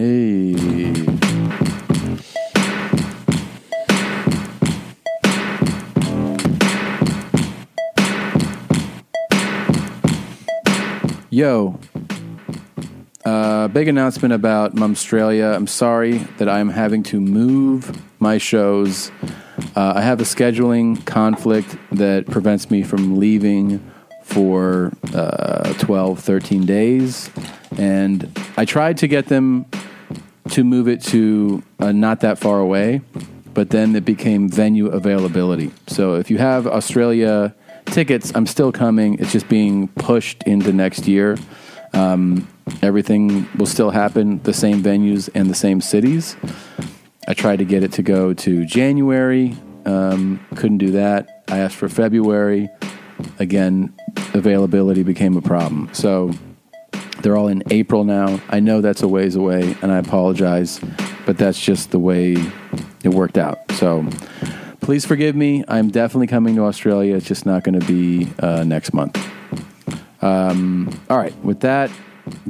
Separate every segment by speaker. Speaker 1: Hey. Yo. Uh, big announcement about Mumstralia. I'm sorry that I'm having to move my shows. Uh, I have a scheduling conflict that prevents me from leaving for uh, 12, 13 days. And I tried to get them to move it to uh, not that far away, but then it became venue availability. So if you have Australia tickets, I'm still coming. It's just being pushed into next year. Um, everything will still happen, the same venues and the same cities. I tried to get it to go to January, um, couldn't do that. I asked for February. Again, availability became a problem. So they're all in April now. I know that's a ways away, and I apologize, but that's just the way it worked out. So please forgive me. I'm definitely coming to Australia. It's just not going to be uh, next month. Um, all right. With that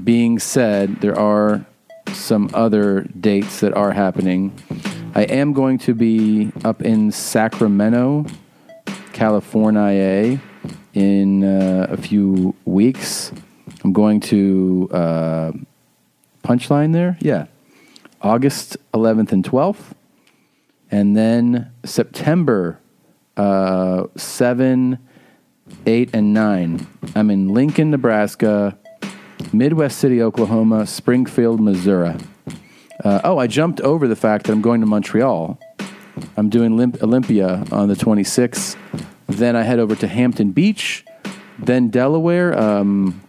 Speaker 1: being said, there are some other dates that are happening. I am going to be up in Sacramento, California, in uh, a few weeks. I'm going to uh, Punchline there. Yeah. August 11th and 12th. And then September uh, 7, 8, and 9. I'm in Lincoln, Nebraska, Midwest City, Oklahoma, Springfield, Missouri. Uh, oh, I jumped over the fact that I'm going to Montreal. I'm doing Olymp- Olympia on the 26th. Then I head over to Hampton Beach, then Delaware. Um,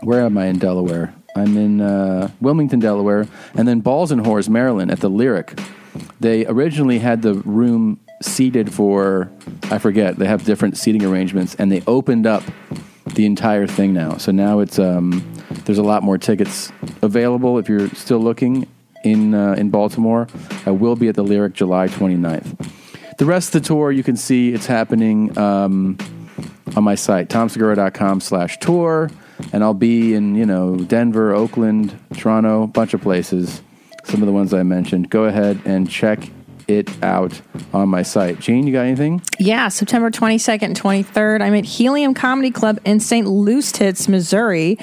Speaker 1: where am I in Delaware? I'm in uh, Wilmington, Delaware, and then Balls and Whores, Maryland, at the Lyric. They originally had the room seated for, I forget, they have different seating arrangements, and they opened up the entire thing now. So now it's, um, there's a lot more tickets available if you're still looking in, uh, in Baltimore. I will be at the Lyric July 29th. The rest of the tour, you can see it's happening. Um, on my site, tomsegura.com slash tour. And I'll be in, you know, Denver, Oakland, Toronto, bunch of places. Some of the ones I mentioned. Go ahead and check it out on my site. Gene, you got anything?
Speaker 2: Yeah, September 22nd and 23rd. I'm at Helium Comedy Club in St. Tits, Missouri.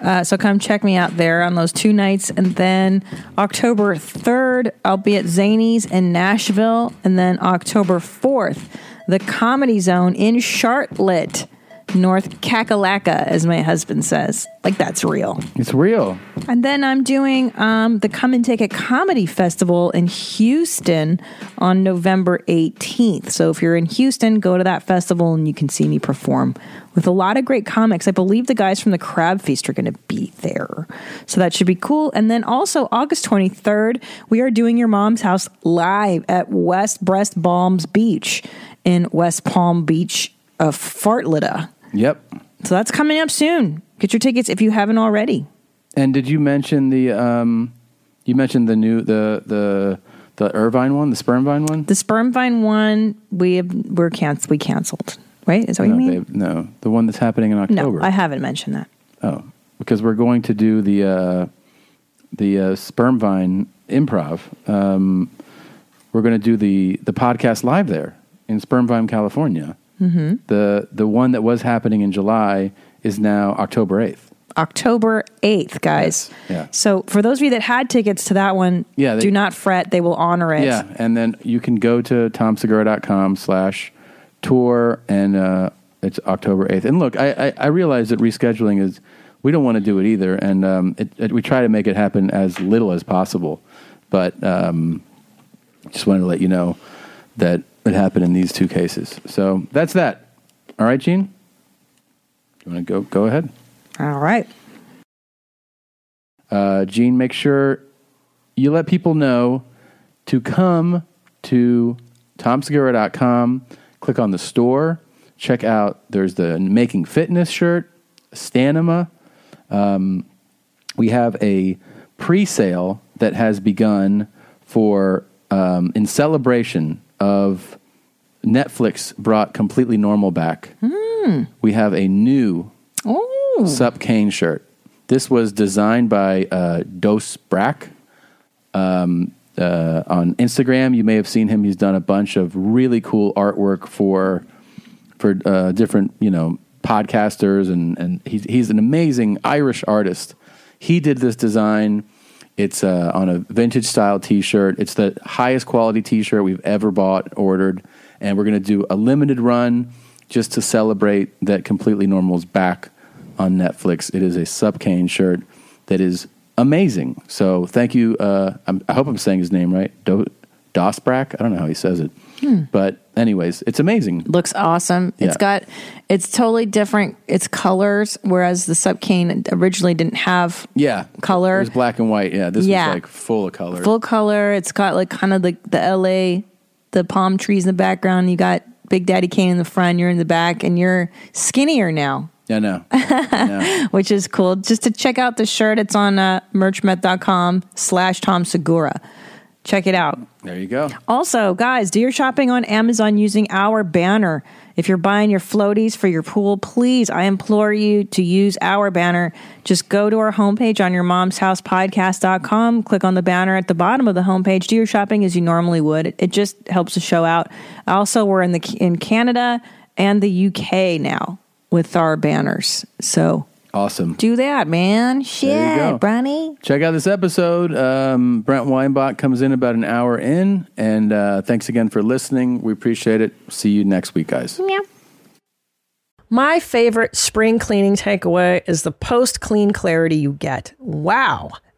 Speaker 2: Uh, so come check me out there on those two nights. And then October 3rd, I'll be at Zanies in Nashville. And then October 4th, the Comedy Zone in Charlotte, North Kakalaka, as my husband says. Like, that's real.
Speaker 1: It's real.
Speaker 2: And then I'm doing um, the Come and Take It Comedy Festival in Houston on November 18th. So if you're in Houston, go to that festival and you can see me perform with a lot of great comics. I believe the guys from the Crab Feast are going to be there. So that should be cool. And then also August 23rd, we are doing Your Mom's House live at West Breast Balms Beach in West Palm Beach of Fartlida.
Speaker 1: Yep.
Speaker 2: So that's coming up soon. Get your tickets if you haven't already.
Speaker 1: And did you mention the, um, you mentioned the new, the, the, the Irvine one, the sperm vine one?
Speaker 2: The sperm vine one, we have, we're canceled. We canceled. Right? Is that what
Speaker 1: no,
Speaker 2: you mean?
Speaker 1: babe, no, the one that's happening in October.
Speaker 2: No, I haven't mentioned that.
Speaker 1: Oh, because we're going to do the uh, the uh, sperm vine improv. Um, we're going to do the the podcast live there in Sperm Vine, California.
Speaker 2: Mhm.
Speaker 1: The the one that was happening in July is now October eighth.
Speaker 2: October 8th, guys.
Speaker 1: Yeah.
Speaker 2: So for those of you that had tickets to that one,
Speaker 1: Yeah, they-
Speaker 2: do not fret. They will honor it.
Speaker 1: Yeah, and then you can go to tomsegura.com slash tour, and uh, it's October 8th. And look, I, I, I realize that rescheduling is, we don't want to do it either, and um, it, it, we try to make it happen as little as possible. But um, just wanted to let you know that it happened in these two cases. So that's that. All right, Gene? You want to go? Go ahead.
Speaker 2: All right.
Speaker 1: Uh, Gene, make sure you let people know to come to tomsegura.com, click on the store, check out, there's the Making Fitness shirt, Stanima. Um, we have a pre sale that has begun for, um, in celebration of Netflix brought Completely Normal back. We have a new Sup Kane shirt. This was designed by uh, Dos Brack, um, uh, on Instagram. You may have seen him. He's done a bunch of really cool artwork for for uh, different you know podcasters, and and he's he's an amazing Irish artist. He did this design. It's uh, on a vintage style T-shirt. It's the highest quality T-shirt we've ever bought, ordered, and we're going to do a limited run just to celebrate that Completely Normal's back on Netflix. It is a Subcane shirt that is amazing. So thank you. Uh, I'm, I hope I'm saying his name right. Do- Dosbrack. I don't know how he says it,
Speaker 2: Hmm.
Speaker 1: but anyways, it's amazing.
Speaker 3: looks awesome. It's
Speaker 1: Yeah.
Speaker 3: got it's totally different. It's colors, whereas the subcane originally didn't have
Speaker 1: Yeah,
Speaker 3: Color.
Speaker 1: It was black and white. Yeah, this
Speaker 3: Yeah.
Speaker 1: was like full of color.
Speaker 3: full color. It's got like kind of like the LA, the palm trees in the background. You got Big Daddy Kane in the front. You're in the back, and you're skinnier now,
Speaker 1: I know. I know.
Speaker 3: which is cool. Just to check out the shirt, it's on uh, merchmet.com slash Tom Segura. Check it out.
Speaker 1: There you go.
Speaker 3: Also, guys, do your shopping on Amazon using our banner. If you're buying your floaties for your pool, please, I implore you to use our banner. Just go to our homepage on your mom's house podcast.com, click on the banner at the bottom of the homepage, do your shopping as you normally would. It, it just helps the show out. Also, we're in the in Canada and the UK now with our banners. So
Speaker 1: Awesome.
Speaker 3: do that, man.
Speaker 1: go.
Speaker 3: Shit, Brownie.
Speaker 1: Check out this episode. Um, Brent Weinbach comes in about an hour in, and uh, thanks again for listening. We appreciate it. See you next week, guys.
Speaker 2: My favorite spring cleaning takeaway is the post clean clarity you get. Wow.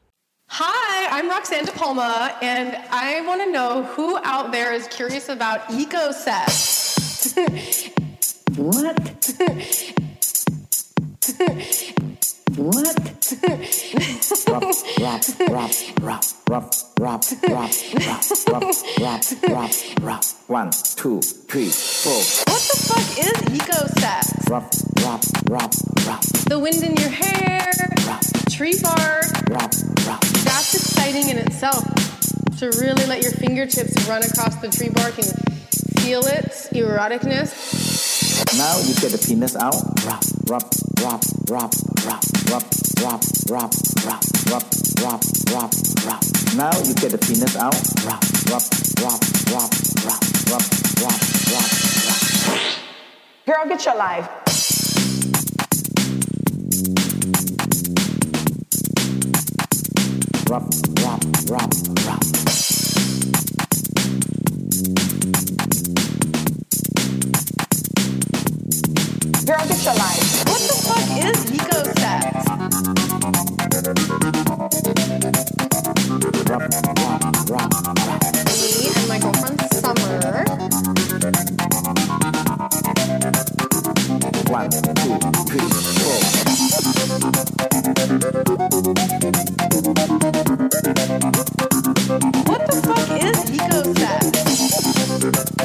Speaker 4: Hi, I'm Roxanne DePalma, and I want to know who out there is curious about eco sex.
Speaker 5: What? what?
Speaker 6: One, two, three, four.
Speaker 4: what the fuck is eco sex?
Speaker 6: Rub, rub, rub, rub,
Speaker 4: The wind in your hair, tree bark.
Speaker 6: rub, rub.
Speaker 4: That's exciting in itself. To really let your fingertips run across the tree bark and feel its eroticness.
Speaker 6: Now you get the penis out. Rub, rub, rub, rub, rub, rub, rub, rub, rub, rub, rub, rub, rub. Now you get the penis out. Rub, rub, rub, rub, rub, rub, rub, rub, rub.
Speaker 7: Girl, get your life.
Speaker 6: Rub, rub, rub, rub.
Speaker 7: Girl, get your life.
Speaker 4: What the fuck is eco sex? Me and my girlfriend Summer.
Speaker 6: One, two, three, four.
Speaker 4: What the fuck is eco sex?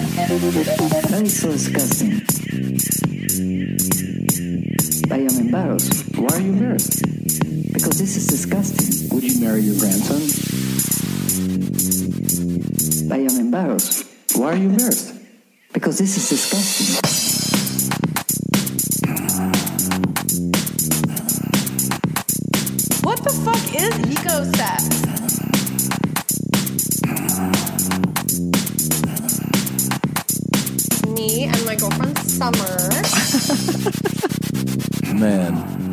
Speaker 5: That is so disgusting. I am embarrassed
Speaker 1: Why are you married?
Speaker 5: because this is disgusting.
Speaker 1: Would you marry your grandson?
Speaker 5: I am embarrassed.
Speaker 6: Why are you embarrassed?
Speaker 5: Because this is disgusting.
Speaker 8: What the fuck is eco sex? Me and my girlfriend Summer.
Speaker 1: Man,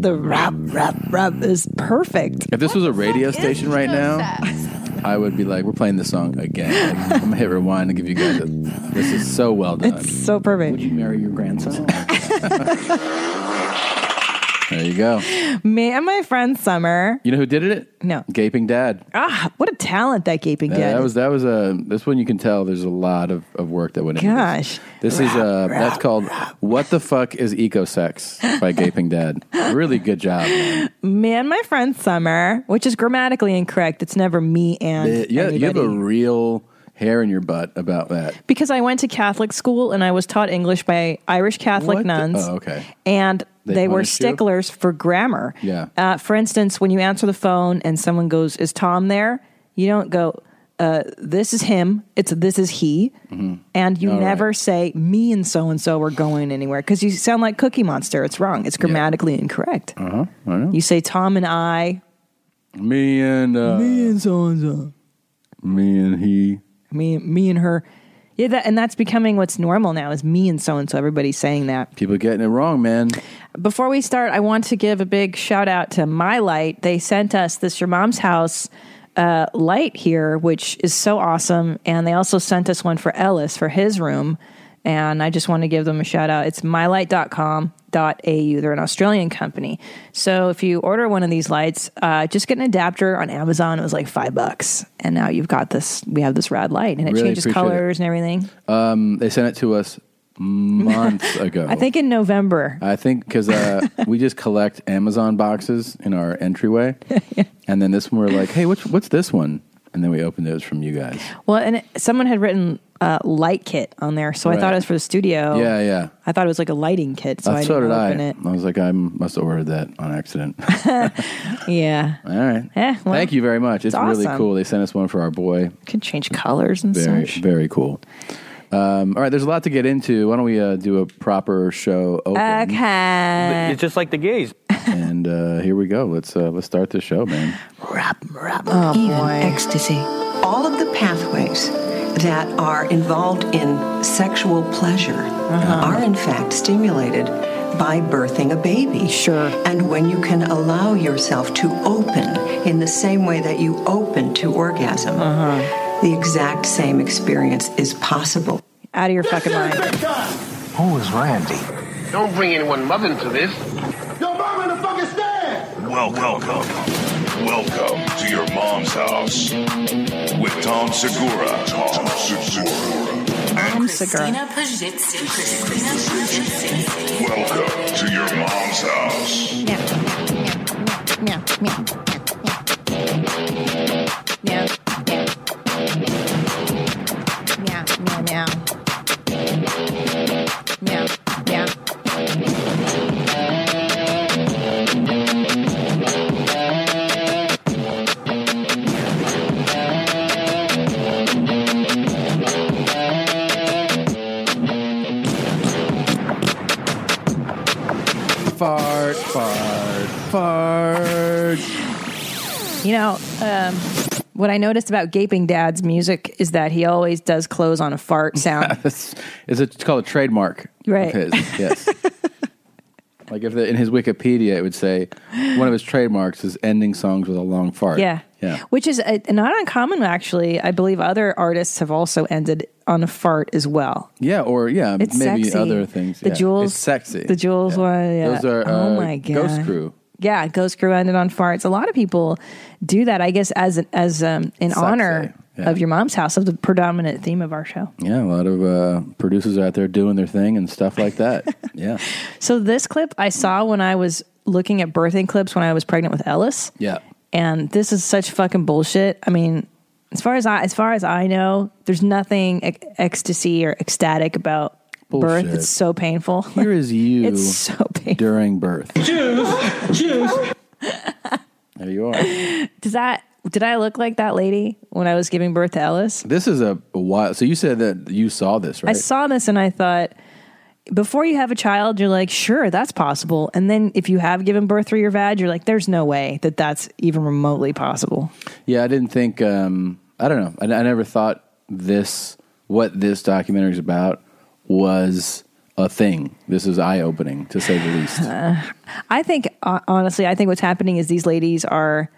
Speaker 2: The rap, rap, rap is perfect.
Speaker 1: if this was a radio
Speaker 8: What is
Speaker 1: station right
Speaker 8: eco
Speaker 1: now,
Speaker 8: sex?
Speaker 1: I would be like, we're playing this song again. Like, I'm gonna hit rewind and give you guys a. This is so well done.
Speaker 2: It's so perfect.
Speaker 6: You marry your grandson?
Speaker 1: there you go.
Speaker 2: Me and my friend Summer.
Speaker 1: You know who did it?
Speaker 2: No.
Speaker 1: Gaping Dad.
Speaker 2: Ah, what a talent that gaping
Speaker 1: Yeah,
Speaker 2: did.
Speaker 1: that was that was a this one you can tell there's a lot of, of work that went into
Speaker 2: Gosh.
Speaker 1: this. This is uh that's called What the Fuck is Eco Sex by Gaping Dad. Really good job. man.
Speaker 2: me and my friend Summer, which is grammatically incorrect. It's never me and
Speaker 1: Uh, Yeah, you have a
Speaker 2: anybody.
Speaker 1: real hair in your butt about that.
Speaker 2: because I went to Catholic school and I was taught English by Irish Catholic
Speaker 1: What the-
Speaker 2: nuns.
Speaker 1: oh, okay.
Speaker 2: And
Speaker 1: They
Speaker 2: they, were
Speaker 1: punished you?
Speaker 2: sticklers for grammar.
Speaker 1: Yeah.
Speaker 2: Uh, for instance, when you answer the phone and someone goes, "Is Tom there?" You don't go, uh, "This is him." It's "This is he," and you
Speaker 1: Mm-hmm. All
Speaker 2: never
Speaker 1: right.
Speaker 2: say "Me and so and so are going anywhere" because you sound like Cookie Monster. It's wrong. It's grammatically incorrect. Uh-huh.
Speaker 1: I know.
Speaker 2: You say Tom and I,
Speaker 1: Me and uh,
Speaker 2: me and so and so.
Speaker 1: me and he.
Speaker 2: me me and her yeah that, and that's becoming what's normal now is me and so and so everybody's saying that
Speaker 1: People getting it wrong, man.
Speaker 2: before we start i want to give a big shout out to my light they sent us this your mom's house uh, light here which is so awesome and they also sent us one for ellis for his room and i just want to give them a shout out it's mylight.com dot au they're an australian company so if you order one of these lights uh, just get an adapter on amazon it was like five bucks and now you've got this we have this rad light and it
Speaker 1: Really
Speaker 2: changes
Speaker 1: appreciate it. Um,
Speaker 2: colors and everything
Speaker 1: They sent it to us months ago.
Speaker 2: I think in November.
Speaker 1: I think because uh, we just collect Amazon boxes in our entryway, and then this one we're like, "Hey, what's what's this one?" And then we opened those from you guys.
Speaker 2: Well, and it, someone had written uh, light kit on there, so I
Speaker 1: Right.
Speaker 2: thought it was for the studio.
Speaker 1: Yeah, yeah. Uh,
Speaker 2: I thought it was like a lighting kit, Oh. so I,
Speaker 1: so
Speaker 2: didn't
Speaker 1: did I.
Speaker 2: open it.
Speaker 1: I was like, I must have ordered that on accident.
Speaker 2: Yeah,
Speaker 1: All right.
Speaker 2: Eh, well,
Speaker 1: Thank you very much. It's,
Speaker 2: it's
Speaker 1: really
Speaker 2: awesome.
Speaker 1: cool. They sent us one for our boy.
Speaker 2: could change colors and
Speaker 1: Very,
Speaker 2: such.
Speaker 1: very cool. Um, all right, there's a lot to get into. Why don't we uh, do a proper show open?
Speaker 2: Okay.
Speaker 4: It's just like the gays.
Speaker 1: And uh, here we go. Let's uh, let's start the show, man.
Speaker 9: even ecstasy. Oh, All of the pathways that are involved in sexual pleasure
Speaker 2: Uh-huh.
Speaker 9: are, in fact, stimulated by birthing a baby.
Speaker 2: Sure.
Speaker 9: And when you can allow yourself to open in the same way that you open to orgasm,
Speaker 2: Uh-huh.
Speaker 9: the exact same experience is possible.
Speaker 2: Out of your fucking mind.
Speaker 10: Who is Randy?
Speaker 11: Don't bring anyone mother into this.
Speaker 10: Yo, mom in the fucking stand!
Speaker 12: Welcome, welcome, welcome to your mom's house with Tom Segura. Tom Segura.
Speaker 2: Tom Segura.
Speaker 12: Welcome to your mom's house.
Speaker 1: Fart, fart, fart.
Speaker 2: You know, um, what I noticed about Gaping Dad's music is that he always does close on a fart sound.
Speaker 1: It's, it's, a, it's called a trademark.
Speaker 2: Right.
Speaker 1: Of his. Yes. like if the, in his Wikipedia, it would say one of his trademarks is ending songs with a long fart.
Speaker 2: Yeah.
Speaker 1: Yeah.
Speaker 2: Which is uh, not uncommon, actually. I believe other artists have also ended on a fart as well.
Speaker 1: Yeah, or yeah,
Speaker 2: It's
Speaker 1: maybe
Speaker 2: sexy.
Speaker 1: other things.
Speaker 2: The
Speaker 1: yeah.
Speaker 2: Jules-
Speaker 1: It's sexy.
Speaker 2: the Jules one, yeah.
Speaker 1: Those are
Speaker 2: Oh
Speaker 1: uh,
Speaker 2: my God.
Speaker 1: Ghost Crew.
Speaker 2: Yeah, ghost crew ended on farts. A lot of people do that, I guess, as as um, in honor
Speaker 1: eh? Yeah.
Speaker 2: of your mom's house, of the predominant theme of our show.
Speaker 1: Yeah, a lot of uh, producers out there doing their thing and stuff like that. yeah.
Speaker 2: So this clip I saw when I was looking at birthing clips when I was pregnant with Ellis.
Speaker 1: Yeah.
Speaker 2: and this is such fucking bullshit. I mean, as far as I as far as I know, there's nothing ec- ecstasy or ecstatic about birth.
Speaker 1: Bullshit.
Speaker 2: It's so painful.
Speaker 1: Here is you
Speaker 2: It's so painful.
Speaker 1: during birth. Juice, juice. There you are.
Speaker 2: Does that Did I look like that lady when I was giving birth to Ellis?
Speaker 1: This is a wild. So you said that you saw this, right?
Speaker 2: I saw this and I thought, before you have a child, you're like, sure, that's possible. And then if you have given birth through your VAD, you're like, there's no way that that's even remotely possible.
Speaker 1: Yeah, I didn't think. Um, I don't know. I, I never thought this what this documentary is about was a thing. This is eye opening to say the least.
Speaker 2: Uh, I think, uh, honestly, I think what's happening is these ladies are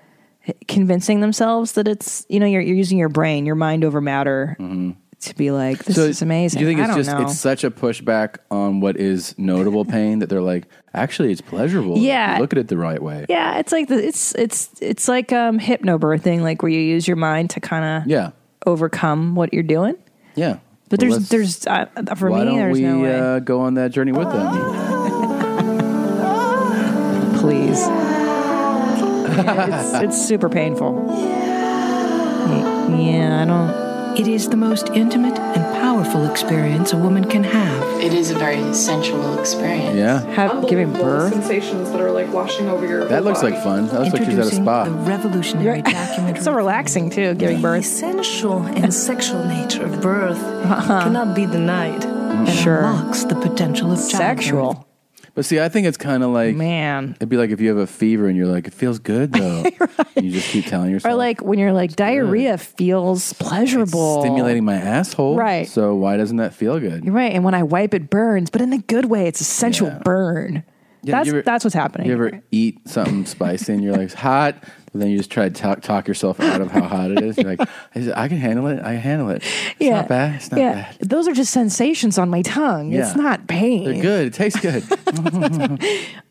Speaker 2: convincing themselves that it's, you know, you're, you're using your brain, your mind over matter to be like, this
Speaker 1: Mm-hmm. So
Speaker 2: is amazing.
Speaker 1: Do you think
Speaker 2: I
Speaker 1: it's
Speaker 2: don't
Speaker 1: just
Speaker 2: know.
Speaker 1: it's such a pushback on what is notable pain that they're like, actually, it's pleasurable. if
Speaker 2: Yeah.
Speaker 1: you look at it the right way.
Speaker 2: Yeah, it's like the, it's it's it's like um hypnobirthing, like where you use your mind to kind of
Speaker 1: Yeah.
Speaker 2: overcome what you're doing.
Speaker 1: Yeah.
Speaker 2: But
Speaker 1: Well,
Speaker 2: there's there's uh, for
Speaker 1: Why
Speaker 2: me
Speaker 1: don't
Speaker 2: there's
Speaker 1: we
Speaker 2: no way.
Speaker 1: Uh, go on that journey with them?
Speaker 2: Please, it's, it's super painful. Yeah, I don't.
Speaker 4: It is the most intimate and powerful experience a woman can have.
Speaker 13: It is a very sensual experience.
Speaker 1: Yeah.
Speaker 4: Have giving birth.
Speaker 13: Sensations that are like washing over your.
Speaker 1: That looks like fun. That looks like she's at a spa.
Speaker 4: revolutionary documentary.
Speaker 2: so relaxing too, giving birth.
Speaker 4: The sensual and sexual nature of birth cannot be denied. And
Speaker 2: Uh-huh. Sure.
Speaker 4: unlocks the potential of childbirth.
Speaker 2: Sexual.
Speaker 1: But see, I think it's kind of like
Speaker 2: man.
Speaker 1: It'd be like if you have a fever and you're like, it feels good though. and you just keep telling yourself,
Speaker 2: Or like when you're like diarrhea feels pleasurable,
Speaker 1: stimulating my asshole.
Speaker 2: Right.
Speaker 1: So why doesn't that feel good?
Speaker 2: You're right, and when I wipe, it burns, but in a good way. It's a sensual burn.
Speaker 1: Yeah,
Speaker 2: that's
Speaker 1: you ever-
Speaker 2: that's what's happening.
Speaker 1: You ever eat something spicy and you're like, it's hot, but then you just try to talk, talk yourself out of how hot it is. You're like, "Is it- I can handle it. I can handle it. It's not bad. It's not bad.
Speaker 2: Those are just sensations on my tongue. It's
Speaker 1: Yeah.
Speaker 2: not pain.
Speaker 1: They're good. It tastes good. you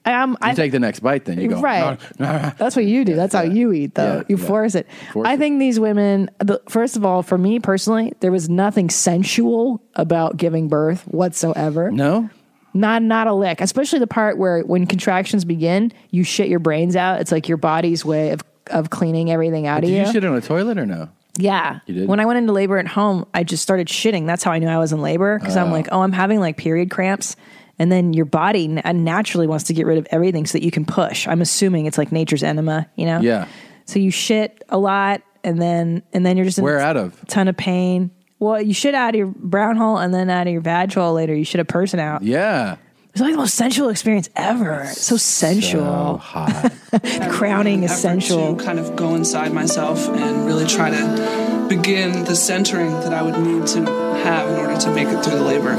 Speaker 2: Um, I,
Speaker 1: take the next bite, then you go,
Speaker 2: right.
Speaker 1: "No, no, no."
Speaker 2: That's what you do. That's how you eat, though.
Speaker 1: Yeah,
Speaker 2: you
Speaker 1: yeah.
Speaker 2: force it.
Speaker 1: Force
Speaker 2: I think these women, the, first of all, for me personally, there was nothing sensual about giving birth whatsoever.
Speaker 1: No?
Speaker 2: Not not a lick. Especially the part where when contractions begin, you shit your brains out. It's like your body's way of, of cleaning everything out
Speaker 1: Did
Speaker 2: of
Speaker 1: you
Speaker 2: you.
Speaker 1: shit on a toilet or no?
Speaker 2: Yeah.
Speaker 1: You did?
Speaker 2: When I went into labor at home, I just started shitting. That's how I knew I was in labor because I'm
Speaker 1: Oh.
Speaker 2: like, oh, I'm having like period cramps. And then your body n- uh, naturally wants to get rid of everything so that you can push. I'm assuming it's like nature's enema, you know?
Speaker 1: Yeah.
Speaker 2: So you shit a lot and then and then you're just in
Speaker 1: Where
Speaker 2: a
Speaker 1: out of?
Speaker 2: ton of pain. Well, you shit out of your brown hole and then out of your vag hole later. You shit a person out.
Speaker 1: Yeah.
Speaker 2: It's like the most sensual experience ever. It's so sensual.
Speaker 1: So hot.
Speaker 2: Crowning is sensual.
Speaker 14: kind of go inside myself and really try to begin the centering that I would need to have in order to make it through the labor.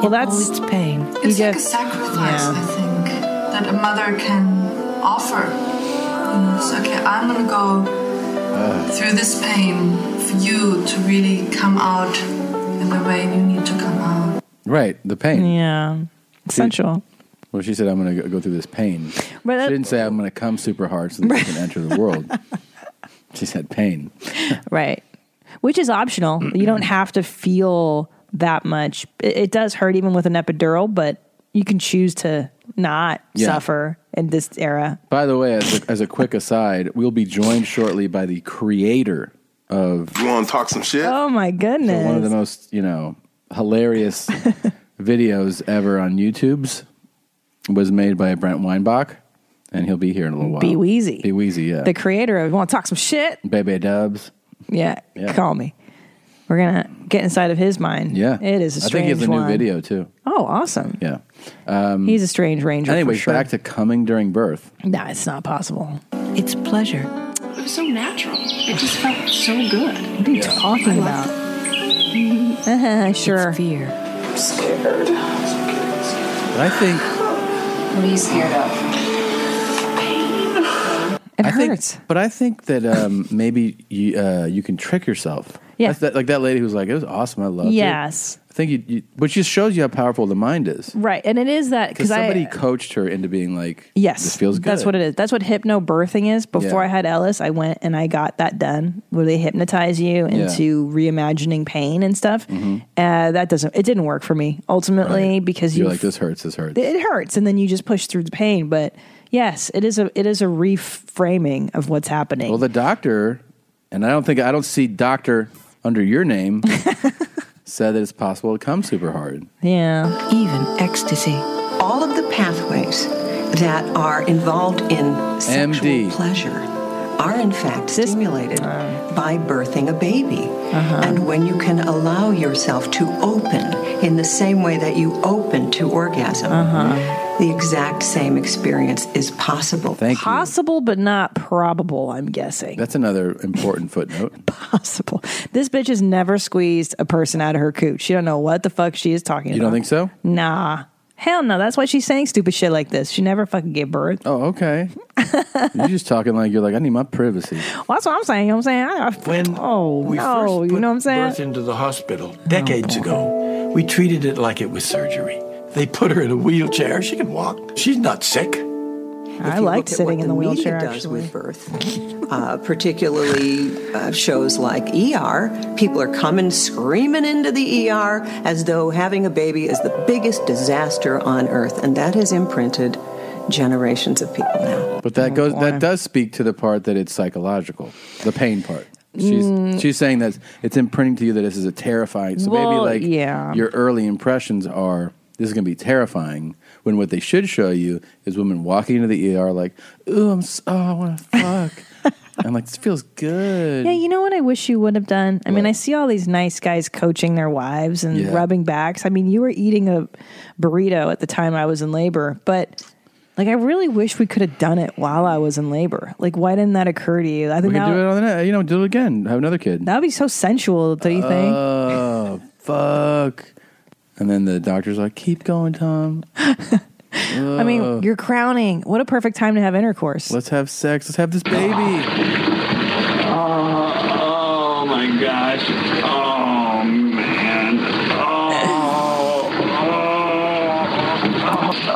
Speaker 2: Well, that's it's pain.
Speaker 15: It's like a sacrifice, I think, that a mother can offer. You know, it's okay, I'm gonna go through this pain for you to really come out in the way you need to come out.
Speaker 1: Right. The pain.
Speaker 2: Yeah. Sensual.
Speaker 1: Well, she said, I'm going to go through this pain.
Speaker 2: But that-
Speaker 1: she didn't say, I'm going to come super hard so that I can enter the world. She said, pain.
Speaker 2: Right. Which is optional. you don't have to feel that much. It, it does hurt even with an epidural, but you can choose to not
Speaker 1: Yeah.
Speaker 2: suffer in this era.
Speaker 1: By the way, as a, as a quick aside, we'll be joined shortly by the creator of.
Speaker 2: You
Speaker 1: want to talk some shit?
Speaker 2: Oh my goodness.
Speaker 1: One of the most, you know, hilarious videos ever on YouTube's was made by Brent Weinbach, and he'll be here in a little while.
Speaker 2: Be Weezy.
Speaker 1: Be Weezy, yeah.
Speaker 2: The creator of want to talk some shit?
Speaker 1: Bebe Dubs.
Speaker 2: Yeah.
Speaker 1: Yeah.
Speaker 2: Call me. We're gonna get inside of his mind.
Speaker 1: Yeah.
Speaker 2: It is a
Speaker 1: I think
Speaker 2: strange
Speaker 1: he has a new
Speaker 2: one.
Speaker 1: video, too.
Speaker 2: Oh, awesome.
Speaker 1: Yeah. Um,
Speaker 2: He's a strange ranger.
Speaker 1: Anyway,
Speaker 2: for sure.
Speaker 1: back to coming during birth.
Speaker 2: Nah, it's not possible.
Speaker 4: It's pleasure.
Speaker 13: It was so natural. It just felt so good.
Speaker 2: What are you talking about? Uh-huh, sure. fear.
Speaker 13: I'm scared.
Speaker 1: But I think
Speaker 13: What are you scared of?
Speaker 2: It
Speaker 1: I
Speaker 2: hurts.
Speaker 1: Think, but I think that um, maybe you uh, you can trick yourself.
Speaker 2: Yeah.
Speaker 1: That's that, like that lady who's like, it was awesome. I loved
Speaker 2: Yes.
Speaker 1: it. I think you, you, which just shows you how powerful the mind is.
Speaker 2: Right, and it is that
Speaker 1: Because
Speaker 2: because I
Speaker 1: somebody coached her into being like,
Speaker 2: Yes.
Speaker 1: this feels good.
Speaker 2: That's what it is. That's what hypnobirthing is. Before I
Speaker 1: Yeah.
Speaker 2: had Ellis, I went and I got that done where they hypnotize you
Speaker 1: Yeah.
Speaker 2: into reimagining pain and stuff.
Speaker 1: Mhm.
Speaker 2: Uh, that doesn't, it didn't work for me ultimately because
Speaker 1: You're
Speaker 2: you
Speaker 1: like, this hurts. This hurts.
Speaker 2: It hurts. And then you just push through the pain. But yes, it is a, it is a reframing of what's happening.
Speaker 1: Well, the doctor, and I don't think I don't see doctor under your name, said that it's possible to come super hard.
Speaker 2: Yeah.
Speaker 4: Even ecstasy. All of the pathways that are involved in sexual
Speaker 1: MD.
Speaker 4: pleasure
Speaker 9: are in fact stimulated by birthing a baby.
Speaker 2: Uh-huh.
Speaker 9: And when you can allow yourself to open in the same way that you open to orgasm,
Speaker 2: Uh-huh.
Speaker 9: the exact same experience is possible.
Speaker 1: Thank you.
Speaker 2: Possible, but not probable, I'm guessing.
Speaker 1: That's another important footnote.
Speaker 2: Possible. This bitch has never squeezed a person out of her coop. She don't know what the fuck she is talking
Speaker 1: You
Speaker 2: about.
Speaker 1: don't think so?
Speaker 2: Nah. Hell no. That's why she's saying stupid shit like this. She never fucking gave birth.
Speaker 1: Oh, okay. you're just talking like you're like, I need my privacy.
Speaker 2: Well, that's what I'm saying. You know what I'm saying? I,
Speaker 7: when
Speaker 2: oh,
Speaker 7: we
Speaker 2: no.
Speaker 7: first
Speaker 2: you
Speaker 7: put
Speaker 2: know what I'm saying?
Speaker 7: birth into the hospital
Speaker 2: Oh,
Speaker 7: decades ago, we treated it like it was surgery. They put her in a wheelchair. She can walk. She's not sick.
Speaker 2: I liked sitting in the,
Speaker 9: media
Speaker 2: wheelchair.
Speaker 9: does
Speaker 2: actually.
Speaker 9: with birth, uh, particularly uh, shows like ER. People are coming screaming into the ER as though having a baby is the biggest disaster on earth, and that has imprinted generations of people now.
Speaker 1: But
Speaker 2: Oh,
Speaker 1: that goes that does speak to the part that it's psychological, the pain part. She's
Speaker 9: Mm.
Speaker 1: she's saying that it's imprinting to you that this is a terrifying. So maybe
Speaker 2: Well,
Speaker 1: like
Speaker 2: yeah.
Speaker 1: your early impressions are this is going to be terrifying. When what they should show you is women walking into the ER like, "Ooh, I'm so, oh, I want to fuck." I'm like, this feels good.
Speaker 2: Yeah, you know what I wish you would have done? I mean, I see all these nice guys coaching their wives and
Speaker 1: Yeah.
Speaker 2: rubbing backs. I mean, you were eating a burrito at the time I was in labor, but like I really wish we could have done it while I was in labor. Like why didn't that occur to you? I
Speaker 1: we
Speaker 2: think
Speaker 1: can
Speaker 2: that
Speaker 1: do it on the net. You know, do it again. Have another kid.
Speaker 2: that would be so sensual, don't you think?
Speaker 1: Oh, fuck. And then the doctor's like, keep going, Tom.
Speaker 2: I
Speaker 1: Uh.
Speaker 2: mean, you're crowning. What a perfect time to have intercourse.
Speaker 1: Let's have sex. Let's have this baby.
Speaker 10: Oh my gosh. Oh man. Oh.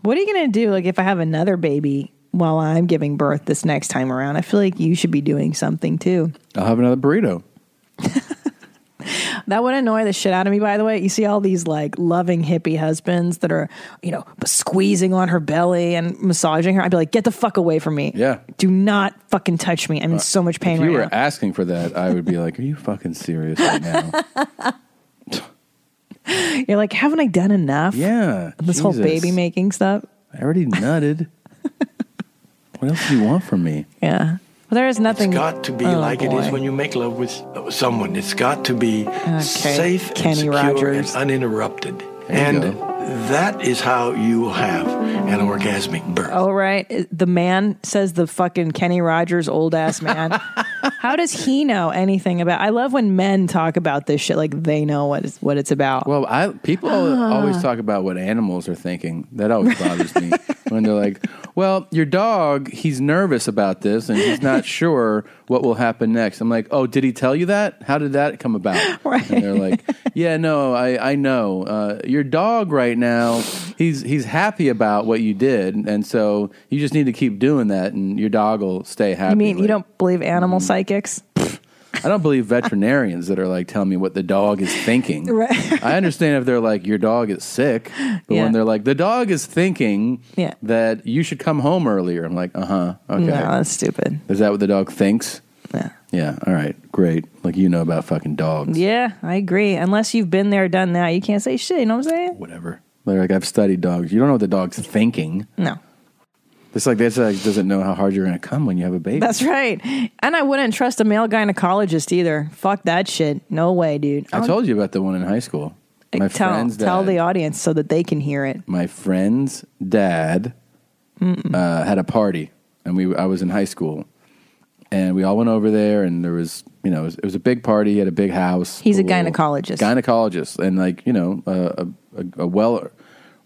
Speaker 2: What are you going to do like if I have another baby while I'm giving birth this next time around? I feel like you should be doing something too.
Speaker 1: I'll have another burrito.
Speaker 2: That would annoy the shit out of me, by the way. You see all these like loving hippie husbands that are, you know, squeezing on her belly and massaging her. I'd be like, get the fuck away from me.
Speaker 1: Yeah. Uh,
Speaker 2: Do not fucking touch me. I'm in so much pain
Speaker 1: If you
Speaker 2: right now.
Speaker 1: were asking for that, I would be like, are you fucking serious right now?
Speaker 2: You're like, haven't I done enough?
Speaker 1: Yeah.
Speaker 2: This whole
Speaker 1: Jesus.
Speaker 2: baby making stuff.
Speaker 1: I already nutted. what else do you want from me?
Speaker 2: Yeah. Well, there is nothing.
Speaker 7: It's got to be
Speaker 2: Oh,
Speaker 7: like it
Speaker 2: boy.
Speaker 7: is when you make love with someone. It's got to be
Speaker 2: Okay.
Speaker 7: safe
Speaker 2: Kenny
Speaker 7: and secure
Speaker 2: Rogers.
Speaker 7: and uninterrupted.
Speaker 2: There you
Speaker 7: and
Speaker 2: go.
Speaker 7: that is how you will have an orgasmic birth.
Speaker 2: Oh, right. The man says the fucking Kenny Rogers old ass man. How does he know anything about? I love when men talk about this shit like they know what it's, what it's about.
Speaker 1: Well, I people al-
Speaker 2: Ah.
Speaker 1: always talk about what animals are thinking. That always bothers me when they're like, "Well, your dog, he's nervous about this and he's not sure what will happen next." I'm like, "Oh, did he tell you that? How did that come about?" Right. And they're like, "Yeah, no, I I know. Uh, your dog right now, he's he's happy about what you did, and so you just need to keep doing that, and your dog will stay happy."
Speaker 2: you mean you don't believe animal
Speaker 1: Mm.
Speaker 2: psychics?
Speaker 1: I don't believe veterinarians that are like telling me what the dog is thinking.
Speaker 2: Right.
Speaker 1: I understand if they're like your dog is sick, but
Speaker 2: Yeah.
Speaker 1: when they're like the dog is thinking
Speaker 2: Yeah.
Speaker 1: that you should come home earlier, I'm like, uh huh, okay,
Speaker 2: No, that's stupid.
Speaker 1: Is that what the dog thinks?
Speaker 2: Yeah.
Speaker 1: Yeah. All right. Great. Like you know about fucking dogs.
Speaker 2: Yeah, I agree. Unless you've been there, done that, you can't say shit. You know what I'm saying?
Speaker 1: Whatever. They're like I've studied dogs. You don't know what the dog's thinking.
Speaker 2: No.
Speaker 1: It's like this like, doesn't know how hard you're going to come when you have a baby.
Speaker 2: That's right. And I wouldn't trust a male gynecologist either. Fuck that shit. No way, dude.
Speaker 1: I told you about the one in high school. My
Speaker 2: tell,
Speaker 1: friend's
Speaker 2: tell
Speaker 1: dad-
Speaker 2: the audience so that they can hear it.
Speaker 1: my friend's dad uh, had a party, and we I was in high school, and we all went over there, and there was you know it was, it was a big party. He had a big house.
Speaker 2: He's a
Speaker 1: pool.
Speaker 2: gynecologist.
Speaker 1: gynecologist, and like you know a a, a, a well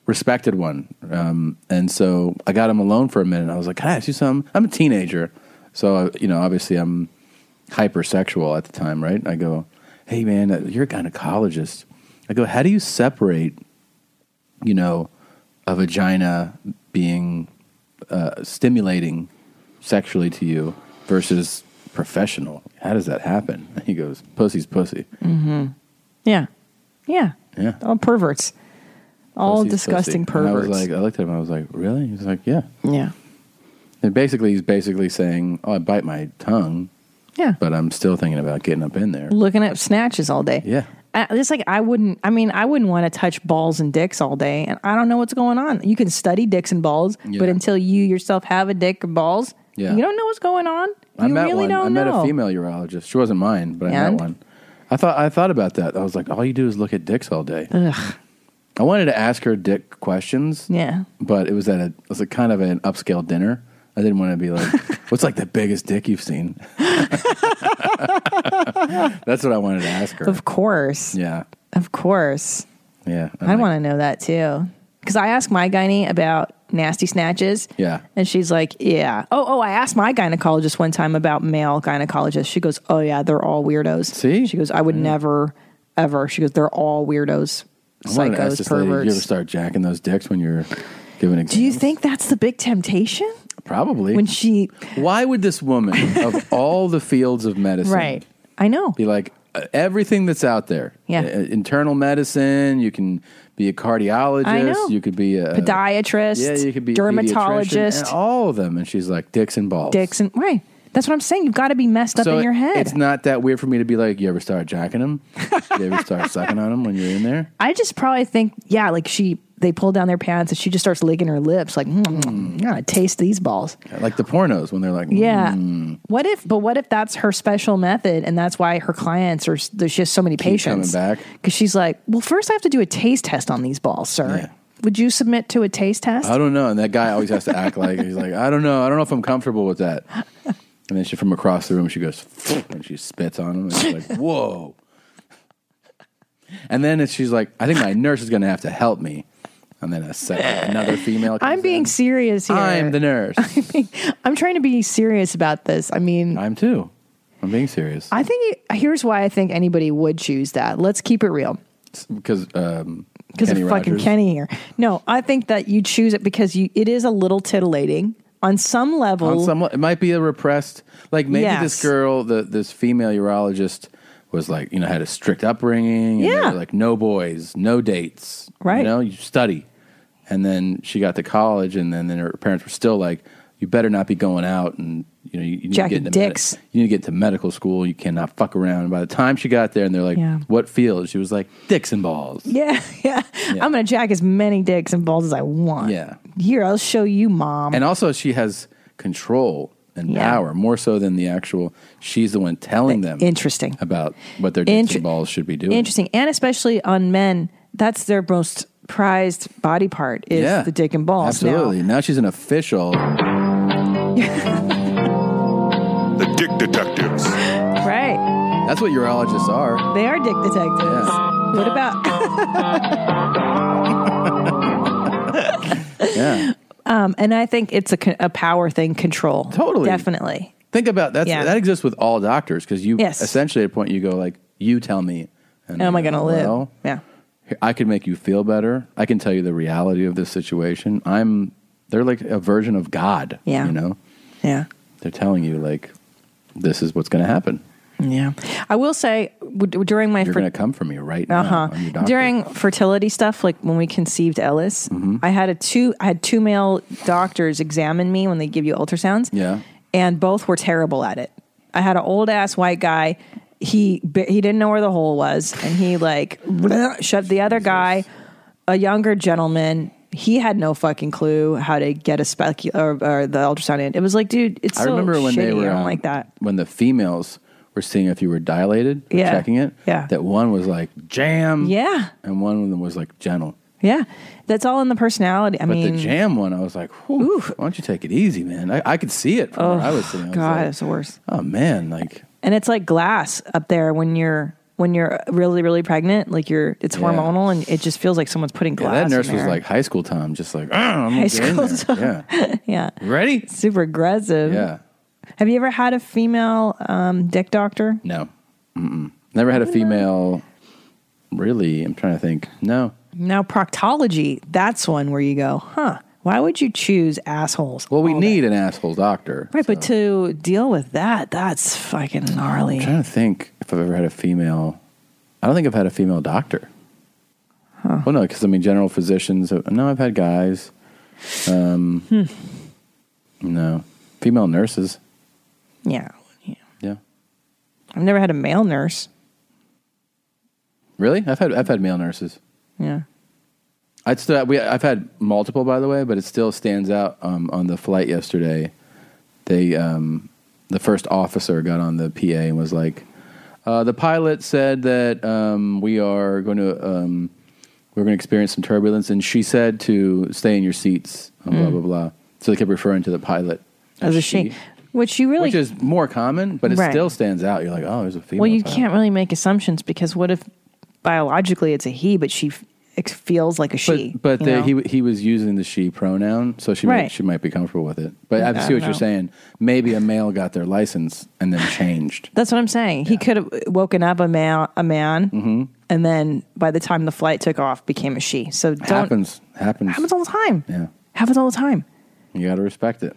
Speaker 1: respected one. Um, and so I got him alone for a minute. and I was like, "Can I ask you something?" I'm a teenager, so uh, you know obviously I'm hypersexual at the time, right? I go, "Hey man, uh, you're a gynecologist." I go, "How do you separate?" you know, a vagina being uh, stimulating sexually to you versus professional. How does that happen? And he goes, pussy's pussy.
Speaker 2: hmm Yeah. Yeah.
Speaker 1: Mm-hmm. Yeah.
Speaker 2: All perverts. All
Speaker 1: Pussy's
Speaker 2: disgusting
Speaker 1: pussy. And
Speaker 2: perverts.
Speaker 1: I was like, uh, I looked at him. I was like, really? He's like, yeah.
Speaker 2: yeah.
Speaker 1: And basically, he's basically saying, oh, I bite my tongue.
Speaker 2: Yeah.
Speaker 1: But I'm still thinking about getting up in there.
Speaker 2: Looking at snatches all day.
Speaker 1: Yeah.
Speaker 2: I, it's like I wouldn't. I mean, I wouldn't want to touch balls and dicks all day, and I don't know what's going on. You can study dicks and balls,
Speaker 1: Yeah.
Speaker 2: but until you yourself have a dick or balls,
Speaker 1: Yeah.
Speaker 2: You don't know what's going on.
Speaker 1: I
Speaker 2: you
Speaker 1: met
Speaker 2: really
Speaker 1: one.
Speaker 2: don't
Speaker 1: I
Speaker 2: know.
Speaker 1: met a female urologist. She wasn't mine, but I
Speaker 2: And?
Speaker 1: met one. I thought I thought about that. I was like, all you do is look at dicks all day.
Speaker 2: Ugh.
Speaker 1: I wanted to ask her dick questions,
Speaker 2: Yeah.
Speaker 1: but it was at a it was a kind of an upscale dinner. I didn't want to be like, "What's like the biggest dick you've seen?" That's what I wanted to ask her.
Speaker 2: Of course.
Speaker 1: Yeah,
Speaker 2: Of course.
Speaker 1: yeah.
Speaker 2: I want to know that too. Because I asked my gynae about nasty snatches.
Speaker 1: Yeah.
Speaker 2: And she's like, yeah. Oh, oh, I asked my gynecologist one time about male gynecologists. She goes, oh, yeah, they're all weirdos. See? She goes, I would never, ever. She goes, they're all weirdos,
Speaker 1: I wanted to ask
Speaker 2: psychos,
Speaker 1: this lady, you ever
Speaker 2: perverts.
Speaker 1: start jacking those dicks when you're giving exams?
Speaker 2: Do you think that's the big temptation?
Speaker 1: Probably.
Speaker 2: When she.
Speaker 1: Why would this woman, of all the fields of medicine,
Speaker 2: Right. I know.
Speaker 1: be like uh, everything that's out there?
Speaker 2: Yeah.
Speaker 1: Uh, internal medicine. You can be a cardiologist.
Speaker 2: I know.
Speaker 1: You could be a
Speaker 2: Podiatrist,
Speaker 1: Yeah, you could be a
Speaker 2: dermatologist.
Speaker 1: pediatrician, and all of them. And she's like dicks and balls.
Speaker 2: Dicks and. Right. That's what I'm saying. You've got to be messed up
Speaker 1: So
Speaker 2: in your head.
Speaker 1: It's not that weird for me to be like, you ever start jacking them? you ever start sucking on them when you're in there?
Speaker 2: I just probably think, yeah, like she, they pull down their pants and she just starts licking her lips, like, mm, mm, yeah, taste these balls.
Speaker 1: Like the pornos when they're like,
Speaker 2: Yeah.
Speaker 1: mm,
Speaker 2: What if, but what if that's her special method and that's why her clients are, there's just so many
Speaker 1: keep
Speaker 2: patients?
Speaker 1: coming back.
Speaker 2: Because she's like, well, first I have to do a taste test on these balls, sir. Would you submit to a taste test?
Speaker 1: I don't know. And that guy always has to act like he's like, I don't know. I don't know if I'm comfortable with that. And then she from across the room, she goes and she spits on him. And she's like, whoa. And then it's, she's like, I think my nurse is going to have to help me. And then a second, another female.
Speaker 2: I'm being serious here.
Speaker 1: I'm the nurse.
Speaker 2: I'm trying to be serious about this. I mean,
Speaker 1: I'm too. I'm being serious
Speaker 2: I think you- here's why I think anybody would choose that. Let's keep it real.
Speaker 1: because um,
Speaker 2: because
Speaker 1: Kenny
Speaker 2: of fucking
Speaker 1: Rogers-
Speaker 2: Kenny here. No, I think that you choose it because you it is a little titillating on some level.
Speaker 1: On some, le- it might be a repressed, like maybe
Speaker 2: Yes.
Speaker 1: this girl, the this female urologist, was like you know had a strict upbringing. And they
Speaker 2: Yeah.
Speaker 1: were like no boys, no dates.
Speaker 2: Right.
Speaker 1: You know, you study, and then she got to college, and then then her parents were still like, you better not be going out, and you know you, you need
Speaker 2: Jacking
Speaker 1: to get into med-
Speaker 2: dicks.
Speaker 1: you need to get to medical school. You cannot fuck around. And by the time she got there, and they're like,
Speaker 2: Yeah.
Speaker 1: what field? She was like dicks and balls.
Speaker 2: yeah, yeah,
Speaker 1: Yeah.
Speaker 2: I'm gonna jack as many dicks and balls as I want.
Speaker 1: Yeah.
Speaker 2: Here, I'll show you, mom.
Speaker 1: and also she has control and
Speaker 2: Um, Yeah.
Speaker 1: power more so than the actual she's the one telling them
Speaker 2: interesting
Speaker 1: about what their dicks
Speaker 2: Inter-
Speaker 1: and balls should be doing
Speaker 2: Interesting, and especially on men, that's their most prized body part is
Speaker 1: Yeah.
Speaker 2: the dick and balls.
Speaker 1: absolutely now, she's an official the dick detectives
Speaker 2: Now, right?
Speaker 1: that's what urologists are
Speaker 2: They are dick detectives. What about?
Speaker 1: yeah
Speaker 2: um, and I think it's a, con- a power thing, control. Totally, definitely.
Speaker 1: think about that
Speaker 2: Yeah.
Speaker 1: that exists with all doctors because you
Speaker 2: Yes.
Speaker 1: essentially at a point you go like you tell me
Speaker 2: How am I
Speaker 1: you go,
Speaker 2: gonna live?
Speaker 1: "Well,
Speaker 2: Yeah.
Speaker 1: I could make you feel better. I can tell you the reality of this situation. I'm they're like a version of God.
Speaker 2: Yeah.
Speaker 1: You know?
Speaker 2: Yeah.
Speaker 1: They're telling you like this is what's gonna happen.
Speaker 2: Yeah. I will say w- during my
Speaker 1: You're
Speaker 2: fer-
Speaker 1: gonna come for me right now.
Speaker 2: uh-huh.
Speaker 1: I'm your doctor.
Speaker 2: during fertility stuff like when we conceived Ellis,
Speaker 1: Mm-hmm.
Speaker 2: I had a two I had two male doctors examine me when they give you ultrasounds
Speaker 1: Yeah.
Speaker 2: and both were terrible at it. I had an old ass white guy. He bi- he didn't know where the hole was, and he like shut the other guy, a younger gentleman. He had no fucking clue how to get a spec or, or the ultrasound in. It was like, dude, it's
Speaker 1: I
Speaker 2: so
Speaker 1: remember when they
Speaker 2: shitty.
Speaker 1: were
Speaker 2: I don't
Speaker 1: um,
Speaker 2: like that.
Speaker 1: When the females were seeing if you were dilated,
Speaker 2: Yeah.
Speaker 1: checking it.
Speaker 2: Yeah.
Speaker 1: That one was like jam.
Speaker 2: Yeah.
Speaker 1: And one of them was like gentle.
Speaker 2: Yeah, that's all in the personality. I
Speaker 1: but
Speaker 2: mean,
Speaker 1: the jam one, I was like, whew, why don't you take it easy, man? I, I could see it from where I was sitting. I was
Speaker 2: Oh, God,
Speaker 1: like,
Speaker 2: it's the worst.
Speaker 1: Oh man, like
Speaker 2: and it's like glass up there when you're when you're really really pregnant. Like you're, it's
Speaker 1: Yeah.
Speaker 2: hormonal, and it just feels like someone's putting
Speaker 1: yeah,
Speaker 2: glass.
Speaker 1: that
Speaker 2: in
Speaker 1: nurse was
Speaker 2: there.
Speaker 1: like high school Tom, just like "Ah, I'm
Speaker 2: High
Speaker 1: gonna get in
Speaker 2: school
Speaker 1: there."
Speaker 2: Tom.
Speaker 1: Yeah.
Speaker 2: yeah,
Speaker 1: ready?
Speaker 2: Super aggressive.
Speaker 1: Yeah.
Speaker 2: Have you ever had a female um, dick doctor?
Speaker 1: No. Mm-mm. Never had a female. Really, I'm trying to think. No.
Speaker 2: Now proctology, that's one where you go, huh? Why would you choose assholes?
Speaker 1: Well, we need an asshole doctor.
Speaker 2: Right, but to deal with that, that's fucking gnarly.
Speaker 1: I'm trying to think if I've ever had a female. I don't think I've had a female doctor. Well, no, because I mean, general physicians. uh, No, I've had guys. Um,
Speaker 2: Hmm.
Speaker 1: No, female nurses.
Speaker 2: Yeah.
Speaker 1: Yeah.
Speaker 2: I've never had a male nurse.
Speaker 1: Really, I've had I've had male nurses.
Speaker 2: Yeah.
Speaker 1: I'd still, we, I've had multiple, by the way, but it still stands out um, on the flight yesterday.
Speaker 9: they um, the first officer got on the PA and was like, uh, the pilot said that um, we are going to um, we're going to experience some turbulence, and she said to stay in your seats, and blah
Speaker 2: Mm.
Speaker 9: blah blah. So they kept referring to the pilot
Speaker 2: As a she, which you really
Speaker 9: which is more common, but it
Speaker 2: Right.
Speaker 9: still stands out. You're like, oh, there's a female.
Speaker 2: well, you
Speaker 9: pilot.
Speaker 2: can't really make assumptions because what if biologically it's a he, but she f- it feels like a she.
Speaker 9: But
Speaker 2: you
Speaker 9: the,
Speaker 2: know?
Speaker 9: he he was using the she pronoun, so she might,
Speaker 2: Right.
Speaker 9: she might be comfortable with it. But I
Speaker 2: I
Speaker 9: see what
Speaker 2: don't
Speaker 9: you're
Speaker 2: know.
Speaker 9: saying. Maybe a male got their license and then changed.
Speaker 2: That's what I'm saying. He could have woken up a man, a man,
Speaker 9: Mm-hmm.
Speaker 2: and then by the time the flight took off, became a she. So don't
Speaker 9: happens happens
Speaker 2: happens all the time.
Speaker 9: Yeah,
Speaker 2: happens all the time.
Speaker 9: you got to respect it.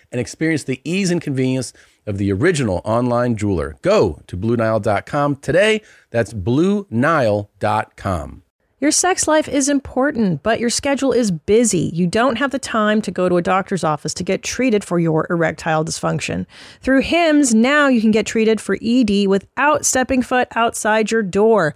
Speaker 1: and experience the ease and convenience of the original online jeweler. Go to BlueNile.com today. That's BlueNile.com.
Speaker 16: Your sex life is important, but your schedule is busy. You don't have the time to go to a doctor's office to get treated for your erectile dysfunction. Through HIMS, now you can get treated for ED without stepping foot outside your door.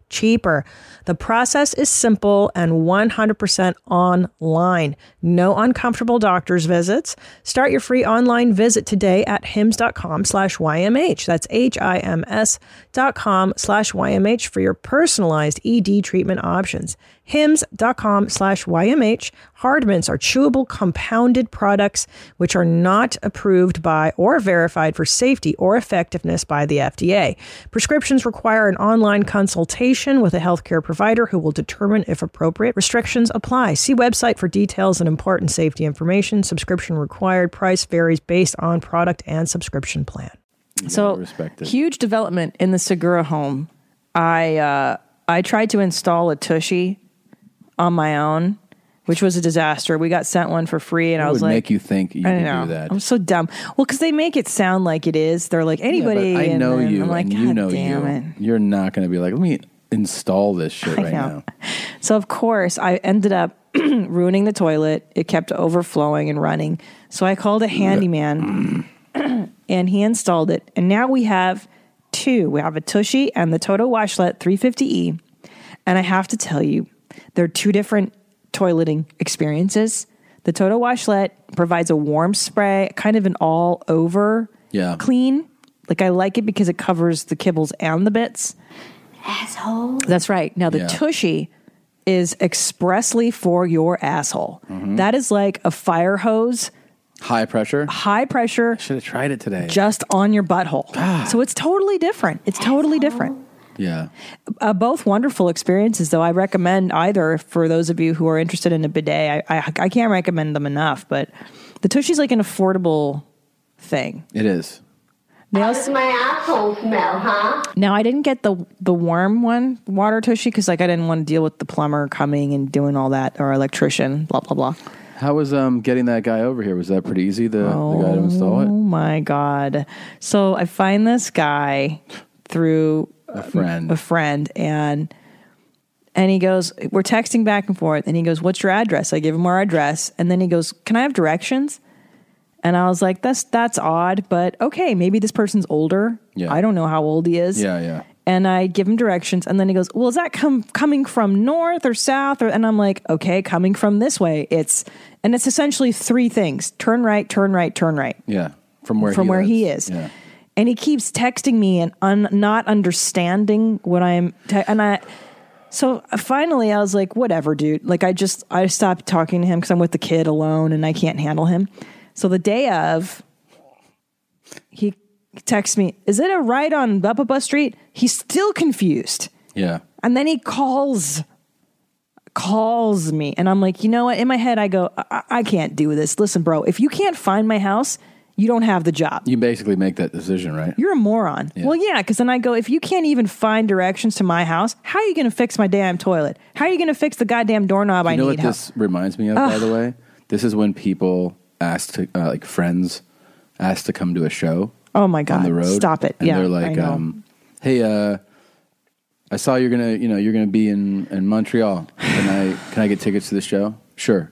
Speaker 16: cheaper. The process is simple and 100% online. No uncomfortable doctor's visits. Start your free online visit today at hims.com slash YMH. That's H-I-M-S dot com slash YMH for your personalized ED treatment options. HIMS.com slash YMH. Hardmints are chewable compounded products which are not approved by or verified for safety or effectiveness by the FDA. Prescriptions require an online consultation with a healthcare provider who will determine if appropriate. Restrictions apply. See website for details and important safety information. Subscription required. Price varies based on product and subscription plan.
Speaker 2: so huge development in the Segura home. I uh, I tried to install a tushy on my own, which was a disaster. We got sent one for free, and
Speaker 9: It
Speaker 2: I was
Speaker 9: would
Speaker 2: like,
Speaker 9: make you think you
Speaker 2: I
Speaker 9: could
Speaker 2: know.
Speaker 9: do that.
Speaker 2: I'm so dumb. Well, because they make it sound like it is. They're like
Speaker 9: Yeah, but
Speaker 2: anybody.
Speaker 9: I
Speaker 2: and
Speaker 9: know
Speaker 2: then
Speaker 9: you.
Speaker 2: I'm like,
Speaker 9: and you
Speaker 2: "God
Speaker 9: know
Speaker 2: damn
Speaker 9: you.
Speaker 2: it.
Speaker 9: You're not going to be like, let me install this shit
Speaker 2: I
Speaker 9: right
Speaker 2: know.
Speaker 9: now.
Speaker 2: So of course I ended up ruining the toilet. It kept overflowing and running. So I called a handyman and he installed it. And now we have two. We have a Tushy and the Toto Washlet 350E. And I have to tell you, they're two different toileting experiences. The Toto Washlet provides a warm spray, kind of an all over
Speaker 9: Yeah.
Speaker 2: clean. Like I like it because it covers the kibbles and the bits.
Speaker 17: Asshole.
Speaker 2: That's right. Now the
Speaker 17: Yeah.
Speaker 2: tushy is expressly for your asshole. That is like a fire hose,
Speaker 9: Mm-hmm. High pressure.
Speaker 2: high pressure,
Speaker 9: Should have tried it today. Ah.
Speaker 2: just on your butthole. So it's totally different. It's totally different.
Speaker 9: yeah.
Speaker 2: Uh, both wonderful experiences, though. I recommend either for those of you who are interested in a bidet. I, I, I can't recommend them enough, but the tushy's like an affordable thing.
Speaker 9: It is.
Speaker 2: Now,
Speaker 17: Does my asshole smell, huh?
Speaker 2: Now I didn't get the the warm one water tushy because like I didn't want to deal with the plumber coming and doing all that or electrician blah blah blah.
Speaker 9: How was um getting that guy over here? Was that pretty easy? The, the guy to install
Speaker 2: Oh
Speaker 9: it.
Speaker 2: my god! So I find this guy through a
Speaker 9: friend.
Speaker 2: a friend, and and he goes, we're texting back and forth, and he goes, "What's your address?" I give him our address, and then he goes, "Can I have directions?" And I was like, "That's that's odd, but okay, maybe this person's older.
Speaker 9: Yeah.
Speaker 2: I don't know how old he is.
Speaker 9: Yeah, yeah.
Speaker 2: and I give him directions, and then he goes, "Well, is that com- coming from north or south?" Or, and I'm like, "Okay, coming from this way." It's and it's essentially three things: turn right, turn right, turn right.
Speaker 1: Yeah. From where
Speaker 2: From
Speaker 1: he
Speaker 2: where he
Speaker 1: lives.
Speaker 2: is.
Speaker 1: Yeah.
Speaker 2: And he keeps texting me and un- not understanding what I'm te- and I. So finally, I was like, "Whatever, dude." Like, I just I stopped talking to him because I'm with the kid alone and I can't handle him. So the day of, he texts me, "Is it a ride on blah blah blah street?" He's still confused.
Speaker 1: Yeah.
Speaker 2: And then he calls, calls me. And I'm like, you know what? In my head, I go, I, I- I can't do this. Listen, bro, if you can't find my house, you don't have the job.
Speaker 1: You basically make that decision, right?
Speaker 2: You're a moron. Well, yeah, because then I go, if you can't even find directions to my house, how are you going to fix my damn toilet? How are you going to fix the goddamn doorknob I
Speaker 1: you know
Speaker 2: need?
Speaker 1: what
Speaker 2: help?
Speaker 1: this reminds me of, by
Speaker 2: Ugh.
Speaker 1: the way? This is when people ask to, uh, like friends, ask to come to a show.
Speaker 2: Oh my God.
Speaker 1: on the road.
Speaker 2: Stop it.
Speaker 1: And
Speaker 2: yeah.
Speaker 1: they're
Speaker 2: I
Speaker 1: like,
Speaker 2: know.
Speaker 1: um, "Hey, uh, I saw you're gonna, you know, you're gonna be in in Montreal. Can I can I get tickets to the show? Sure.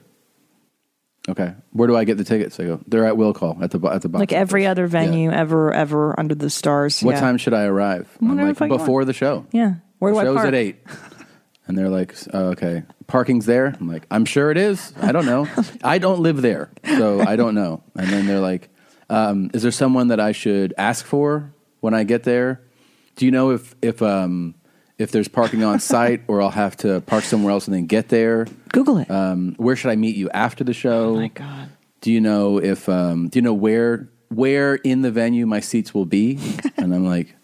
Speaker 1: Okay. Where do I get the tickets? I go. They're at Will Call at the bo- at the box.
Speaker 2: like every other venue ever, ever under the stars.
Speaker 1: what
Speaker 2: yeah.
Speaker 1: time should I arrive? I'm
Speaker 2: Wonder
Speaker 1: like
Speaker 2: if I can-
Speaker 1: before the show.
Speaker 2: Yeah. Where do
Speaker 1: The
Speaker 2: I
Speaker 1: Show's
Speaker 2: park?
Speaker 1: at eight. And they're like, oh, okay, parking's there. I'm like, I'm sure it is. I don't know. I don't live there, so I don't know. And then they're like, um, is there someone that I should ask for when I get there? Do you know if if um, if there's parking on site or I'll have to park somewhere else and then get there?
Speaker 2: Google it.
Speaker 1: Um, where should I meet you after the show? Oh my god. Do you know if um, do you know where where in the venue my seats will be? and I'm like,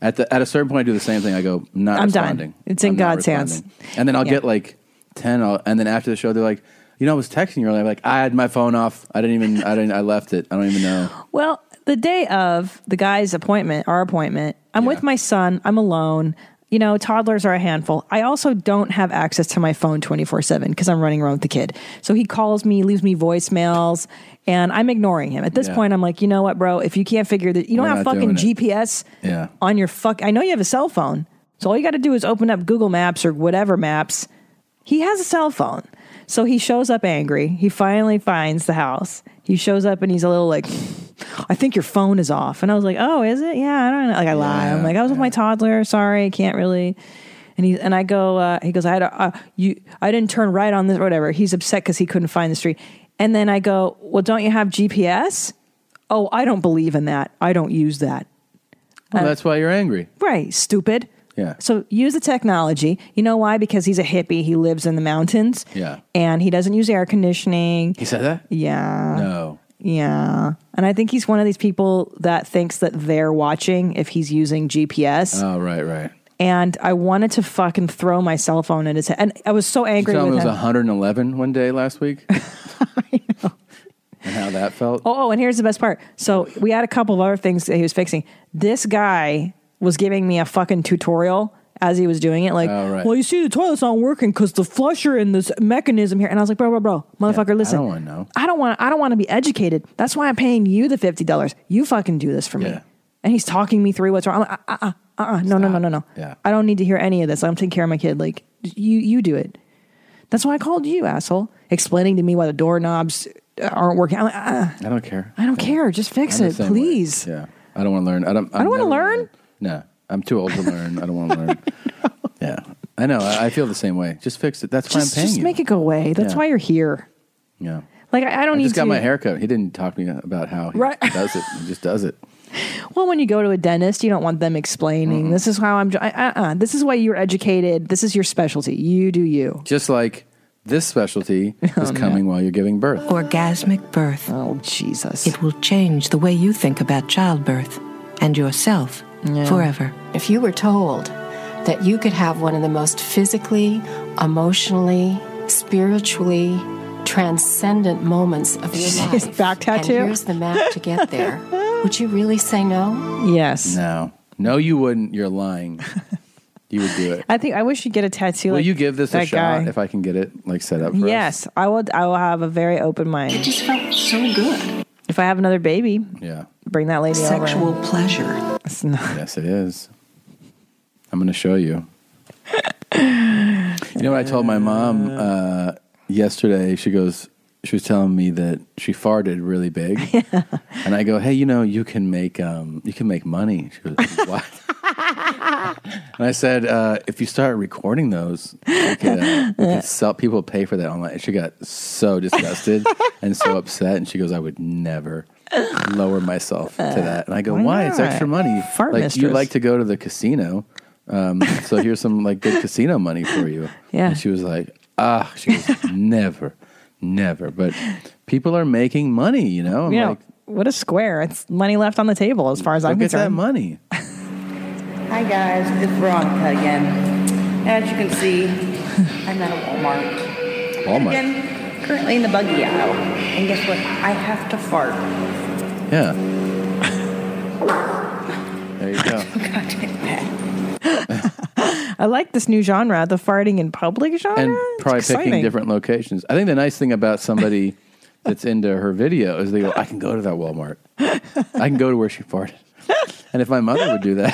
Speaker 1: at the at a certain point, I do the same thing. I go, not
Speaker 2: I'm done.
Speaker 1: responding.
Speaker 2: It's in
Speaker 1: I'm not
Speaker 2: God's hands.
Speaker 1: responding. And then I'll
Speaker 2: Yeah.
Speaker 1: get like ten, I'll, and then after the show, they're like, you know, I was texting you earlier. I'm like, I had my phone off. I didn't even. I didn't. I left it. I don't even know.
Speaker 2: Well, the day of the guy's appointment, our appointment, I'm with my son. I'm alone. You know, toddlers are a handful. I also don't have access to my phone 24 7 because I'm running around with the kid. So he calls me, leaves me voicemails, and I'm ignoring him. At this
Speaker 1: Yeah.
Speaker 2: point, I'm like, you know what, bro? If you can't figure that, you don't
Speaker 1: We're
Speaker 2: have
Speaker 1: not
Speaker 2: fucking
Speaker 1: doing
Speaker 2: GPS
Speaker 1: Yeah.
Speaker 2: on your fuck. I know you have a cell phone. So all you got to do is open up Google Maps or whatever maps. He has a cell phone. So he shows up angry. He finally finds the house. He shows up and he's a little like, I think your phone is off. And I was like, oh, is it? Yeah, I don't know. Like I lie. I'm like, I was with my toddler. Sorry, I can't really. And he and I go. Uh, he goes. I had a, uh, you. I didn't turn right on this or whatever. He's upset because he couldn't find the street. And then I go. Well, don't you have GPS? Oh, I don't believe in that. I don't use that.
Speaker 1: Well,
Speaker 2: Uh,
Speaker 1: that's why you're angry.
Speaker 2: Right, stupid.
Speaker 1: Yeah.
Speaker 2: So use the technology. You know why? Because he's a hippie. He lives in the mountains
Speaker 1: Yeah.
Speaker 2: and he doesn't use air conditioning.
Speaker 1: He said that.
Speaker 2: Yeah.
Speaker 1: No.
Speaker 2: Yeah. And I think he's one of these people that thinks that they're watching if he's using GPS.
Speaker 1: Oh right, right.
Speaker 2: And I wanted to fucking throw my cell phone at his head. And I was so
Speaker 1: You
Speaker 2: angry
Speaker 1: tell him it
Speaker 2: with
Speaker 1: was
Speaker 2: him.
Speaker 1: 111 one day last week. And how that felt.
Speaker 2: Oh, oh, and here's the best part. So we had a couple of other things that he was fixing. This guy was giving me a fucking tutorial as he was doing it. Like,
Speaker 1: Oh, right.
Speaker 2: well, you see, the toilet's not working because the flusher and this mechanism here. And I was like, bro, bro, bro, motherfucker, listen.
Speaker 1: I don't want to know.
Speaker 2: I don't want. I don't want to be educated. That's why I'm paying you the fifty dollars. You fucking do this for me. And he's talking me through what's wrong. I'm like, uh, uh, uh, uh, no, no, no, no, no.
Speaker 1: Yeah.
Speaker 2: I don't need to hear any of this. I'm taking care of my kid. Like, you, you do it. That's why I called you, asshole. Explaining to me why the doorknobs aren't working. I'm like, uh,
Speaker 1: I don't care.
Speaker 2: I don't care. Just fix
Speaker 1: I'm the
Speaker 2: it,
Speaker 1: same way.
Speaker 2: please.
Speaker 1: Yeah. I don't want to learn. I don't.
Speaker 2: I don't want to
Speaker 1: never-
Speaker 2: learn.
Speaker 1: No, I'm too old to learn. I don't want to learn. Yeah, I know. I, I feel the same way. Just fix it. That's why
Speaker 2: Just,
Speaker 1: I'm paying
Speaker 2: just
Speaker 1: you.
Speaker 2: make it go away. That's
Speaker 1: Yeah.
Speaker 2: why you're here.
Speaker 1: yeah,
Speaker 2: Like I, I don't
Speaker 1: I
Speaker 2: need
Speaker 1: just
Speaker 2: to.
Speaker 1: got my haircut. He didn't talk to me about how he
Speaker 2: Right.
Speaker 1: does it. He just does it.
Speaker 2: Well, when you go to a dentist, you don't want them explaining.
Speaker 18: Mm-hmm.
Speaker 2: This is how I'm. I- Uh-uh. This is why you're educated. This is your specialty. You do you.
Speaker 1: Just like this specialty is coming while you're giving birth.
Speaker 4: Orgasmic birth.
Speaker 2: Oh, Jesus.
Speaker 4: It will change the way you think about childbirth and yourself forever.
Speaker 18: If you were told that you could have one of the most physically, emotionally, spiritually transcendent moments of your
Speaker 2: Jeez,
Speaker 18: life,
Speaker 2: back tattoo?
Speaker 18: and here's the map to get there, would you really say no?
Speaker 2: Yes.
Speaker 1: No. No, you wouldn't. You're lying. you would do it.
Speaker 2: I think I wish you'd get a tattoo.
Speaker 1: Will
Speaker 2: like
Speaker 1: you give this a
Speaker 2: that
Speaker 1: shot
Speaker 2: guy.
Speaker 1: if I can get it like set up? For us?
Speaker 2: yes, I will. I will have a very open
Speaker 18: It
Speaker 2: mind.
Speaker 18: just felt so good.
Speaker 2: If I have another baby,
Speaker 1: Yeah.
Speaker 2: bring that lady over.
Speaker 9: Sexual pleasure.
Speaker 1: Yes, it is. I'm going to show you. you know what I told my mom uh, yesterday? She goes, she was telling me that she farted really big, and I go, "Hey, you know, you can make um, you can make money." She goes, "What?" And I said, uh, if you start recording those, we could, uh, we could sell, people would pay for that online. And she got so disgusted and so upset. And she goes, I would never lower myself to that. And I go,
Speaker 2: Uh, Why
Speaker 1: why? It's
Speaker 2: not?
Speaker 1: extra money.
Speaker 2: Fart
Speaker 1: like, you
Speaker 2: mistress.
Speaker 1: like to go to the casino. Um, so here's some like good casino money for you.
Speaker 2: Yeah.
Speaker 1: And she was like, ah, she goes, never, never. But people are making money, you know? I'm
Speaker 2: you know,
Speaker 1: Oh, like,
Speaker 2: what a square. It's money left on the table as far as I'm
Speaker 1: look at
Speaker 2: concerned.
Speaker 1: that money.
Speaker 17: Hi guys, it's Veronica again. As you can see, I'm at a Walmart.
Speaker 1: Walmart.
Speaker 17: Again, currently in the buggy aisle. And guess what? I have to fart.
Speaker 1: Yeah. there you go.
Speaker 2: I like this new genre, the farting in public genre.
Speaker 1: and probably
Speaker 2: it's
Speaker 1: picking
Speaker 2: exciting.
Speaker 1: different locations. I think the nice thing about somebody that's into her video is they go, I can go to that Walmart. I can go to where she farted. And if my mother would do that,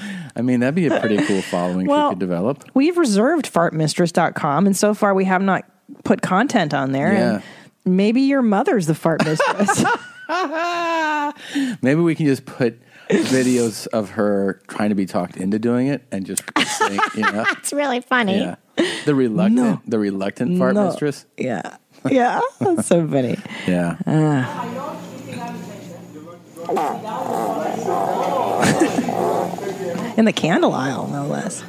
Speaker 1: I mean, that'd be a pretty cool following
Speaker 2: Well,
Speaker 1: she could develop.
Speaker 2: We've reserved fartmistress.com, and so far we have not put content on there. And maybe your mother's the fart mistress.
Speaker 1: Maybe we can just put videos of her trying to be talked into doing it and just, saying, you know,
Speaker 2: it's really funny.
Speaker 1: yeah. the reluctant, the reluctant fart
Speaker 2: No.
Speaker 1: mistress.
Speaker 2: Yeah. Yeah. That's so funny.
Speaker 1: Yeah.
Speaker 2: Ah. In the candle aisle, no less.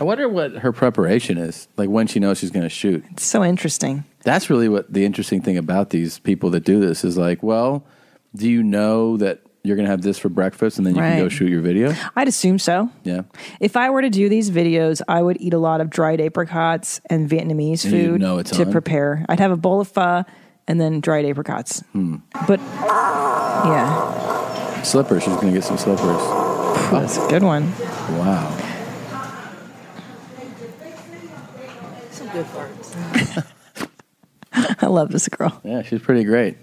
Speaker 1: I wonder what her preparation is, like when she knows she's going to shoot.
Speaker 2: It's so interesting.
Speaker 1: That's really what the interesting thing about these people that do this is like, well, do you know that you're going to have this for breakfast and then you
Speaker 2: Right.
Speaker 1: can go shoot your video?
Speaker 2: I'd assume so.
Speaker 1: Yeah.
Speaker 2: If I were to do these videos, I would eat a lot of dried apricots and Vietnamese
Speaker 1: And you'd
Speaker 2: food
Speaker 1: know it's
Speaker 2: to
Speaker 1: on.
Speaker 2: prepare. I'd have a bowl of pho and then dried apricots.
Speaker 1: Hmm.
Speaker 2: But yeah,
Speaker 1: Slippers. She's going to get some slippers.
Speaker 2: that's a good one.
Speaker 1: Wow.
Speaker 17: Some good farts.
Speaker 2: I love this girl.
Speaker 1: Yeah, she's pretty great.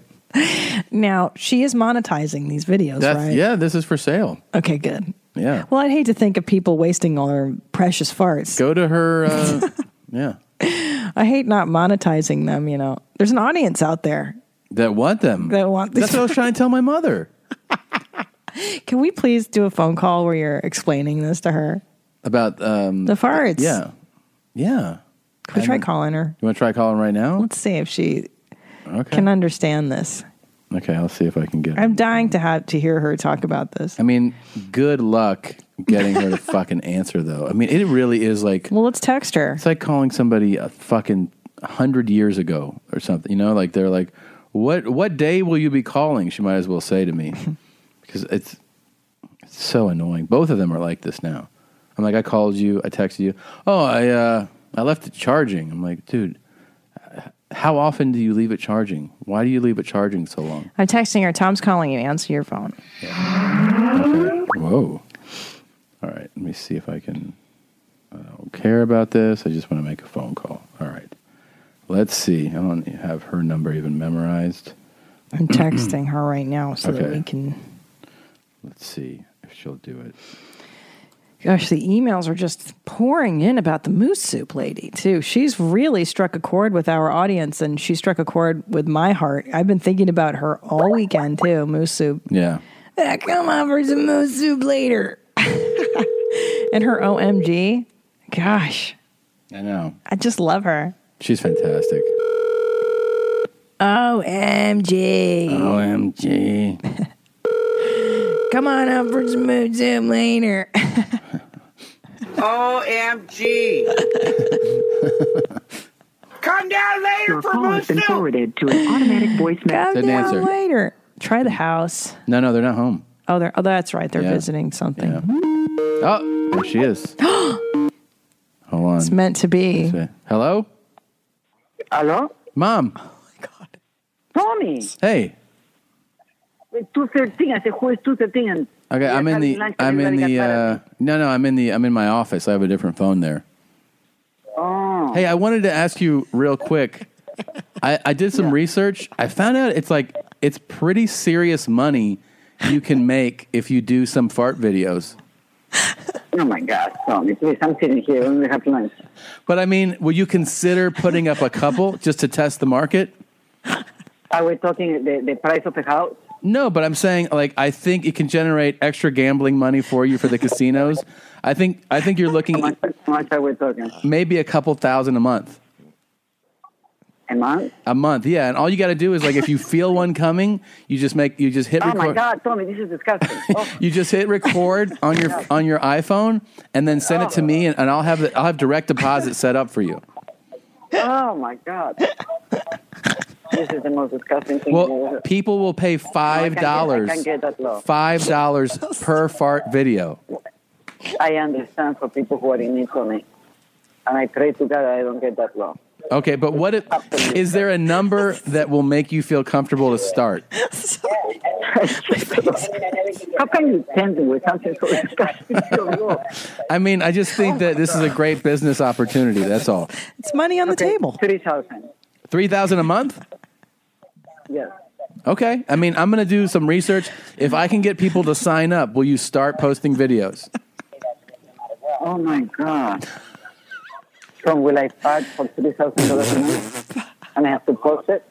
Speaker 2: Now, she is monetizing these videos,
Speaker 1: That's,
Speaker 2: right?
Speaker 1: Yeah, this is for sale.
Speaker 2: Okay, good.
Speaker 1: Yeah.
Speaker 2: Well, I'd hate to think of people wasting all their precious farts.
Speaker 1: Go to her. Uh, yeah.
Speaker 2: I hate not monetizing them, you know. There's an audience out there
Speaker 1: That want them.
Speaker 2: that want these.
Speaker 1: That's what I was trying to tell my mother
Speaker 2: Can we please do a phone call where you're explaining this to her?
Speaker 1: about um,
Speaker 2: The farts.
Speaker 1: Yeah. Yeah.
Speaker 2: Can we
Speaker 1: I
Speaker 2: try
Speaker 1: don't-
Speaker 2: calling her?
Speaker 1: You want to try calling right now?
Speaker 2: Let's see if she
Speaker 1: Okay.
Speaker 2: can understand this.
Speaker 1: okay, I'll see if I can get
Speaker 2: I'm dying to have to hear her talk about this.
Speaker 1: I mean, good luck getting her to fucking answer, though. I mean, it really is like.
Speaker 2: Well, let's text her.
Speaker 1: It's like calling somebody a fucking hundred years ago or something. You know, like they're like, "What what day will you be calling?" She might as well say to me, because it's, it's so annoying. Both of them are like this now. I'm like, I called you, I texted you. Oh, I uh, I left it charging. I'm like, dude, how often do you leave it charging? Why do you leave it charging so long?
Speaker 2: I'm texting her. Tom's calling you. Answer your phone.
Speaker 1: Whoa. All right, let me see if I can. I don't care about this. I just want to make a phone call. All right. Let's see. I don't have her number even memorized.
Speaker 2: I'm texting her right now so that
Speaker 1: Okay.
Speaker 2: we can.
Speaker 1: Let's see if she'll do it.
Speaker 2: Gosh, the emails are just pouring in about the moose soup lady, too. She's really struck a chord with our audience and she struck a chord with my heart. I've been thinking about her all weekend, too. Moose soup.
Speaker 1: Yeah.
Speaker 2: Ah, come on for some moose soup later. and her OMG. Gosh,
Speaker 1: I know.
Speaker 2: I just love her.
Speaker 1: She's fantastic.
Speaker 2: OMG.
Speaker 1: OMG.
Speaker 2: Come on up for some moose soup later.
Speaker 5: OMG.
Speaker 17: Come down later
Speaker 5: Your call has been forwarded to an automatic voice
Speaker 2: Come
Speaker 1: Didn't
Speaker 2: down
Speaker 1: answer.
Speaker 2: later. Try the house.
Speaker 1: No, no, they're not home.
Speaker 2: Oh, they're, oh that's right. They're
Speaker 1: Yeah.
Speaker 2: visiting something.
Speaker 1: Oh, there she is. Hold on.
Speaker 2: It's meant to be.
Speaker 1: Hello?
Speaker 5: Hello?
Speaker 1: Mom.
Speaker 5: Tommy,
Speaker 1: Hey.
Speaker 5: it's 213. I said, who is 213?
Speaker 1: Okay, I'm in the I'm in the uh, no no I'm in the I'm in my office. I have a different phone there.
Speaker 5: Oh.
Speaker 1: Hey, I wanted to ask you real quick. I, I did some research. I found out it's like it's pretty serious money you can make if you do some fart videos.
Speaker 5: Oh my God, Tommy, please, I'm sitting here when we have lunch.
Speaker 1: But I mean, will you consider putting up a couple just to test the market?
Speaker 5: Are we talking the, the price of a house?
Speaker 1: No, but I'm saying like I think it can generate extra gambling money for you for the casinos. I think I think you're looking
Speaker 5: How much are we talking?
Speaker 1: maybe a couple thousand a month.
Speaker 5: A month?
Speaker 1: A month, yeah. And all you got to do is like if you feel one coming, you just make you just hit
Speaker 5: Oh
Speaker 1: record.
Speaker 5: my God, Tommy, this is disgusting. Oh,
Speaker 1: You just hit record on your on your iPhone and then send it to me, and, and I'll have the, I'll have direct deposit set up for you.
Speaker 5: oh my God. This is the most disgusting thing
Speaker 1: Well,
Speaker 5: I've
Speaker 1: people will pay
Speaker 5: ever
Speaker 1: five
Speaker 5: Oh, I
Speaker 1: dollars,
Speaker 5: can't get that low.
Speaker 1: five dollars per fart video.
Speaker 5: I understand for people who are in need for me. And I pray to God I don't get that low.
Speaker 1: Okay, but what if, is there a number that will make you feel comfortable to start?
Speaker 5: How can you tempt me with something so disgusting? so low?
Speaker 1: I mean, I just think that this is a great business opportunity. That's all.
Speaker 2: It's money on the table.
Speaker 5: 3000
Speaker 1: Three thousand a month.
Speaker 5: Yes.
Speaker 1: Okay. I mean, I'm going to do some research. If I can get people to sign up, will you start posting videos?
Speaker 5: Oh my God. So will I fight for three thousand dollars a month? And I have to post it?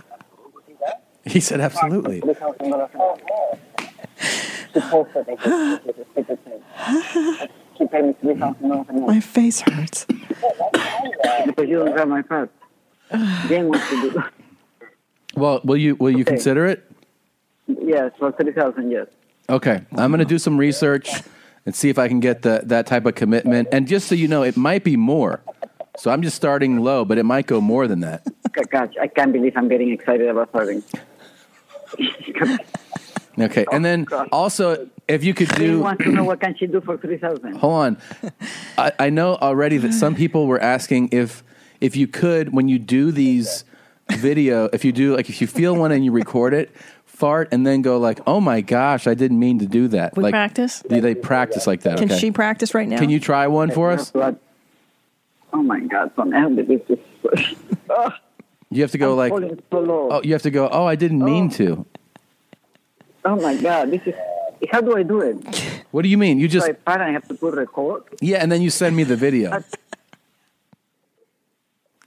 Speaker 1: He said, absolutely.
Speaker 5: Three thousand dollars a month. To post it, I guess, is a stupid thing. She paid me three thousand dollars a month.
Speaker 2: My face hurts.
Speaker 5: Because you don't have my part. Jane wants to do that.
Speaker 1: Well, will you will you consider it?
Speaker 5: Yes, for three thousand, yes.
Speaker 1: Okay. I'm going to do some research and see if I can get the, that type of commitment. And just so you know, it might be more. So I'm just starting low, but it might go more than that.
Speaker 5: G- Gosh, I can't believe I'm getting excited about farting.
Speaker 1: Okay. And then also, if you could
Speaker 5: Jane
Speaker 1: do.
Speaker 5: wants to know what can she do for three thousand.
Speaker 1: Hold on. I, I know already that some people were asking if if you could when you do these video if you do like if you feel one and you record it fart and then go like oh my gosh I didn't mean to do that
Speaker 2: We
Speaker 1: like
Speaker 2: practice?
Speaker 1: do they practice like that
Speaker 2: Can
Speaker 1: okay.
Speaker 2: she practice right now?
Speaker 1: can you try one for us
Speaker 5: Oh my God, Tom, I hope this is. Oh,
Speaker 1: you have to go like
Speaker 5: falling so low.
Speaker 1: oh you have to go oh I didn't mean to
Speaker 5: Oh my God, this is. How do I do it?
Speaker 1: what do you mean you just
Speaker 5: so I fart and I have to put record.
Speaker 1: yeah and then you send me the video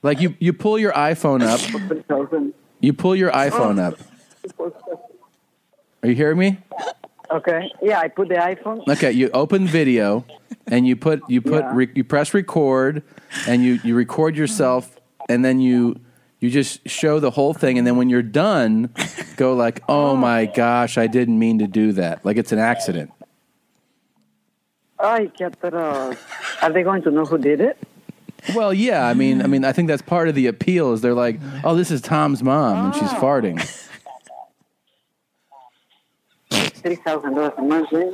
Speaker 1: like you you pull your iPhone up
Speaker 5: Three thousand.
Speaker 1: you pull your iPhone up are you hearing me
Speaker 5: Okay. Yeah, I put the iPhone.
Speaker 1: Okay, you open video, and you put you put
Speaker 5: Yeah.
Speaker 1: re, you press record, and you you record yourself, and then you you just show the whole thing, and then when you're done, go like, oh my gosh, I didn't mean to do that, like it's an accident.
Speaker 5: Ay, qué atroz. Are they going to know who did it?
Speaker 1: Well, yeah, I mean, I mean, I think that's part of the appeal is they're like, oh, this is Tom's mom, and she's farting.
Speaker 5: Three thousand dollars a month. eh?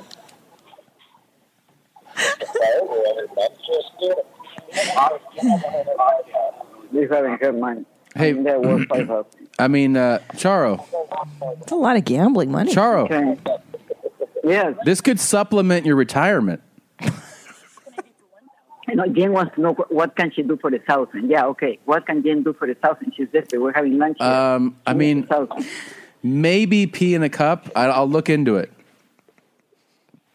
Speaker 5: You haven't heard mine.
Speaker 1: Hey,
Speaker 5: That was five thousand.
Speaker 1: I mean, uh, Charo,
Speaker 2: It's a lot of gambling money.
Speaker 1: Charo,
Speaker 5: Yes.
Speaker 1: this could supplement your retirement.
Speaker 5: You know, Jane wants to know wh- what can she do for the thousand. Yeah, okay. What can Jane do for the thousand? She's desperate. We're having lunch. here.
Speaker 1: Um, I
Speaker 5: She
Speaker 1: mean,
Speaker 5: needs a thousand.
Speaker 1: maybe pee in a cup. I, I'll look into it.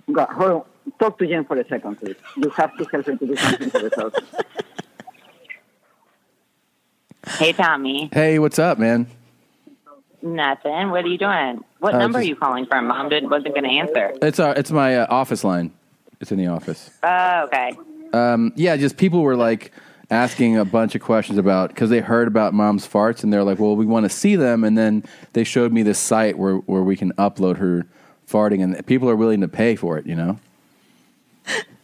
Speaker 5: God, hold on. Talk to Jane for a second, please. You have to help her to do something for the thousand.
Speaker 19: Hey, Tommy.
Speaker 1: Hey, what's up, man?
Speaker 19: Nothing. What are you doing? What
Speaker 1: Uh,
Speaker 19: number
Speaker 1: just-
Speaker 19: are you calling from? Mom didn't, wasn't going to answer.
Speaker 1: It's uh, it's my uh, office line. It's in the office.
Speaker 19: Oh, okay.
Speaker 1: Um, yeah, just people were like asking a bunch of questions about because they heard about mom's farts and they're like, well, we want to see them, and then they showed me this site where where we can upload her farting, and people are willing to pay for it. You know?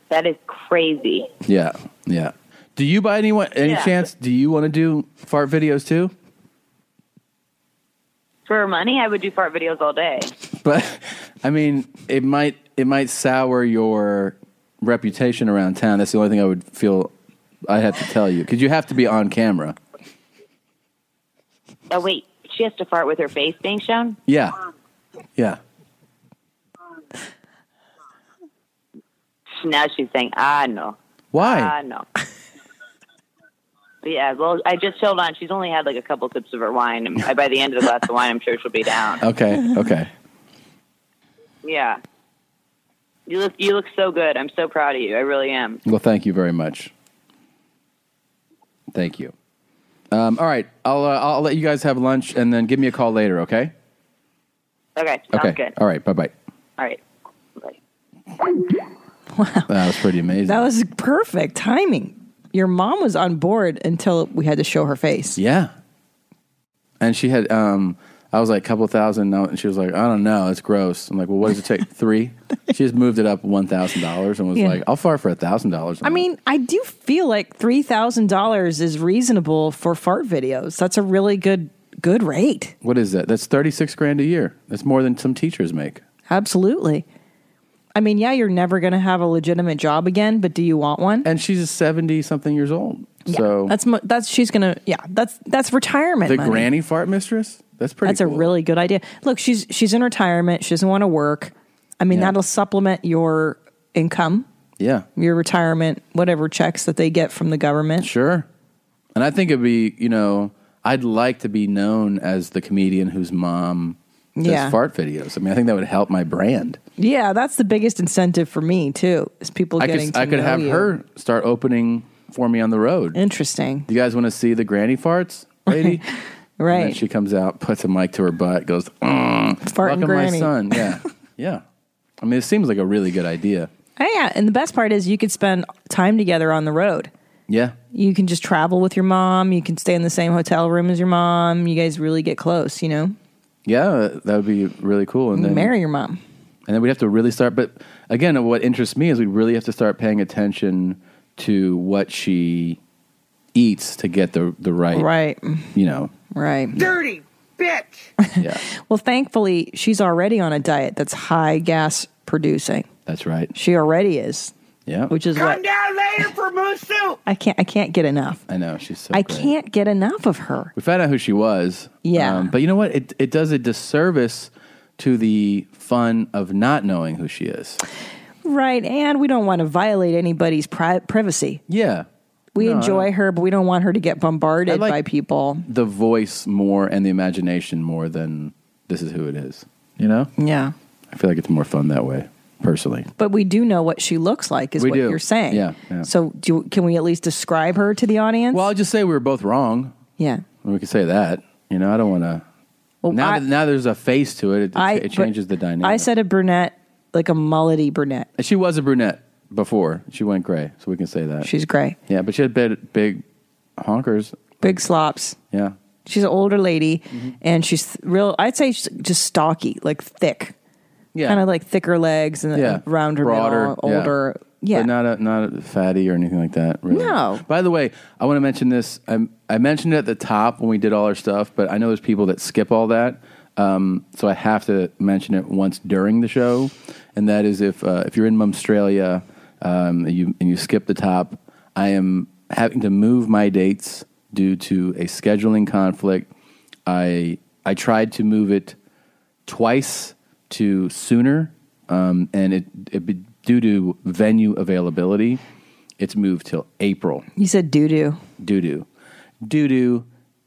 Speaker 19: That is crazy.
Speaker 1: Yeah, yeah. Do you by any one- any
Speaker 19: Yeah.
Speaker 1: chance do you want to do fart videos too?
Speaker 19: For money, I would do fart videos all day.
Speaker 1: But I mean, it might it might sour your reputation around town. That's the only thing I would feel I have to tell you because you have to be on camera.
Speaker 19: Oh, wait. She has to fart with her face being shown?
Speaker 1: Yeah. Yeah.
Speaker 19: Now she's saying, ah, no. Ah,
Speaker 1: Why?
Speaker 19: no. yeah, well, I just chilled on. She's only had like a couple sips of her wine. and By the end of the glass of wine, I'm sure she'll be down.
Speaker 1: Okay. Okay.
Speaker 19: Yeah. You look, you look so good. I'm so proud of you. I really am.
Speaker 1: Well, thank you very much. Thank you. Um, all right, I'll uh, I'll let you guys have lunch and then give me a call later. Okay.
Speaker 19: Okay. Sounds
Speaker 1: okay.
Speaker 19: good.
Speaker 1: All right. Bye bye.
Speaker 19: All right.
Speaker 1: That was pretty amazing.
Speaker 2: That was perfect timing. Your mom was on board until we had to show her face.
Speaker 1: Yeah. And she had, um, I was like a couple thousand, and she was like, I don't know, it's gross. I'm like, well, what does it take? Three? She just moved it up one thousand dollars and was
Speaker 2: Yeah.
Speaker 1: like, I'll fart for a thousand dollars.
Speaker 2: I mean, I do feel like three thousand dollars is reasonable for fart videos. That's a really good good rate.
Speaker 1: What is that? That's thirty six grand a year. That's more than some teachers make.
Speaker 2: Absolutely. I mean, yeah, you're never going to have a legitimate job again, but do you want one?
Speaker 1: And she's seventy something years old. so
Speaker 2: that's mo- that's she's going to yeah, that's that's retirement
Speaker 1: the
Speaker 2: money.
Speaker 1: granny fart mistress. That's pretty.
Speaker 2: That's a really good idea. Look, she's she's in retirement. She doesn't want to work. I mean,
Speaker 1: Yeah.
Speaker 2: that'll supplement your income,
Speaker 1: yeah.
Speaker 2: your retirement, whatever checks that they get from the government.
Speaker 1: Sure. And I think it'd be, you know, I'd like to be known as the comedian whose mom does
Speaker 2: Yeah.
Speaker 1: fart videos. I mean, I think that would help my brand.
Speaker 2: Yeah, that's the biggest incentive for me too. Is people
Speaker 1: I
Speaker 2: getting
Speaker 1: could,
Speaker 2: to
Speaker 1: I could
Speaker 2: know
Speaker 1: have
Speaker 2: you.
Speaker 1: her start opening for me on the road.
Speaker 2: Interesting.
Speaker 1: Do you guys want to see the granny farts, lady? And then
Speaker 2: Right.
Speaker 1: she comes out, puts a mic to her butt, goes, mm,
Speaker 2: Farting
Speaker 1: welcome
Speaker 2: granny.
Speaker 1: my son. Yeah. yeah. I mean, it seems like a really good idea.
Speaker 2: Oh, yeah, and the best part is you could spend time together on the road.
Speaker 1: Yeah.
Speaker 2: You can just travel with your mom. You can stay in the same hotel room as your mom. You guys really get close. You know,
Speaker 1: Yeah. That would be really cool. And then
Speaker 2: marry your mom.
Speaker 1: And then we'd have to really start. But again, what interests me is we really have to start paying attention to what she eats to get the the right
Speaker 2: Right.
Speaker 1: You know,
Speaker 2: Right.
Speaker 20: Dirty bitch.
Speaker 1: yeah,
Speaker 2: Well, thankfully, she's already on a diet that's high gas producing.
Speaker 1: That's right.
Speaker 2: She already is.
Speaker 1: Yeah.
Speaker 2: Which is what
Speaker 20: down later for moose soup.
Speaker 2: I can't. I can't get enough.
Speaker 1: I know she's so.
Speaker 2: I
Speaker 1: great.
Speaker 2: can't get enough of her.
Speaker 1: We found out who she was. um,
Speaker 2: Yeah.
Speaker 1: but you know what? It it does a disservice to the fun of not knowing who she is.
Speaker 2: Right, and we don't want to violate anybody's pri- privacy.
Speaker 1: Yeah.
Speaker 2: We
Speaker 1: No, I
Speaker 2: enjoy
Speaker 1: don't-
Speaker 2: her, but we don't want her to get
Speaker 1: I
Speaker 2: bombarded
Speaker 1: like-
Speaker 2: by people.
Speaker 1: The voice more and the imagination more than this is who it is. You know?
Speaker 2: Yeah.
Speaker 1: I feel like it's more fun that way, personally.
Speaker 2: But we do know what she looks like, is
Speaker 1: We
Speaker 2: what
Speaker 1: do.
Speaker 2: you're saying.
Speaker 1: Yeah, yeah.
Speaker 2: So, do, can we at least describe her to the audience?
Speaker 1: Well, I'll just say we were both wrong.
Speaker 2: Yeah.
Speaker 1: We could say that. You know, I don't want to.
Speaker 2: Well,
Speaker 1: now,
Speaker 2: I-
Speaker 1: that, now there's a face to it. It,
Speaker 2: I-
Speaker 1: it changes the
Speaker 2: but
Speaker 1: dynamic.
Speaker 2: I said a brunette, like a mullety brunette.
Speaker 1: And she was a brunette before. She went gray, so we can say that.
Speaker 2: She's gray.
Speaker 1: Yeah, but she had big, big honkers.
Speaker 2: Big slops.
Speaker 1: Yeah.
Speaker 2: She's an older lady,
Speaker 1: Mm-hmm.
Speaker 2: and she's real. I'd say she's just stocky, like thick.
Speaker 1: Yeah.
Speaker 2: Kind of like thicker legs and
Speaker 1: Yeah.
Speaker 2: rounder,
Speaker 1: Broader.
Speaker 2: middle, older. Yeah.
Speaker 1: But not a, not a fatty or anything like that, really.
Speaker 2: No.
Speaker 1: By the way, I want to mention this. I, I mentioned it at the top when we did all our stuff, but I know there's people that skip all that. Um, so I have to mention it once during the show, and that is if uh, if you're in Australia um, and, you, and you skip the top, I am having to move my dates due to a scheduling conflict. I I tried to move it twice to sooner, um, and it, it be- due to venue availability, it's moved till April.
Speaker 2: You said doo doo.
Speaker 1: Doo doo, doo doo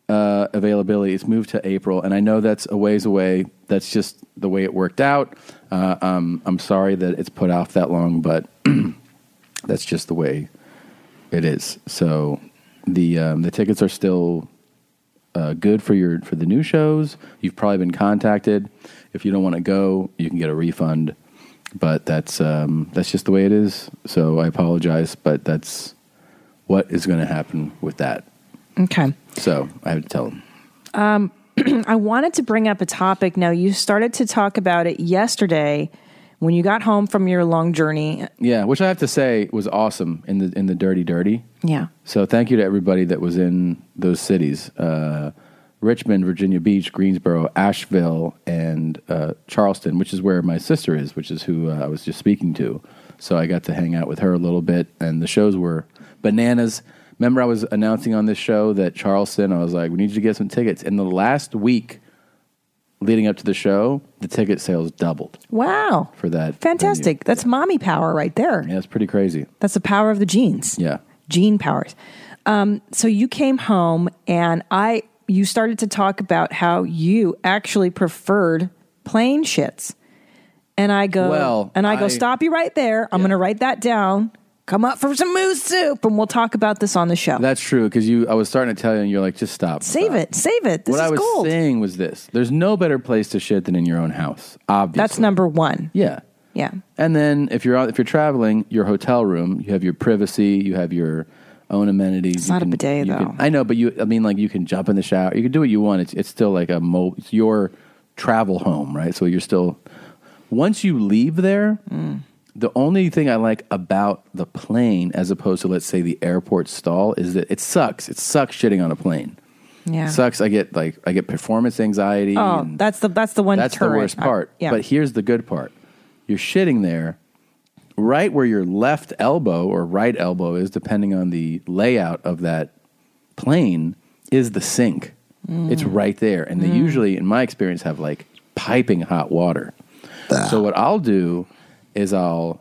Speaker 1: uh, availability. It's moved to April, and I know that's a ways away. That's just the way it worked out. Uh, um, I'm sorry that it's put off that long, but that's just the way it is. So the um, the tickets are still uh, good for your for the new shows. You've probably been contacted. If you don't want to go, you can get a refund. But that's um, that's just the way it is. So I apologize, but that's what is going to happen with that.
Speaker 2: Okay.
Speaker 1: So I have to tell them.
Speaker 2: Um, I wanted to bring up a topic. Now, you started to talk about it yesterday when you got home from your long journey.
Speaker 1: Yeah, which I have to say was awesome in the in the dirty dirty.
Speaker 2: Yeah.
Speaker 1: So thank you to everybody that was in those cities: uh, Richmond, Virginia Beach, Greensboro, Asheville, and uh, Charleston, which is where my sister is, which is who uh, I was just speaking to. So I got to hang out with her a little bit, and the shows were bananas. Remember, I was announcing on this show that Charleston. I was like, "We need you to get some tickets." In the last week leading up to the show, the ticket sales doubled
Speaker 2: Wow.
Speaker 1: for that.
Speaker 2: Fantastic.
Speaker 1: venue.
Speaker 2: That's mommy power right there.
Speaker 1: Yeah, it's pretty crazy.
Speaker 2: That's the power of the genes.
Speaker 1: Yeah.
Speaker 2: Gene powers. Um, so you came home and I you started to talk about how you actually preferred plain shits. And I go
Speaker 1: Well,
Speaker 2: and I go,
Speaker 1: I-
Speaker 2: stop you right there. I'm gonna write that down Come up for some moose soup, and we'll talk about this on the show.
Speaker 1: That's true because you. I was starting to tell you, and you're like, just stop.
Speaker 2: Save it, save it. This
Speaker 1: what
Speaker 2: is
Speaker 1: I was
Speaker 2: gold.
Speaker 1: saying was this: there's no better place to shit than in your own house. Obviously,
Speaker 2: That's number one.
Speaker 1: yeah.
Speaker 2: Yeah.
Speaker 1: And then if you're out, if you're traveling, your hotel room, you have your privacy, you have your own amenities. It's
Speaker 2: not a bidet, though.
Speaker 1: I know, but you. I mean, like you can jump in the shower. You can do what you want. It's it's still like a mo. It's your travel home, right? So you're still. Once you leave there,
Speaker 2: Mm.
Speaker 1: the only thing I like about the plane, as opposed to let's say the airport stall, is that it sucks. It sucks shitting on a plane.
Speaker 2: Yeah.
Speaker 1: Sucks. I get like I get performance anxiety.
Speaker 2: Oh,
Speaker 1: and-
Speaker 2: that's the that's the one.
Speaker 1: that's the
Speaker 2: deterrent.
Speaker 1: worst part.
Speaker 2: Uh, yeah.
Speaker 1: But here's the good part. You're shitting there right where your left elbow or right elbow is depending on the layout of that plane is the sink.
Speaker 2: Mm.
Speaker 1: It's right there and they usually in my experience have like piping hot water. So what I'll do is I'll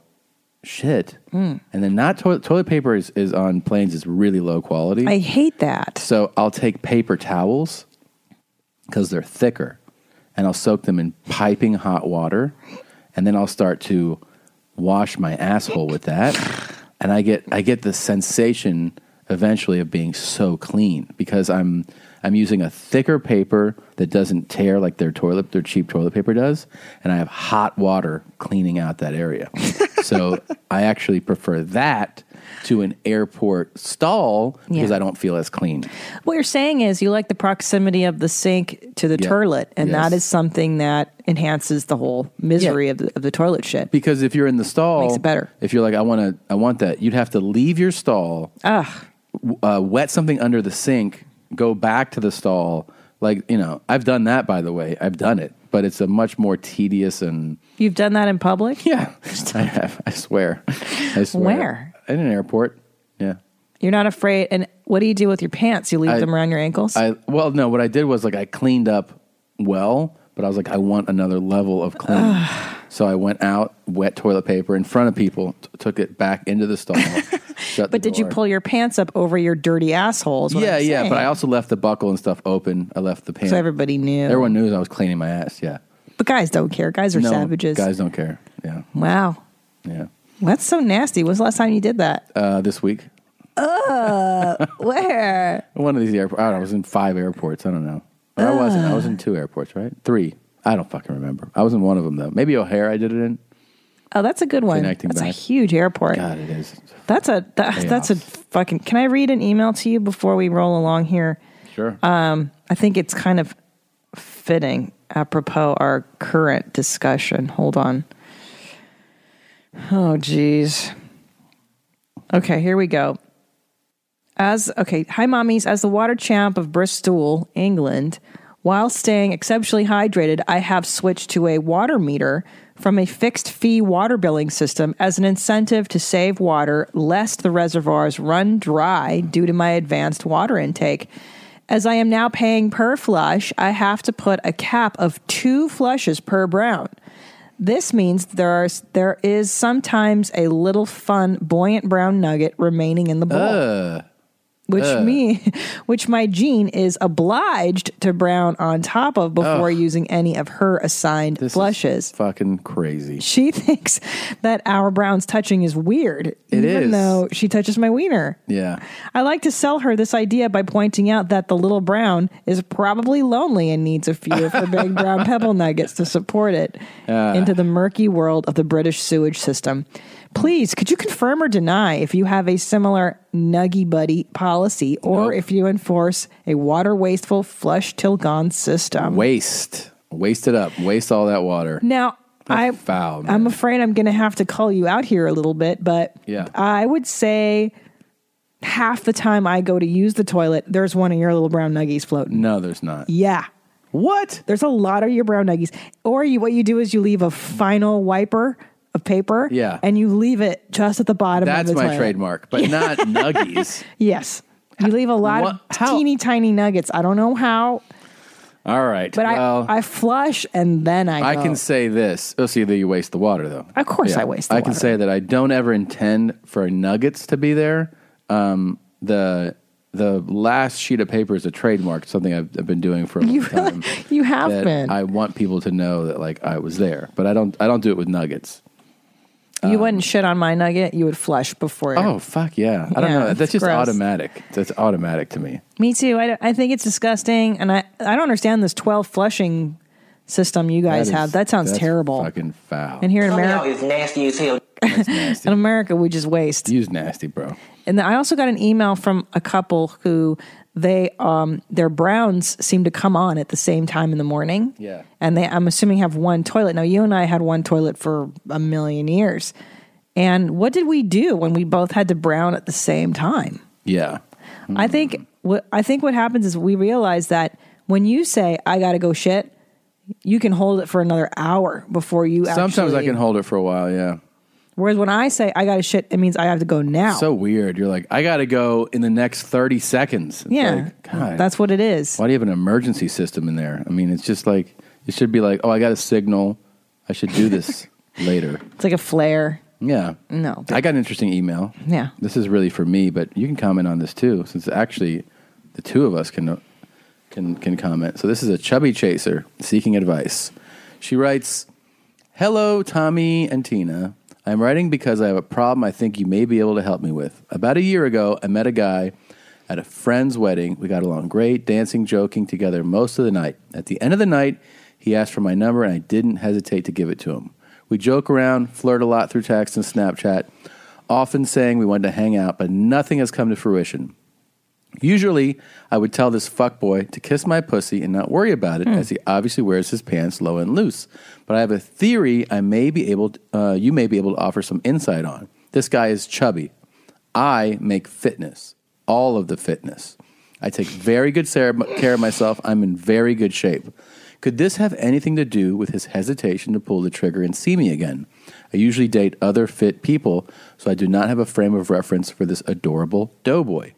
Speaker 1: shit
Speaker 2: Hmm.
Speaker 1: and then not toilet toilet paper is, is on planes is really low quality.
Speaker 2: I hate that.
Speaker 1: So I'll take paper towels because they're thicker and I'll soak them in piping hot water and then I'll start to wash my asshole with that and I get I get the sensation eventually of being so clean because I'm I'm using a thicker paper that doesn't tear like their toilet their cheap toilet paper does and I have hot water cleaning out that area. so I actually prefer that to an airport stall because
Speaker 2: Yeah.
Speaker 1: I don't feel as clean.
Speaker 2: What you're saying is you like the proximity of the sink to the
Speaker 1: Yeah.
Speaker 2: toilet, and
Speaker 1: Yes.
Speaker 2: that is something that enhances the whole misery of, the, of the toilet shit.
Speaker 1: Because if you're in the stall,
Speaker 2: Makes it better.
Speaker 1: If you're like, I want to, I want that, you'd have to leave your stall,
Speaker 2: Ugh.
Speaker 1: w- uh, wet something under the sink, go back to the stall. Like you know, I've done that by the way. I've done it, but it's a much more tedious and
Speaker 2: You've done that in public?
Speaker 1: Yeah. I have. I swear. I swear.
Speaker 2: Where?
Speaker 1: In an airport. Yeah.
Speaker 2: You're not afraid. And what do you do with your pants? You leave
Speaker 1: I-
Speaker 2: them around your ankles?
Speaker 1: I well, no. What I did was like I cleaned up well, but I was like, I want another level of clean. so I went out, wet toilet paper in front of people, t- took it back into the stall. shut the
Speaker 2: but did you
Speaker 1: door.
Speaker 2: pull your pants up over your dirty asshole? is what
Speaker 1: yeah,
Speaker 2: I'm
Speaker 1: yeah. But I
Speaker 2: saying.
Speaker 1: also left the buckle and stuff open. I left the pants.
Speaker 2: So everybody knew.
Speaker 1: Everyone knew I was cleaning my ass. Yeah.
Speaker 2: But guys don't care. Guys are
Speaker 1: No,
Speaker 2: savages.
Speaker 1: Guys don't care. Yeah.
Speaker 2: Wow.
Speaker 1: Yeah.
Speaker 2: That's so nasty. When's the last time you did that?
Speaker 1: Uh, this week,
Speaker 2: Ugh. Oh, where?
Speaker 1: one of these airports. I, don't know, I was in five airports. I don't know. Or I wasn't. I was in two airports, right? Three. I don't fucking remember. I was in one of them though. Maybe O'Hare. I did it in.
Speaker 2: Oh, that's a good one.
Speaker 1: Connecting
Speaker 2: that's a
Speaker 1: back.
Speaker 2: huge airport.
Speaker 1: God, it is.
Speaker 2: That's a that,
Speaker 1: Chaos.
Speaker 2: that's a fucking. Can I read an email to you before we roll along here?
Speaker 1: Sure.
Speaker 2: Um, I think it's kind of fitting apropos our current discussion. Hold on. Oh, geez. Okay, here we go. As okay, hi mommies. As the water champ of Bristol, England, while staying exceptionally hydrated, I have switched to a water meter from a fixed fee water billing system as an incentive to save water, lest the reservoirs run dry due to my advanced water intake. As I am now paying per flush, I have to put a cap of two flushes per brown. This means there are there is sometimes a little fun buoyant brown nugget remaining in the bowl which
Speaker 1: Ugh.
Speaker 2: me which my Jean is obliged to brown on top of before using any of her assigned flushes.
Speaker 1: fucking crazy.
Speaker 2: She thinks that our brown's touching is weird,
Speaker 1: It
Speaker 2: even
Speaker 1: is.
Speaker 2: though she touches my wiener.
Speaker 1: Yeah.
Speaker 2: I like to sell her this idea by pointing out that the little brown is probably lonely and needs a few of the big brown pebble nuggets to support it
Speaker 1: Ah.
Speaker 2: into the murky world of the British sewage system. Please, could you confirm or deny if you have a similar nuggy buddy policy or if you enforce a water wasteful flush till gone system?
Speaker 1: Waste. Waste it up. Waste all that water.
Speaker 2: Now, I
Speaker 1: Foul. man.
Speaker 2: I'm afraid I'm going to have to call you out here a little bit, but
Speaker 1: Yeah.
Speaker 2: I would say half the time I go to use the toilet, there's one of your little brown nuggies floating.
Speaker 1: No, there's not.
Speaker 2: Yeah.
Speaker 1: What?
Speaker 2: There's a lot of your brown nuggies. Or you, what you do is you leave a final wiper of paper.
Speaker 1: Yeah.
Speaker 2: And you leave it just at the bottom
Speaker 1: That's
Speaker 2: of the
Speaker 1: my
Speaker 2: toilet.
Speaker 1: trademark, but not nuggies.
Speaker 2: Yes. You leave a lot of teeny tiny nuggets. I don't know how,
Speaker 1: All right.
Speaker 2: but
Speaker 1: well,
Speaker 2: I, I flush and then I
Speaker 1: I
Speaker 2: go.
Speaker 1: can say this. Oh, see that you waste the water though.
Speaker 2: Of course I waste the
Speaker 1: I can
Speaker 2: water.
Speaker 1: say that I don't ever intend for nuggets to be there. Um, the the last sheet of paper is a trademark, something I've, I've been doing for a long
Speaker 2: You really-
Speaker 1: time.
Speaker 2: you have
Speaker 1: that
Speaker 2: been.
Speaker 1: I want people to know that like I was there, but I don't. I don't do it with nuggets.
Speaker 2: you wouldn't shit on my nugget. You would flush before.
Speaker 1: um, Oh fuck yeah! I don't
Speaker 2: Yeah,
Speaker 1: know.
Speaker 2: it's
Speaker 1: That's just
Speaker 2: gross.
Speaker 1: automatic. That's automatic to me.
Speaker 2: Me too. I, I think it's disgusting, and I I don't understand this twelve flushing system you guys
Speaker 1: is-
Speaker 2: have. That sounds
Speaker 1: that's
Speaker 2: terrible.
Speaker 1: Fucking foul.
Speaker 2: And here in
Speaker 17: Oh,
Speaker 1: Some of y'all
Speaker 2: America,
Speaker 1: is
Speaker 6: nasty as hell.
Speaker 2: in America, we just waste.
Speaker 1: Use nasty, bro.
Speaker 2: And then I also got an email from a couple who they um their browns seem to come on at the same time in the morning.
Speaker 1: Yeah.
Speaker 2: And they I'm assuming have one toilet. Now you and I had one toilet for a million years. And what did we do when we both had to brown at the same time?
Speaker 1: Yeah.
Speaker 2: I think what I think what happens is we realize that when you say I got to go shit, you can hold it for another hour before you
Speaker 1: Sometimes I
Speaker 2: actually-
Speaker 1: can hold it for a while. Yeah.
Speaker 2: Whereas when I say I got to shit, it means I have to go now.
Speaker 1: So weird. You're like, I gotta go in the next thirty seconds. It's
Speaker 2: yeah,
Speaker 1: like, God.
Speaker 2: that's what it is.
Speaker 1: Why do you have an emergency system in there? I mean, it's just like it should be like, oh, I got a signal. I should do this later.
Speaker 2: It's like a flare.
Speaker 1: Yeah.
Speaker 2: No.
Speaker 1: I got an interesting email.
Speaker 2: Yeah.
Speaker 1: This is really for me, but you can comment on this too, since actually the two of us can can can comment. So this is a chubby chaser seeking advice. She writes, "Hello, Tommy and Tina. I'm writing because I have a problem I think you may be able to help me with. About a year ago, I met a guy at a friend's wedding. We got along great, dancing, joking together most of the night. At the end of the night, he asked for my number, and I didn't hesitate to give it to him. We joke around, flirt a lot through text and Snapchat, often saying we wanted to hang out, but nothing has come to fruition. Usually, I would tell this fuckboy to kiss my pussy and not worry about it, as he obviously wears his pants low and loose. But I have a theory I may be able, to, uh, you may be able to offer some insight on. This guy is chubby. I make fitness, all of the fitness. I take very good ser- care of myself. I'm in very good shape. Could this have anything to do with his hesitation to pull the trigger and see me again? I usually date other fit people, so I do not have a frame of reference for this adorable doughboy.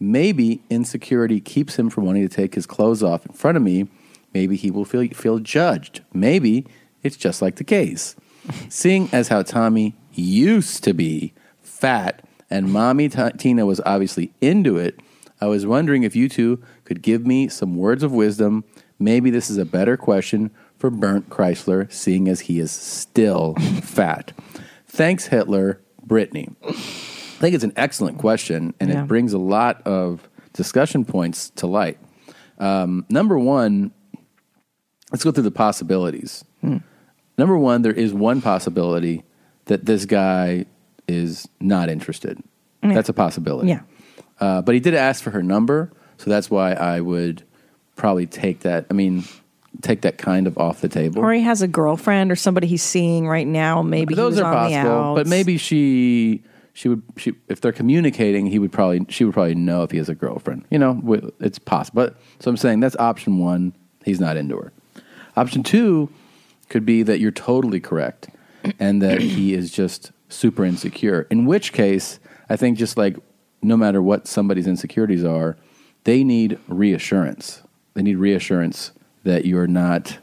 Speaker 1: Maybe insecurity keeps him from wanting to take his clothes off in front of me. Maybe he will feel, feel judged. Maybe it's just like the case. Seeing as how Tommy used to be fat and mommy T- Tina was obviously into it, I was wondering if you two could give me some words of wisdom. Maybe this is a better question for Bernd Chrysler, seeing as he is still fat. Thanks, Hitler, Brittany. I think it's an excellent question, and
Speaker 8: Yeah.
Speaker 1: it brings a lot of discussion points to light. Um, number one, let's go through the possibilities. Number one, there is one possibility that this guy is not interested.
Speaker 2: Yeah.
Speaker 1: That's a possibility.
Speaker 2: Yeah.
Speaker 1: Uh, but he did ask for her number, so that's why I would probably take that. I mean, take that kind of off the table.
Speaker 2: Or he has a girlfriend or somebody he's seeing right now. Maybe
Speaker 1: those
Speaker 2: he was
Speaker 1: are
Speaker 2: on The
Speaker 1: possible,
Speaker 2: outs.
Speaker 1: but maybe she she would she if they're communicating, he would probably she would probably know if he has a girlfriend. You know, wi- it's possible. But so I'm saying that's option one. He's not into her. Option two could be that you're totally correct and that he is just super insecure. In which case, I think just like no matter what somebody's insecurities are, they need reassurance. They need reassurance that you're not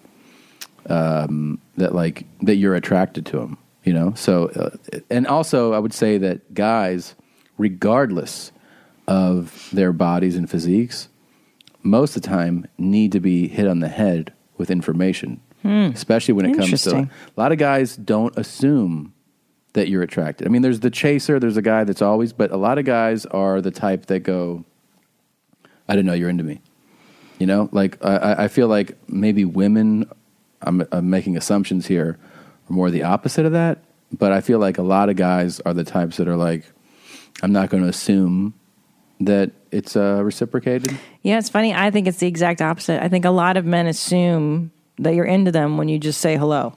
Speaker 1: um, that like that you're attracted to him. You know, so uh, and also I would say that guys, regardless of their bodies and physiques, most of the time need to be hit on the head with information,
Speaker 8: Hmm.
Speaker 1: especially when it comes to.
Speaker 8: Interesting.
Speaker 1: A lot of guys don't assume that you're attracted. I mean, there's the chaser, there's a guy that's always, but a lot of guys are the type that go, I didn't know you're into me. You know, like I- I, I feel like maybe women, I'm, I'm making assumptions here, are more the opposite of that. But I feel like a lot of guys are the types that are like, I'm not going to assume that it's uh, reciprocated.
Speaker 2: yeah, it's funny. I think it's the exact opposite. I think a lot of men assume that you're into them when you just say hello,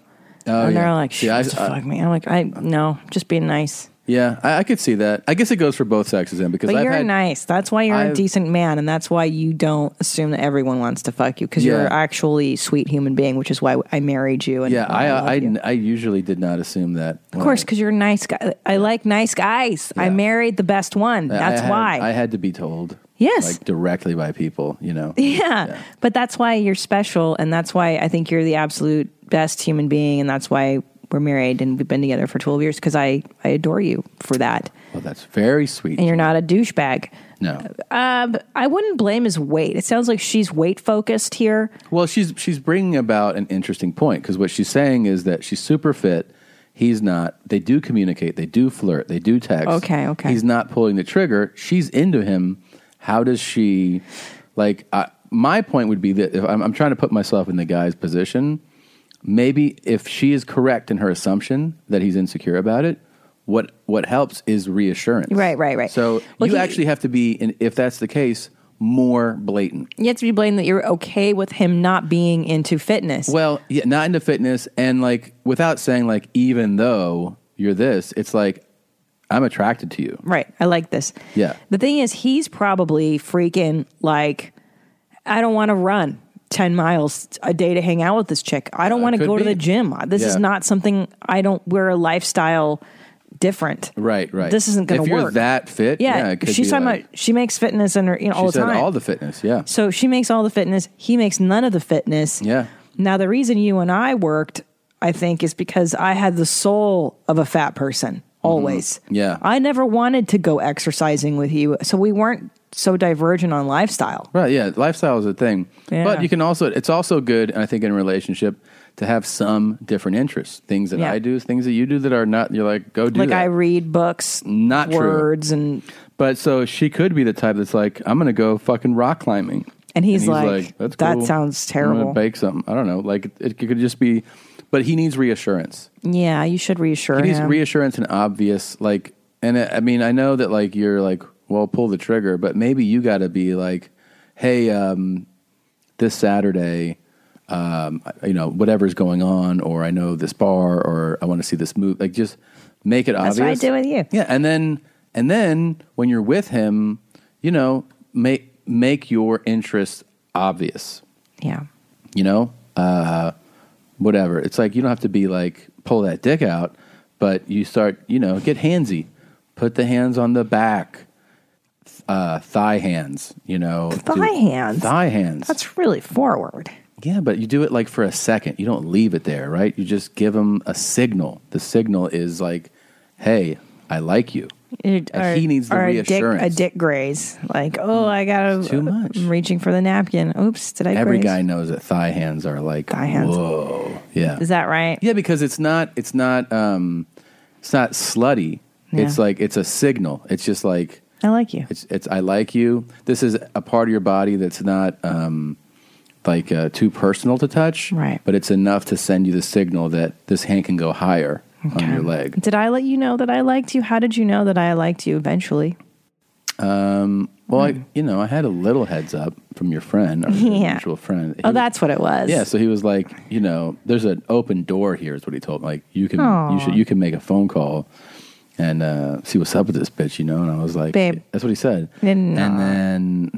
Speaker 1: Oh,
Speaker 2: and they're
Speaker 1: yeah.
Speaker 2: like,
Speaker 1: See,
Speaker 2: "She
Speaker 1: I-
Speaker 2: wants to
Speaker 1: I-
Speaker 2: fuck me." I'm like, "I no, just being nice."
Speaker 1: Yeah, I, I could see that. I guess it goes for both sexes then because
Speaker 2: But
Speaker 1: I've
Speaker 2: you're
Speaker 1: had,
Speaker 2: nice. That's why you're a
Speaker 1: I've-
Speaker 2: decent man, and that's why you don't assume that everyone wants to fuck you because you're
Speaker 1: Yeah.
Speaker 2: actually a sweet human being, which is why I married you. And
Speaker 1: yeah, I
Speaker 2: love
Speaker 1: I,
Speaker 2: you.
Speaker 1: I usually did not assume that.
Speaker 2: Of course, because you're a nice guy. I like nice guys. I married the best one.
Speaker 1: I- I
Speaker 2: That's
Speaker 1: had-
Speaker 2: why.
Speaker 1: I had to be told.
Speaker 2: Yes.
Speaker 1: like directly by people. You know.
Speaker 2: yeah. But that's why you're special. And that's why I think you're the absolute best human being. And that's why we're married and we've been together for 12 years because I, I adore you for that.
Speaker 1: Well, Oh, that's very sweet.
Speaker 2: And you're not a douchebag.
Speaker 1: No.
Speaker 2: Um, I wouldn't blame his weight. It sounds like she's weight focused here.
Speaker 1: Well, she's she's bringing about an interesting point because what she's saying is that she's super fit. He's not. They do communicate. They do flirt. They do text.
Speaker 2: Okay, okay.
Speaker 1: He's not pulling the trigger. She's into him. How does she? Like, I, my point would be that if I'm, I'm trying to put myself in the guy's position, maybe if she is correct in her assumption that he's insecure about it, what what helps is reassurance.
Speaker 2: Right, right, right.
Speaker 1: So
Speaker 2: Well,
Speaker 1: you
Speaker 2: he-
Speaker 1: actually have to be, in, if that's the case, more blatant.
Speaker 2: You have to be blamed that you're okay with him not being into fitness.
Speaker 1: Well, yeah, not into fitness, and like without saying like, even though you're this, it's like I'm attracted to you.
Speaker 2: Right. I like this.
Speaker 1: Yeah,
Speaker 2: The thing is, he's probably freaking like, I don't want to run 10 miles a day to hang out with this chick. I don't want to
Speaker 1: Uh, could
Speaker 2: go to
Speaker 1: be.
Speaker 2: the gym. This is
Speaker 1: Yeah.
Speaker 2: not something I don't, we're a lifestyle different.
Speaker 1: right, right.
Speaker 2: This isn't gonna
Speaker 1: If you're
Speaker 2: work.
Speaker 1: that fit, yeah,
Speaker 2: Yeah.
Speaker 1: it could
Speaker 2: she's
Speaker 1: be
Speaker 2: talking
Speaker 1: like-
Speaker 2: about, she makes fitness in her, you know, all
Speaker 1: she
Speaker 2: the
Speaker 1: said
Speaker 2: time.
Speaker 1: all the fitness. Yeah,
Speaker 2: so she makes all the fitness. He makes none of the fitness.
Speaker 1: yeah.
Speaker 2: Now, the reason you and I worked, I think, is because I had the soul of a fat person
Speaker 1: Mm-hmm.
Speaker 2: always.
Speaker 1: Yeah.
Speaker 2: I never wanted to go exercising with you. So we weren't so divergent on lifestyle.
Speaker 1: Right, yeah, lifestyle is a thing.
Speaker 2: Yeah.
Speaker 1: But you can also it's also good and I think in a relationship to have some different interests. Things that
Speaker 2: Yeah.
Speaker 1: I do, things that you do that are not you're like go do
Speaker 2: like
Speaker 1: that.
Speaker 2: I read books,
Speaker 1: not true.
Speaker 2: words and
Speaker 1: But so she could be the type that's like I'm going to go fucking rock climbing.
Speaker 2: And he's like, "That sounds
Speaker 1: I'm gonna
Speaker 2: terrible."
Speaker 1: bake something. I don't know. Like it, it could just be but he needs reassurance.
Speaker 2: yeah, you should reassure
Speaker 1: He needs
Speaker 2: him.
Speaker 1: reassurance and obvious, like, and I I mean, I know that like you're like, well, pull the trigger, but maybe you got to be like, hey, um, this Saturday, um, I- you know, whatever's going on, or I know this bar, or I want to see this movie. Like, just make it
Speaker 2: That's
Speaker 1: obvious.
Speaker 2: what I do with you.
Speaker 1: Yeah, and then and then when you're with him, you know, make make your interests obvious
Speaker 2: yeah.
Speaker 1: you know, uh, whatever. It's like you don't have to be like pull that dick out, but you start, you know, get handsy. Put the hands on the back, uh, thigh hands. You know,
Speaker 2: Thigh hands?
Speaker 1: thigh hands.
Speaker 2: That's really forward.
Speaker 1: Yeah, but you do it like for a second. You don't leave it there, right? You just give him a signal. The signal is like, "Hey, I like you."
Speaker 2: It-
Speaker 1: And he needs the
Speaker 2: or a dick,
Speaker 1: reassurance. Mm.
Speaker 2: a dick graze. Like, oh, I got to.
Speaker 1: too much.
Speaker 2: I'm reaching for the napkin. Oops, did I
Speaker 1: Every
Speaker 2: graze?
Speaker 1: guy knows that thigh hands are like thigh
Speaker 2: hands.
Speaker 1: Whoa, yeah.
Speaker 2: Is that right?
Speaker 1: Yeah, because it's not it's not um it's not slutty.
Speaker 2: Yeah.
Speaker 1: It's like it's a signal. It's just like
Speaker 2: I like you.
Speaker 1: it's it's I like you. This is a part of your body that's not um like uh, too personal to touch, right? But it's enough to send you the signal that this hand can go higher on your leg.
Speaker 2: Did I let you know that I liked you? How did you know that I liked you eventually?
Speaker 1: Um, well, I, you know, I had a little heads up from your friend, our
Speaker 2: Hmm. Yeah.
Speaker 1: mutual friend.
Speaker 2: Oh, that's what it was.
Speaker 1: Yeah, so he was like, you know, there's an open door here. Is what he told me. Like, you can,
Speaker 2: Aw.
Speaker 1: you should, you can make a phone call and uh, see what's up with this bitch, you know. And I was like,
Speaker 2: Babe.
Speaker 1: that's what he said.
Speaker 2: Didn't-
Speaker 1: And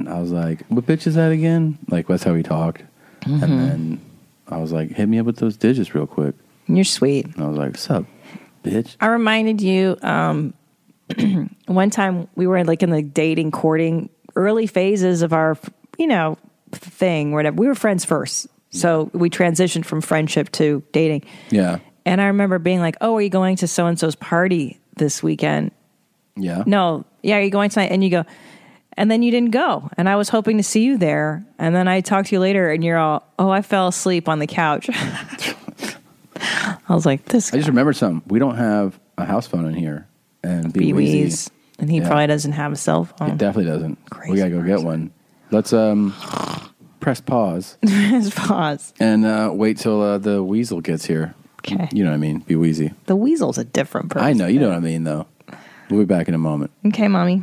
Speaker 1: then I was like, what bitch is that again? Like, that's how he talked.
Speaker 2: Mm-hmm.
Speaker 1: And then I was like, hit me up with those digits real quick.
Speaker 2: You're sweet.
Speaker 1: And I was like, what's up, bitch?
Speaker 2: I reminded you um, one time we were like in the dating, courting, early phases of our, you know, thing, whatever. We were friends first. So we transitioned from friendship to dating.
Speaker 1: Yeah,
Speaker 2: And I remember being like, oh, are you going to so and so's party this weekend?
Speaker 1: yeah.
Speaker 2: No. Yeah, are you going tonight? And you go, and then you didn't go. And I was hoping to see you there. And then I talked to you later and you're all, oh, I fell asleep on the couch. I was like, this.
Speaker 1: I just remembered something. We don't have a house phone in here, and
Speaker 2: Bee
Speaker 1: Bee Weezy-
Speaker 2: Wee's. And he
Speaker 1: Yeah.
Speaker 2: probably doesn't have a cell phone.
Speaker 1: It definitely doesn't. we gotta go get one. Let's um press pause
Speaker 2: Press pause.
Speaker 1: and uh, wait till uh, the weasel gets here.
Speaker 2: Okay.
Speaker 1: You know what I mean? Be wheezy.
Speaker 2: The weasel's a different person.
Speaker 1: I know. You know what I mean, though. We'll be back in a moment.
Speaker 2: Okay, mommy.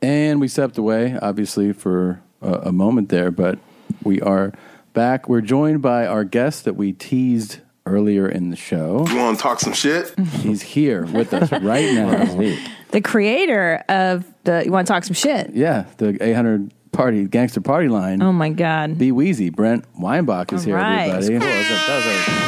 Speaker 1: And we stepped away, obviously, for a, a moment there, but we are back. We're joined by our guest that we teased earlier in the show.
Speaker 21: You want to talk some shit?
Speaker 1: He's here with us right now.
Speaker 2: The creator of the you want to talk some shit?
Speaker 1: yeah, the 800 party, gangster party line.
Speaker 2: Oh my god.
Speaker 1: Be Wheezy. Brent Weinbach is
Speaker 2: All
Speaker 1: here,
Speaker 2: right.
Speaker 1: everybody.
Speaker 2: Cool.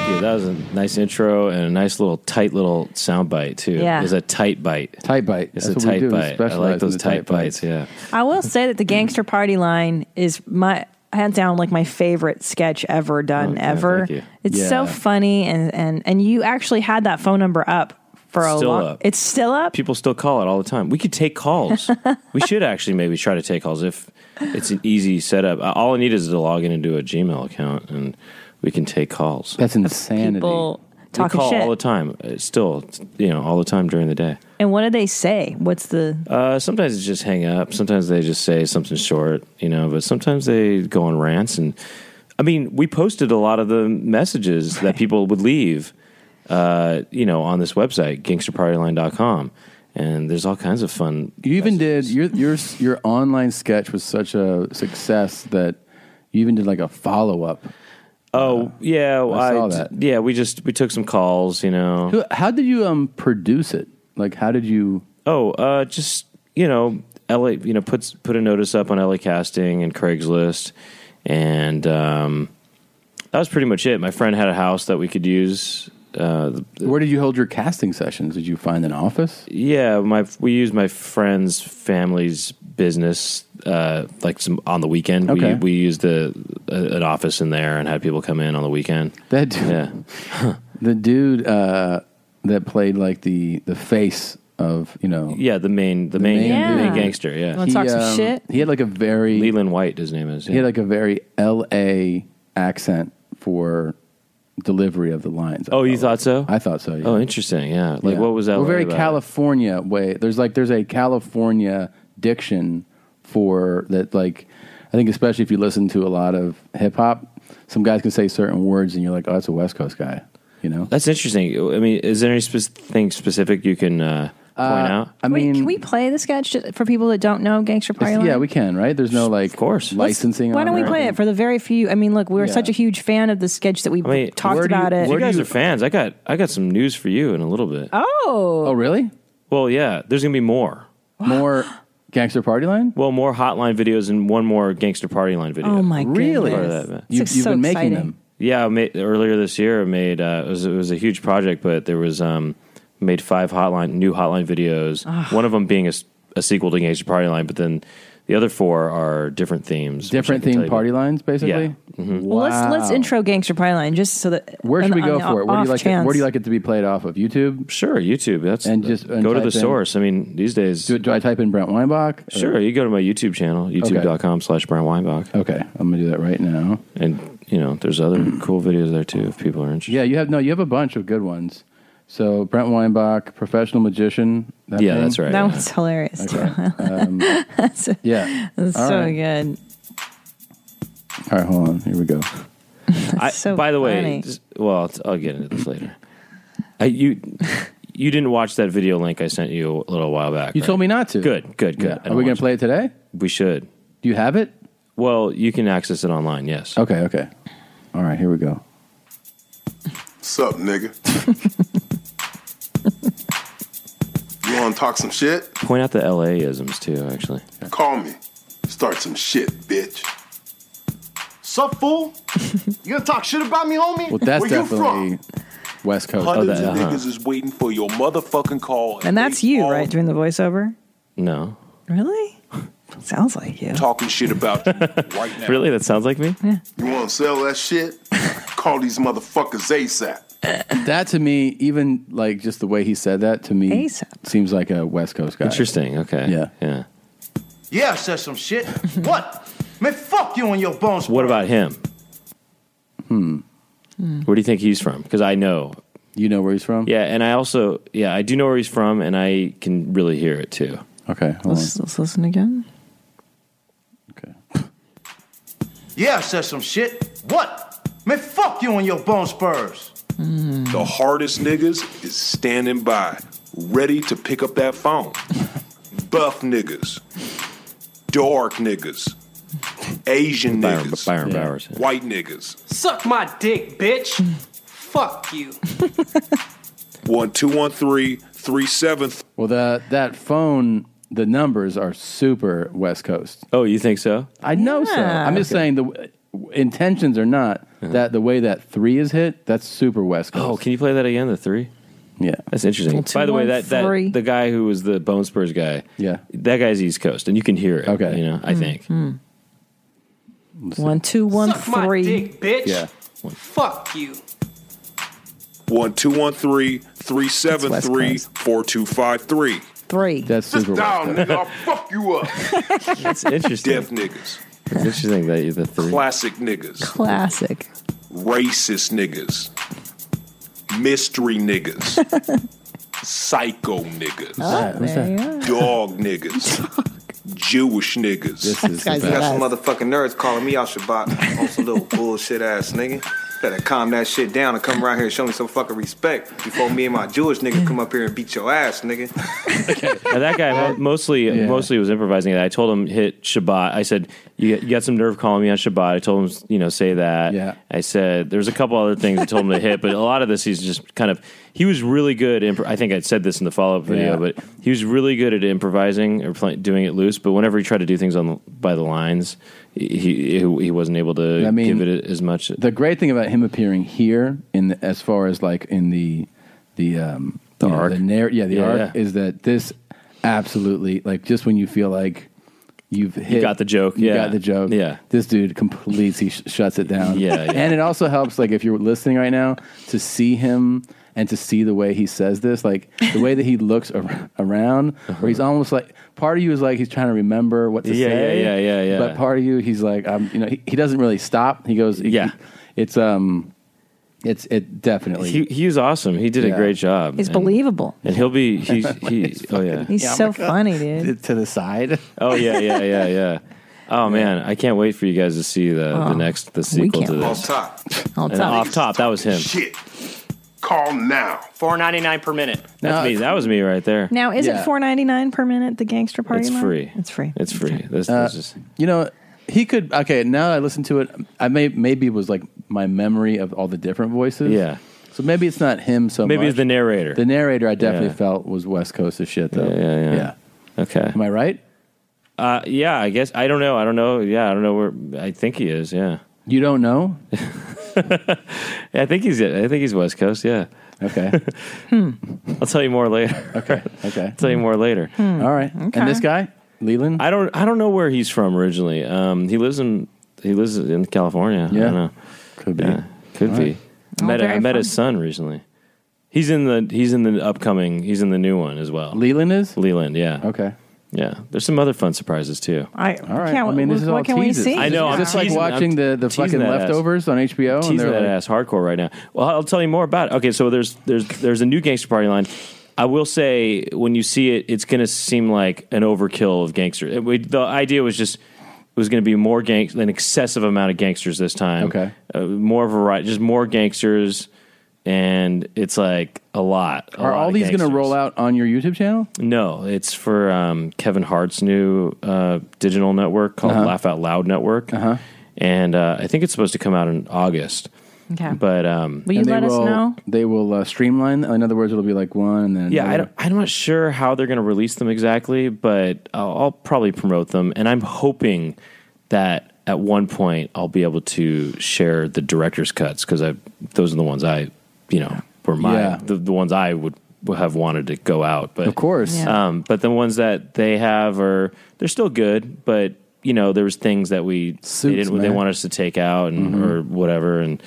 Speaker 22: Thank you. That was a nice intro and a nice little tight little sound bite too.
Speaker 2: Yeah.
Speaker 22: It's a tight bite.
Speaker 1: Tight bite.
Speaker 22: It's
Speaker 1: That's
Speaker 22: a
Speaker 1: what we do.
Speaker 22: tight
Speaker 1: We
Speaker 22: bite. I
Speaker 1: specialize in
Speaker 22: like those
Speaker 1: the
Speaker 22: tight,
Speaker 1: tight
Speaker 22: bites. Yeah.
Speaker 2: I will say that the gangster party line is my hands down like my favorite sketch ever done ever.
Speaker 22: thank you.
Speaker 2: It's so
Speaker 22: Yeah.
Speaker 2: funny and and and you actually had that phone number up for a
Speaker 22: Still
Speaker 2: long
Speaker 22: up.
Speaker 2: It's still up.
Speaker 22: People still call it all the time. We could take calls. we should actually maybe try to take calls if it's an easy setup. Uh, All I need is to log in and do a Gmail account and we can take calls.
Speaker 1: That's insanity.
Speaker 2: People
Speaker 22: we
Speaker 2: talking
Speaker 22: call
Speaker 2: shit.
Speaker 22: all the time. Uh, Still, you know, all the time during the day.
Speaker 2: and what do they say? What's the
Speaker 22: Uh, sometimes it's just hang up. Sometimes they just say something short, you know. But sometimes they go on rants, and I mean, we posted a lot of the messages that people would leave, uh, you know, on this website, gangsterpartyline.com. and there's all kinds of fun.
Speaker 1: You even did your your your online sketch was such a success that you even did like a follow up.
Speaker 22: Oh yeah,
Speaker 1: I saw
Speaker 22: d-
Speaker 1: that.
Speaker 22: Yeah, we just we took some calls, you know.
Speaker 1: Who- How did you um produce it? Like how did you?
Speaker 22: Oh, uh, just you know, LA. You know, puts put a notice up on LA Casting and Craigslist, and um, that was pretty much it. My friend had a house that we could use. Uh,
Speaker 1: Where did you hold your casting sessions? Did you find an office?
Speaker 22: yeah, my we used my friend's family's business, uh, like some on the weekend.
Speaker 1: Okay.
Speaker 22: We we used the a, an office in there and had people come in on the weekend.
Speaker 1: That dude,
Speaker 22: Yeah.
Speaker 1: the dude uh, that played like the the face of you know
Speaker 22: Yeah, the main the, main, the main
Speaker 1: dude.
Speaker 22: gangster. Yeah,
Speaker 1: He, um, He had like a very
Speaker 22: Leland White. His name is.
Speaker 1: he had like a very L.A. accent for delivery of the lines.
Speaker 22: oh, you thought so?
Speaker 1: I thought so. Yeah.
Speaker 22: Oh, interesting. Yeah. Like,
Speaker 1: Yeah.
Speaker 22: what was that?
Speaker 1: Well,
Speaker 22: like
Speaker 1: very
Speaker 22: about it?
Speaker 1: California way. There's like there's a California diction for that. Like, I think especially if you listen to a lot of hip hop, some guys can say certain words, and you're like, oh, that's a West Coast guy. You know,
Speaker 22: That's interesting. I mean, is there anything specific you can uh, point out?
Speaker 1: I
Speaker 2: Wait,
Speaker 1: mean,
Speaker 2: can we play the sketch just for people that don't know Gangster Party Line?
Speaker 1: yeah, we can, right? There's no like, of course, licensing.
Speaker 2: Why don't we play it for the very few? I mean, look, we were
Speaker 22: Yeah.
Speaker 2: such a huge fan of the sketch that we
Speaker 22: I mean,
Speaker 2: talked about it.
Speaker 22: You guys are fans. I got I got some news for you in a little bit.
Speaker 2: oh,
Speaker 1: oh, really?
Speaker 22: Well, yeah. There's gonna be more.
Speaker 1: More gangster party line.
Speaker 22: Well, more hotline videos and one more gangster party line video.
Speaker 2: Oh, my Really?
Speaker 22: Part of
Speaker 2: goodness.
Speaker 22: that, man.
Speaker 2: This You- is you've so been making exciting. them.
Speaker 22: Yeah, I made, earlier this year, I made uh, it, was, it was a huge project, but there was um, made five hotline new hotline videos.
Speaker 1: Ugh.
Speaker 22: One of them being a, s- a sequel to Gangster Party Line, but then the other four are different themes. which I
Speaker 1: Different
Speaker 22: can tell
Speaker 1: themed
Speaker 22: you
Speaker 1: party
Speaker 22: about.
Speaker 1: lines, basically.
Speaker 22: Yeah. Mhm.
Speaker 2: Well, let's let's intro Gangster Party Line just so that
Speaker 1: Where should
Speaker 2: on-
Speaker 1: we
Speaker 2: on
Speaker 1: go
Speaker 2: the
Speaker 1: for it? Where do
Speaker 2: off
Speaker 1: you like? It,
Speaker 2: chance.
Speaker 1: where do you like it to be played off of? YouTube.
Speaker 22: Sure, YouTube. That's
Speaker 1: and just and
Speaker 22: go to the
Speaker 1: type in-
Speaker 22: source. I mean, these days.
Speaker 1: Do, do I type in Brent Weinbach? or-
Speaker 22: Sure, you go to my YouTube channel, youtube.com slash Brian Weinbach.
Speaker 1: Okay, I'm going to do that right now.
Speaker 22: And, you know, there's other cool videos there too if people are interested.
Speaker 1: Yeah, you have no, you have a bunch of good ones. So Brent Weinbach, professional magician. that
Speaker 22: Yeah,
Speaker 1: thing?
Speaker 22: that's right,
Speaker 2: That one's hilarious. too. that's,
Speaker 1: yeah,
Speaker 2: that's
Speaker 1: All
Speaker 2: so
Speaker 1: right.
Speaker 2: good.
Speaker 1: All right, hold on. Here we go.
Speaker 22: I, by the way,
Speaker 2: funny.
Speaker 22: just- well, I'll- I'll get into this later. I, you you didn't watch that video link I sent you a little while back.
Speaker 1: You told me not to.
Speaker 22: Good, good, good.
Speaker 1: Yeah.
Speaker 22: I
Speaker 1: Are we
Speaker 22: don't
Speaker 1: going
Speaker 22: watch
Speaker 1: to play it today?
Speaker 22: it. We should.
Speaker 1: Do you have it?
Speaker 22: Well, you can access it online. Yes.
Speaker 1: Okay, okay. All right, here we go.
Speaker 21: Sup, nigga? you
Speaker 11: You want to talk some shit?
Speaker 22: Point out the LAisms too, actually.
Speaker 11: Call me. Start some shit, bitch.
Speaker 12: Sup, fool? you gonna talk shit about me, homie?
Speaker 1: Well, that's
Speaker 12: Where you
Speaker 1: definitely West Coast.
Speaker 22: Oh,
Speaker 12: Hundreds
Speaker 1: that-
Speaker 12: of
Speaker 1: uh-huh.
Speaker 12: niggas is waiting for your motherfucking call.
Speaker 2: And that's you, right? Doing the voiceover?
Speaker 22: No.
Speaker 2: Really? Sounds like you.
Speaker 12: Talking shit about you right now.
Speaker 22: Really? That sounds like me?
Speaker 11: You want to sell that shit? Call these motherfuckers ASAP.
Speaker 1: That to me, even like just the way he said that to me,
Speaker 11: ASAP.
Speaker 1: seems like a West Coast guy.
Speaker 22: Interesting. Okay.
Speaker 1: Yeah.
Speaker 22: Yeah.
Speaker 12: Yeah, I said some shit. what? Man, fuck you and your bones.
Speaker 22: What about him?
Speaker 1: Hmm.
Speaker 22: Where do you think he's from? Because I know.
Speaker 1: You know where he's from?
Speaker 22: Yeah, and I also yeah, I do know where he's from and I can really hear it too.
Speaker 1: Okay.
Speaker 2: Let's, let's listen again.
Speaker 12: Yeah, I said some shit. What? Man, fuck you and your bone spurs.
Speaker 11: Mm. The hardest niggas is standing by, ready to pick up that phone. Buff niggas, dark niggas, Asian niggas,
Speaker 22: Byron Bowers,
Speaker 11: white niggas.
Speaker 21: Suck my dick, bitch. Fuck you.
Speaker 11: One two one three three seventh.
Speaker 1: Well, that that phone, the numbers are super West Coast.
Speaker 22: Oh, you think so?
Speaker 1: I know so.
Speaker 2: Yeah.
Speaker 1: I'm just
Speaker 2: Okay.
Speaker 1: saying the w- intentions are not
Speaker 22: Uh-huh.
Speaker 1: that the way that three is hit. That's super West Coast.
Speaker 22: Oh, can you play that again? The three.
Speaker 1: Yeah,
Speaker 22: that's interesting.
Speaker 1: Well,
Speaker 22: By the way, that,
Speaker 1: 213.
Speaker 22: that the guy who was the Bone Spurs guy,
Speaker 1: Yeah.
Speaker 22: that guy's East Coast, and you can hear it. Okay, you know, I think
Speaker 2: Mm. One, two, one,
Speaker 21: Suck my
Speaker 2: three.
Speaker 21: dick, bitch.
Speaker 22: Yeah.
Speaker 21: Fuck you.
Speaker 11: One two one three three seven three four two five three.
Speaker 2: Three.
Speaker 1: That's
Speaker 11: Sit down, nigga. I'll fuck you up.
Speaker 22: Uh, That's interesting.
Speaker 11: Deaf niggas,
Speaker 22: It's interesting that you the three.
Speaker 11: classic niggas,
Speaker 2: Classic.
Speaker 11: racist niggas, mystery niggas, psycho niggas,
Speaker 2: Oh, What's there that?
Speaker 11: dog niggas, Jewish niggas.
Speaker 23: This is
Speaker 11: the
Speaker 23: you got some
Speaker 11: best.
Speaker 23: motherfucking nerds calling me out Shabbat on some little bullshit ass nigga. Better calm that shit down and come around here and show me some fucking respect before me and my Jewish niggas come up here and beat your ass, nigga.
Speaker 22: Now, that guy mo- mostly mostly was improvising it. I told him hit Shabbat. I said you, you got some nerve calling me on Shabbat. I told him you know say that. Yeah. I said there's a couple other things I told him to hit, but a lot of this he's just kind of he was really good. Imp- I think I said this in the follow up video,
Speaker 1: Yeah.
Speaker 22: but he was really good at improvising or play, doing it loose. But whenever he tried to do things on the, by the lines, he he, he wasn't able to
Speaker 1: I mean,
Speaker 22: give it as much.
Speaker 1: The great thing about him appearing here, in the, as far as like in the the um, the arc, the narr- yeah, the
Speaker 22: Yeah,
Speaker 1: arc
Speaker 22: yeah.
Speaker 1: is that this absolutely like just when you feel like you've hit,
Speaker 22: got the joke,
Speaker 1: you
Speaker 22: yeah.
Speaker 1: got the joke,
Speaker 22: Yeah.
Speaker 1: This dude completely sh- shuts it down,
Speaker 22: Yeah, yeah.
Speaker 1: And it also helps like if you're listening right now to see him and to see the way he says this, like the way that he looks ar- around, where he's almost like part of you is like he's trying to remember what to
Speaker 22: Uh-huh. Yeah,
Speaker 1: say,
Speaker 22: yeah, yeah, yeah, yeah.
Speaker 1: but part of you, he's like, I'm, you know, he, he doesn't really stop. He goes, yeah, it's um, it's it definitely.
Speaker 22: He he was awesome. He did
Speaker 1: Yeah.
Speaker 22: a great job.
Speaker 2: He's
Speaker 22: And-
Speaker 2: believable.
Speaker 22: And he'll be he's he oh yeah
Speaker 2: He's so funny, dude.
Speaker 1: to the side.
Speaker 22: Oh yeah, yeah, yeah, yeah. Oh man, I can't wait for you guys to see the,
Speaker 11: Oh,
Speaker 22: the next the sequel
Speaker 11: can't
Speaker 22: to
Speaker 11: wait.
Speaker 22: this.
Speaker 11: Off top.
Speaker 22: And off top, that was him.
Speaker 11: Shit. Call now.
Speaker 21: Four ninety nine per minute.
Speaker 22: That's me. That was me right there.
Speaker 2: Now, is it
Speaker 22: Yeah.
Speaker 2: four ninety nine per minute? The gangster party.
Speaker 22: It's
Speaker 2: line?
Speaker 22: free.
Speaker 2: It's free.
Speaker 22: It's free. This,
Speaker 1: Uh,
Speaker 22: this is
Speaker 1: you know, he could. Okay, now that I listen to it. I may maybe it was like my memory of all the different voices.
Speaker 22: Yeah.
Speaker 1: So maybe it's not him so much.
Speaker 22: maybe it's the narrator.
Speaker 1: The narrator I definitely
Speaker 22: Yeah.
Speaker 1: felt was West Coast as shit though.
Speaker 22: Yeah, yeah, yeah. Okay. Am
Speaker 1: I right?
Speaker 22: Uh, yeah, I guess I don't know. I don't know. Yeah, I don't know where. I think he is. Yeah.
Speaker 1: You don't know?
Speaker 22: I think he's. I think he's West Coast. Yeah.
Speaker 1: Okay.
Speaker 22: I'll tell you more later.
Speaker 1: Okay. Okay.
Speaker 22: tell you more later.
Speaker 2: Hmm.
Speaker 1: All right. And this guy, Leland.
Speaker 22: I don't. I don't know where he's from originally. Um, he lives in. He lives in California. I
Speaker 1: Yeah.
Speaker 22: don't know.
Speaker 1: Could be.
Speaker 22: could
Speaker 1: All
Speaker 22: be.
Speaker 1: right.
Speaker 22: I met.
Speaker 1: Oh, very
Speaker 22: I met his
Speaker 1: fun.
Speaker 22: son recently. He's in the. He's in the upcoming. He's in the new one as well.
Speaker 1: Leland is. Oh.
Speaker 22: Leland. Yeah.
Speaker 1: Okay.
Speaker 22: Yeah. There's some other fun surprises too.
Speaker 2: I
Speaker 1: All right.
Speaker 2: can't.
Speaker 1: I mean, this is
Speaker 2: what
Speaker 1: all
Speaker 2: can we
Speaker 1: teases.
Speaker 2: see?
Speaker 22: I know.
Speaker 1: Is
Speaker 22: I'm
Speaker 1: this like
Speaker 22: teasing-
Speaker 1: watching
Speaker 22: I'm
Speaker 1: the, the
Speaker 22: teasing
Speaker 1: fucking
Speaker 22: that ass.
Speaker 1: leftovers on HBO?
Speaker 22: Teasing
Speaker 1: and they're
Speaker 22: that
Speaker 1: like,
Speaker 22: ass hardcore right now. Well, I'll tell you more about it. Okay, so there's there's there's a new gangster party line. I will say when you see it, it's going to seem like an overkill of gangsters. It- we- the idea was just it was going to be more gang, an excessive amount of gangsters this time.
Speaker 1: Okay.
Speaker 22: uh, more variety, just more gangsters, and it's like a lot. a
Speaker 1: Are
Speaker 22: lot
Speaker 1: all
Speaker 22: of
Speaker 1: these going to
Speaker 22: gangsters.
Speaker 1: roll out on your YouTube channel?
Speaker 22: No, it's for um, Kevin Hart's new uh, digital network called
Speaker 1: Uh-huh.
Speaker 22: Laugh Out Loud Network, and uh, I think it's supposed to come out in August.
Speaker 2: Okay.
Speaker 22: But um,
Speaker 2: Will you And they let us will- know?
Speaker 1: They will uh, streamline. In other words, it'll be like one and then
Speaker 22: Yeah, I
Speaker 1: another.
Speaker 22: don't, I'm not sure how they're going to release them exactly, but I'll, I'll probably promote them, and I'm hoping that at one point I'll be able to share the director's cuts because I those are the ones I you know were my
Speaker 1: Yeah.
Speaker 22: the, the ones I would have wanted to go out, but
Speaker 1: Of course. Yeah.
Speaker 22: um, but the ones that they have are they're still good, but you know there was things that we
Speaker 1: Suits,
Speaker 22: they didn't they
Speaker 1: man.
Speaker 22: wanted us to take out and
Speaker 1: Mhm.
Speaker 22: or whatever and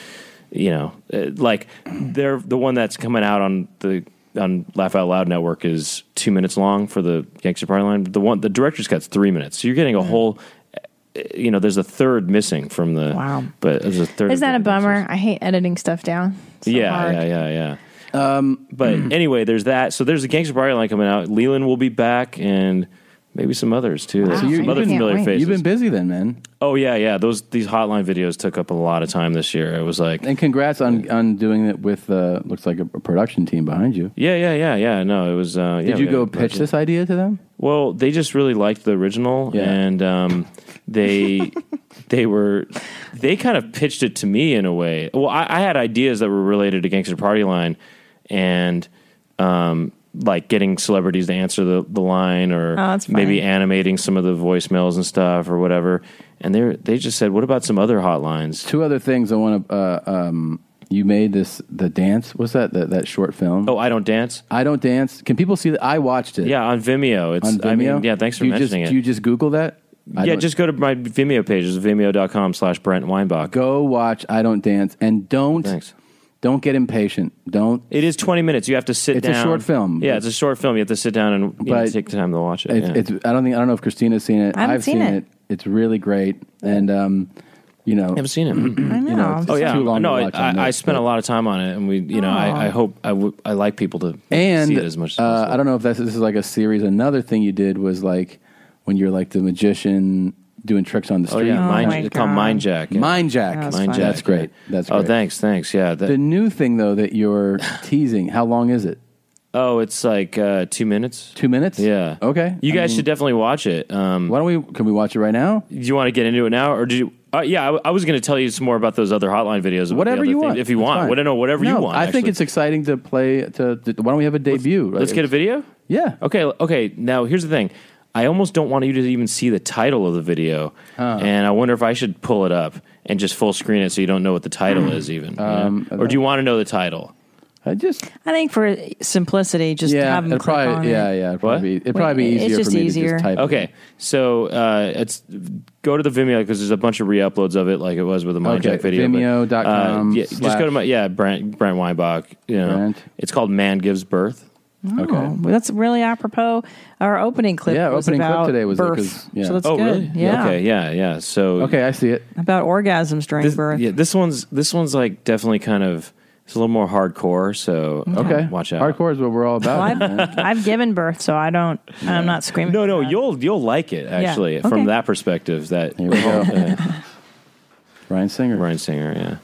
Speaker 22: you know uh, like they're the one that's coming out on the on laugh out loud network is two minutes long for the gangster party line the one the director's cut's three minutes so you're getting a whole uh, you know there's a third missing from the wow but there's a third
Speaker 2: Isn't that a bummer? I hate editing stuff down.
Speaker 22: yeah,
Speaker 2: hard.
Speaker 22: yeah yeah yeah um but anyway there's that so there's a gangster party line coming out leland will be back and maybe some others too
Speaker 1: So
Speaker 22: Some
Speaker 1: you,
Speaker 22: other
Speaker 1: have been,
Speaker 22: familiar faces
Speaker 1: you've been busy then, man.
Speaker 22: oh yeah yeah those these hotline videos took up a lot of time this year it was like
Speaker 1: And congrats on, on doing it with uh, looks like a, a production team behind you.
Speaker 22: Yeah, yeah, yeah, yeah. No, it was. Uh,
Speaker 1: Did
Speaker 22: yeah,
Speaker 1: you
Speaker 22: we
Speaker 1: go
Speaker 22: had a
Speaker 1: pitch
Speaker 22: budget.
Speaker 1: this idea to them?
Speaker 22: Well, they just really liked the original,
Speaker 1: Yeah.
Speaker 22: and um, they they were they kind of pitched it to me in a way. Well, I, I had ideas that were related to Gangster Party Line, and um, like getting celebrities to answer the, the line, or
Speaker 2: Oh, that's fine.
Speaker 22: maybe animating some of the voicemails and stuff, or whatever. And they were- they just said, "What about some other hotlines?"
Speaker 1: Two other things I want to. Uh, um, you made this the dance. What's that? That that short film.
Speaker 22: Oh, I don't dance.
Speaker 1: I don't dance. Can people see that? I watched it.
Speaker 22: Yeah, on Vimeo. It's
Speaker 1: on Vimeo.
Speaker 22: I mean, yeah, thanks for
Speaker 1: Do you
Speaker 22: mentioning
Speaker 1: just,
Speaker 22: it.
Speaker 1: Do you just Google that? I
Speaker 22: yeah,
Speaker 1: don't-
Speaker 22: just go to my Vimeo page. It's vimeo.com slash Brent Weinbach.
Speaker 1: go watch. I don't dance and don't. Don't get impatient. Don't.
Speaker 22: It is 20 minutes. You have to sit
Speaker 1: It's a
Speaker 22: down.
Speaker 1: short film.
Speaker 22: Yeah, it's a short film. You have to sit down and you know,
Speaker 1: But
Speaker 22: take the time to watch it.
Speaker 1: It's,
Speaker 22: yeah.
Speaker 1: it's. I don't think. I don't know if Christina's seen it.
Speaker 22: I haven't
Speaker 1: have
Speaker 22: seen
Speaker 1: seen
Speaker 22: it.
Speaker 1: it. It's really great. And um, you know, I haven't
Speaker 22: seen it.
Speaker 1: I know. You know it's,
Speaker 22: oh,
Speaker 1: it's
Speaker 22: yeah. Oh.
Speaker 1: Too long
Speaker 22: no,
Speaker 1: to
Speaker 22: I-
Speaker 1: watch
Speaker 22: I,
Speaker 1: on
Speaker 22: I
Speaker 1: this,
Speaker 22: spent
Speaker 1: but-
Speaker 22: a lot of time on it. And we, you know,
Speaker 1: Aw.
Speaker 22: I, I hope, I, w- I like people to
Speaker 1: and
Speaker 22: see it as much as
Speaker 1: uh, I don't know if that's, this is like a series. Another thing you did was like when you're like the magician doing tricks on the
Speaker 22: Oh,
Speaker 1: street.
Speaker 22: yeah. Mind, it's called Mind Jack. yeah.
Speaker 1: Mind Jack.
Speaker 22: Mind Jack.
Speaker 1: That's great.
Speaker 22: yeah.
Speaker 1: That's
Speaker 22: Oh,
Speaker 1: great.
Speaker 22: thanks. Thanks. Yeah. that-
Speaker 1: the new thing though that you're teasing. How long is it?
Speaker 22: oh, it's like uh, two minutes.
Speaker 1: Two minutes.
Speaker 22: Yeah.
Speaker 1: Okay.
Speaker 22: You
Speaker 1: I
Speaker 22: guys
Speaker 1: mean-
Speaker 22: should definitely watch it. Um,
Speaker 1: Why don't we? Can we watch it right now?
Speaker 22: Do you want to get into it now, or do you? Uh, yeah, I, w- I was going to tell you some more about those other hotline videos. about the
Speaker 1: Whatever
Speaker 22: other
Speaker 1: you
Speaker 22: thing-
Speaker 1: want,
Speaker 22: if you
Speaker 1: That's
Speaker 22: want.
Speaker 1: fine.
Speaker 22: What, no, whatever
Speaker 1: No,
Speaker 22: you want.
Speaker 1: I think
Speaker 22: actually.
Speaker 1: it's exciting to play. To, to why don't we have a debut? right?
Speaker 22: Let's get a video.
Speaker 1: Yeah.
Speaker 22: Okay. Okay. Now here's the thing. I almost don't want you to even see the title of the video,
Speaker 1: Huh.
Speaker 22: and I wonder if I should pull it up and just full screen it so you don't know what the title is even. you know?
Speaker 2: Um,
Speaker 22: Or do you want to know the title?
Speaker 1: Hmm. uh, I just
Speaker 2: I think for simplicity, just have them
Speaker 22: it'd
Speaker 2: click on it.
Speaker 1: yeah. It'd probably, be, it'd probably be
Speaker 2: It's
Speaker 1: easier
Speaker 2: just
Speaker 1: for me to
Speaker 2: easier.
Speaker 1: just type. it.
Speaker 22: Okay, so uh, it's go to the Vimeo because there's a bunch of re-uploads of it, like it was with the Mindjack
Speaker 1: Okay,
Speaker 22: video. but, uh,
Speaker 1: Vimeo.com
Speaker 22: yeah, just
Speaker 1: slash-
Speaker 22: go to my yeah Brent Brent Weinbach. You know,
Speaker 1: Brent.
Speaker 22: it's called Man Gives Birth.
Speaker 2: Oh, well, that's really apropos. Our opening clip,
Speaker 22: Yeah,
Speaker 2: was
Speaker 22: opening clip
Speaker 2: about
Speaker 22: today was it,
Speaker 2: birth,
Speaker 22: 'cause- yeah.
Speaker 2: so that's
Speaker 22: Oh,
Speaker 2: good.
Speaker 22: really?
Speaker 2: Yeah,
Speaker 22: Okay. Yeah. Yeah. So
Speaker 1: okay, I see it.
Speaker 2: about orgasms during
Speaker 22: This,
Speaker 2: birth.
Speaker 22: yeah, this one's this one's like definitely kind of it's a little more hardcore. So
Speaker 2: Okay.
Speaker 22: watch out.
Speaker 1: Hardcore is what we're all
Speaker 2: Well,
Speaker 1: about.
Speaker 2: I've,
Speaker 1: man.
Speaker 2: I've given birth, so I don't. I'm not screaming.
Speaker 22: No, no, you'll you'll like it
Speaker 2: Yeah.
Speaker 22: actually from
Speaker 2: Okay.
Speaker 22: that perspective. That
Speaker 1: Here we go. Ryan Singer.
Speaker 22: Ryan Singer. Yeah.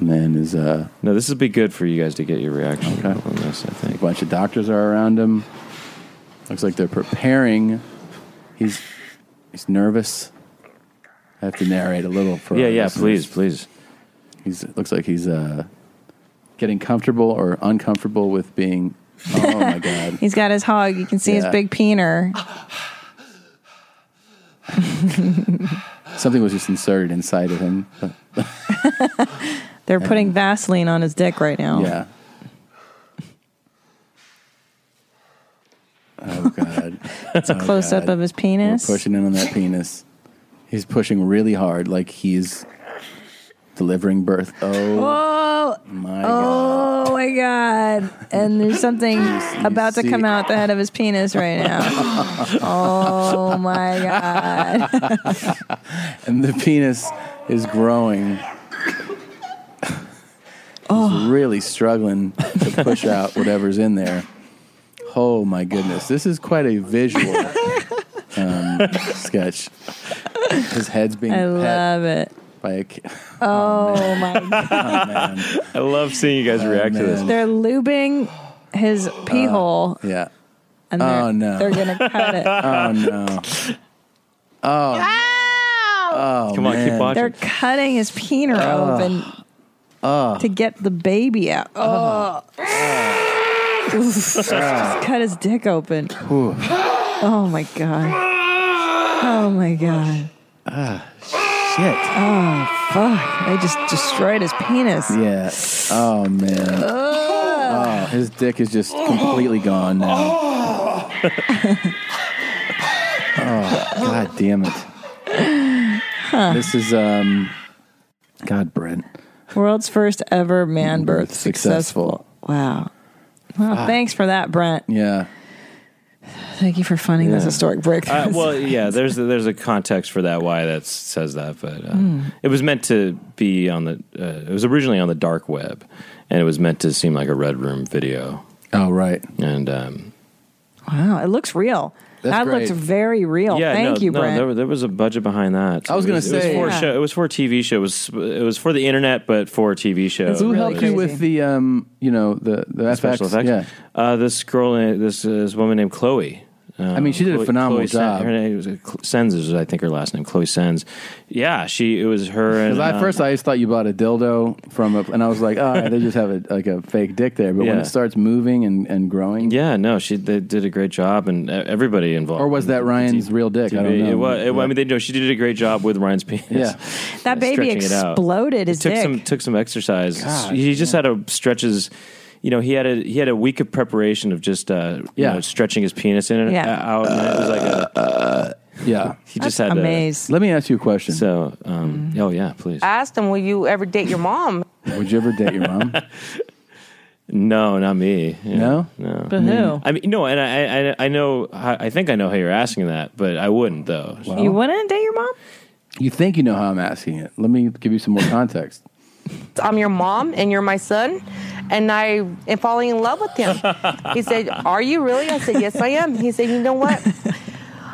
Speaker 1: Man is uh
Speaker 22: No, this would be good for you guys to get your reaction on this. I think a
Speaker 1: bunch of doctors are around him. Looks like they're preparing. He's he's nervous. I have to narrate a little for
Speaker 22: Yeah,
Speaker 1: our
Speaker 22: yeah,
Speaker 1: listeners.
Speaker 22: please, please.
Speaker 1: He's looks like he's uh getting comfortable or uncomfortable with being. Oh my god.
Speaker 2: He's got his hog. You can see his
Speaker 1: Yeah.
Speaker 2: big peener.
Speaker 1: Something was just inserted inside of him.
Speaker 2: They're putting Vaseline on his dick right now.
Speaker 1: Yeah. Oh God!
Speaker 2: It's a
Speaker 1: Oh,
Speaker 2: close-up
Speaker 1: God.
Speaker 2: of his penis.
Speaker 1: We're pushing in on that penis. He's pushing really hard, like he's delivering birth. Oh,
Speaker 2: Whoa!
Speaker 1: my
Speaker 2: Oh my god! And there's something about to
Speaker 1: see-
Speaker 2: come out the head of his penis right now. oh my god!
Speaker 1: and the penis is growing.
Speaker 2: Oh.
Speaker 1: He's really struggling to push out whatever's in there. Oh my goodness! This is quite a visual um, sketch. His head's being
Speaker 2: I
Speaker 1: pet
Speaker 2: love it.
Speaker 1: by a. ca-
Speaker 2: Oh, my god!
Speaker 22: I love seeing you guys react to
Speaker 1: Oh,
Speaker 22: this.
Speaker 2: They're lubing his
Speaker 1: Uh,
Speaker 2: pee hole,
Speaker 1: Yeah.
Speaker 2: and they're,
Speaker 1: oh no.
Speaker 2: they're gonna cut it.
Speaker 1: oh no. Oh. Oh,
Speaker 22: Come on, keep
Speaker 1: man.
Speaker 22: watching.
Speaker 2: They're cutting his penis
Speaker 1: Ugh.
Speaker 2: open
Speaker 1: Oh,
Speaker 2: to get the baby out. Oh. just cut his dick open.
Speaker 1: Ooh.
Speaker 2: Oh my god. Oh my god.
Speaker 1: Ah,
Speaker 2: Shit. Oh fuck. They just destroyed his penis.
Speaker 1: yeah. Oh man. Oh, his dick is just completely gone now. Oh, god damn it.
Speaker 2: Huh.
Speaker 1: This is um God Brent.
Speaker 2: World's first ever man birth
Speaker 1: Successful.
Speaker 2: successful. Wow. Well,
Speaker 1: Fuck.
Speaker 2: thanks for that, Brent.
Speaker 1: Yeah.
Speaker 2: Thank you for funding this
Speaker 22: Yeah.
Speaker 2: historic breakthrough.
Speaker 22: Uh, well, yeah, there's there's a context for that why that says that, but uh,
Speaker 2: Hmm.
Speaker 22: it was meant to be on the uh, it was originally on the dark web, and it was meant to seem like a red room video.
Speaker 1: Oh right,
Speaker 22: and um,
Speaker 2: wow, it looks real.
Speaker 22: That's
Speaker 2: that
Speaker 22: great.
Speaker 2: looked very real.
Speaker 22: yeah,
Speaker 2: Oh, Thank
Speaker 22: no,
Speaker 2: you,
Speaker 22: no,
Speaker 2: Brent.
Speaker 22: There, there was a budget behind that.
Speaker 1: I was
Speaker 22: It
Speaker 1: gonna
Speaker 22: it was
Speaker 1: say-
Speaker 22: for a
Speaker 1: Yeah.
Speaker 22: show, it was for a TV show. It was it was for the internet, but for a TV show.
Speaker 1: Who helped you with the um you know the the FX?
Speaker 22: special effects.
Speaker 1: Yeah.
Speaker 22: Uh, this girl, uh, this, uh, this woman named Chloe. Uh,
Speaker 1: I mean, she did a phenomenal
Speaker 22: Chloe Sen-
Speaker 1: job.
Speaker 22: her name was uh, Cl- Sens is, I think, her last name. Chloe Sens. Yeah, she. It was her. And,
Speaker 1: Because at
Speaker 22: uh,
Speaker 1: first I just thought you bought a dildo from a, and I was like, all right, they just have a, like a fake dick there. But when
Speaker 22: Yeah.
Speaker 1: it starts moving and, and growing,
Speaker 22: yeah, no, she they did a great job, and uh, everybody involved.
Speaker 1: or was that Ryan's real dick? I don't know.
Speaker 22: It was. It, I mean, they know she did a great job with Ryan's penis.
Speaker 1: Yeah.
Speaker 2: that baby
Speaker 22: stretching it out.
Speaker 2: exploded
Speaker 22: It
Speaker 2: his
Speaker 22: took
Speaker 2: dick.
Speaker 22: some took some exercise.
Speaker 2: God,
Speaker 22: he just had a stretches. You know, he had a he had a week of preparation of just uh, you
Speaker 1: Yeah.
Speaker 22: know, stretching his penis in and
Speaker 1: Yeah.
Speaker 22: out. And it was like a
Speaker 1: yeah.
Speaker 22: he just had
Speaker 10: amazed.
Speaker 1: Let me ask you a question.
Speaker 22: So, um, oh yeah, please.
Speaker 10: I asked him, "Will you ever date your mom?"
Speaker 1: Would you ever date your mom?
Speaker 22: No, not me. Yeah.
Speaker 1: No?
Speaker 22: no.
Speaker 10: But who?
Speaker 22: I mean, no, and I, I, I know, I think I know how you're asking that, but I wouldn't though.
Speaker 1: Well, You
Speaker 10: wouldn't date your mom?
Speaker 1: you think you know how I'm asking it. Let me give you some more context.
Speaker 10: I'm your mom and you're my son, and I am falling in love with him. He said, Are you really? I said, Yes, I am. He said, You know what?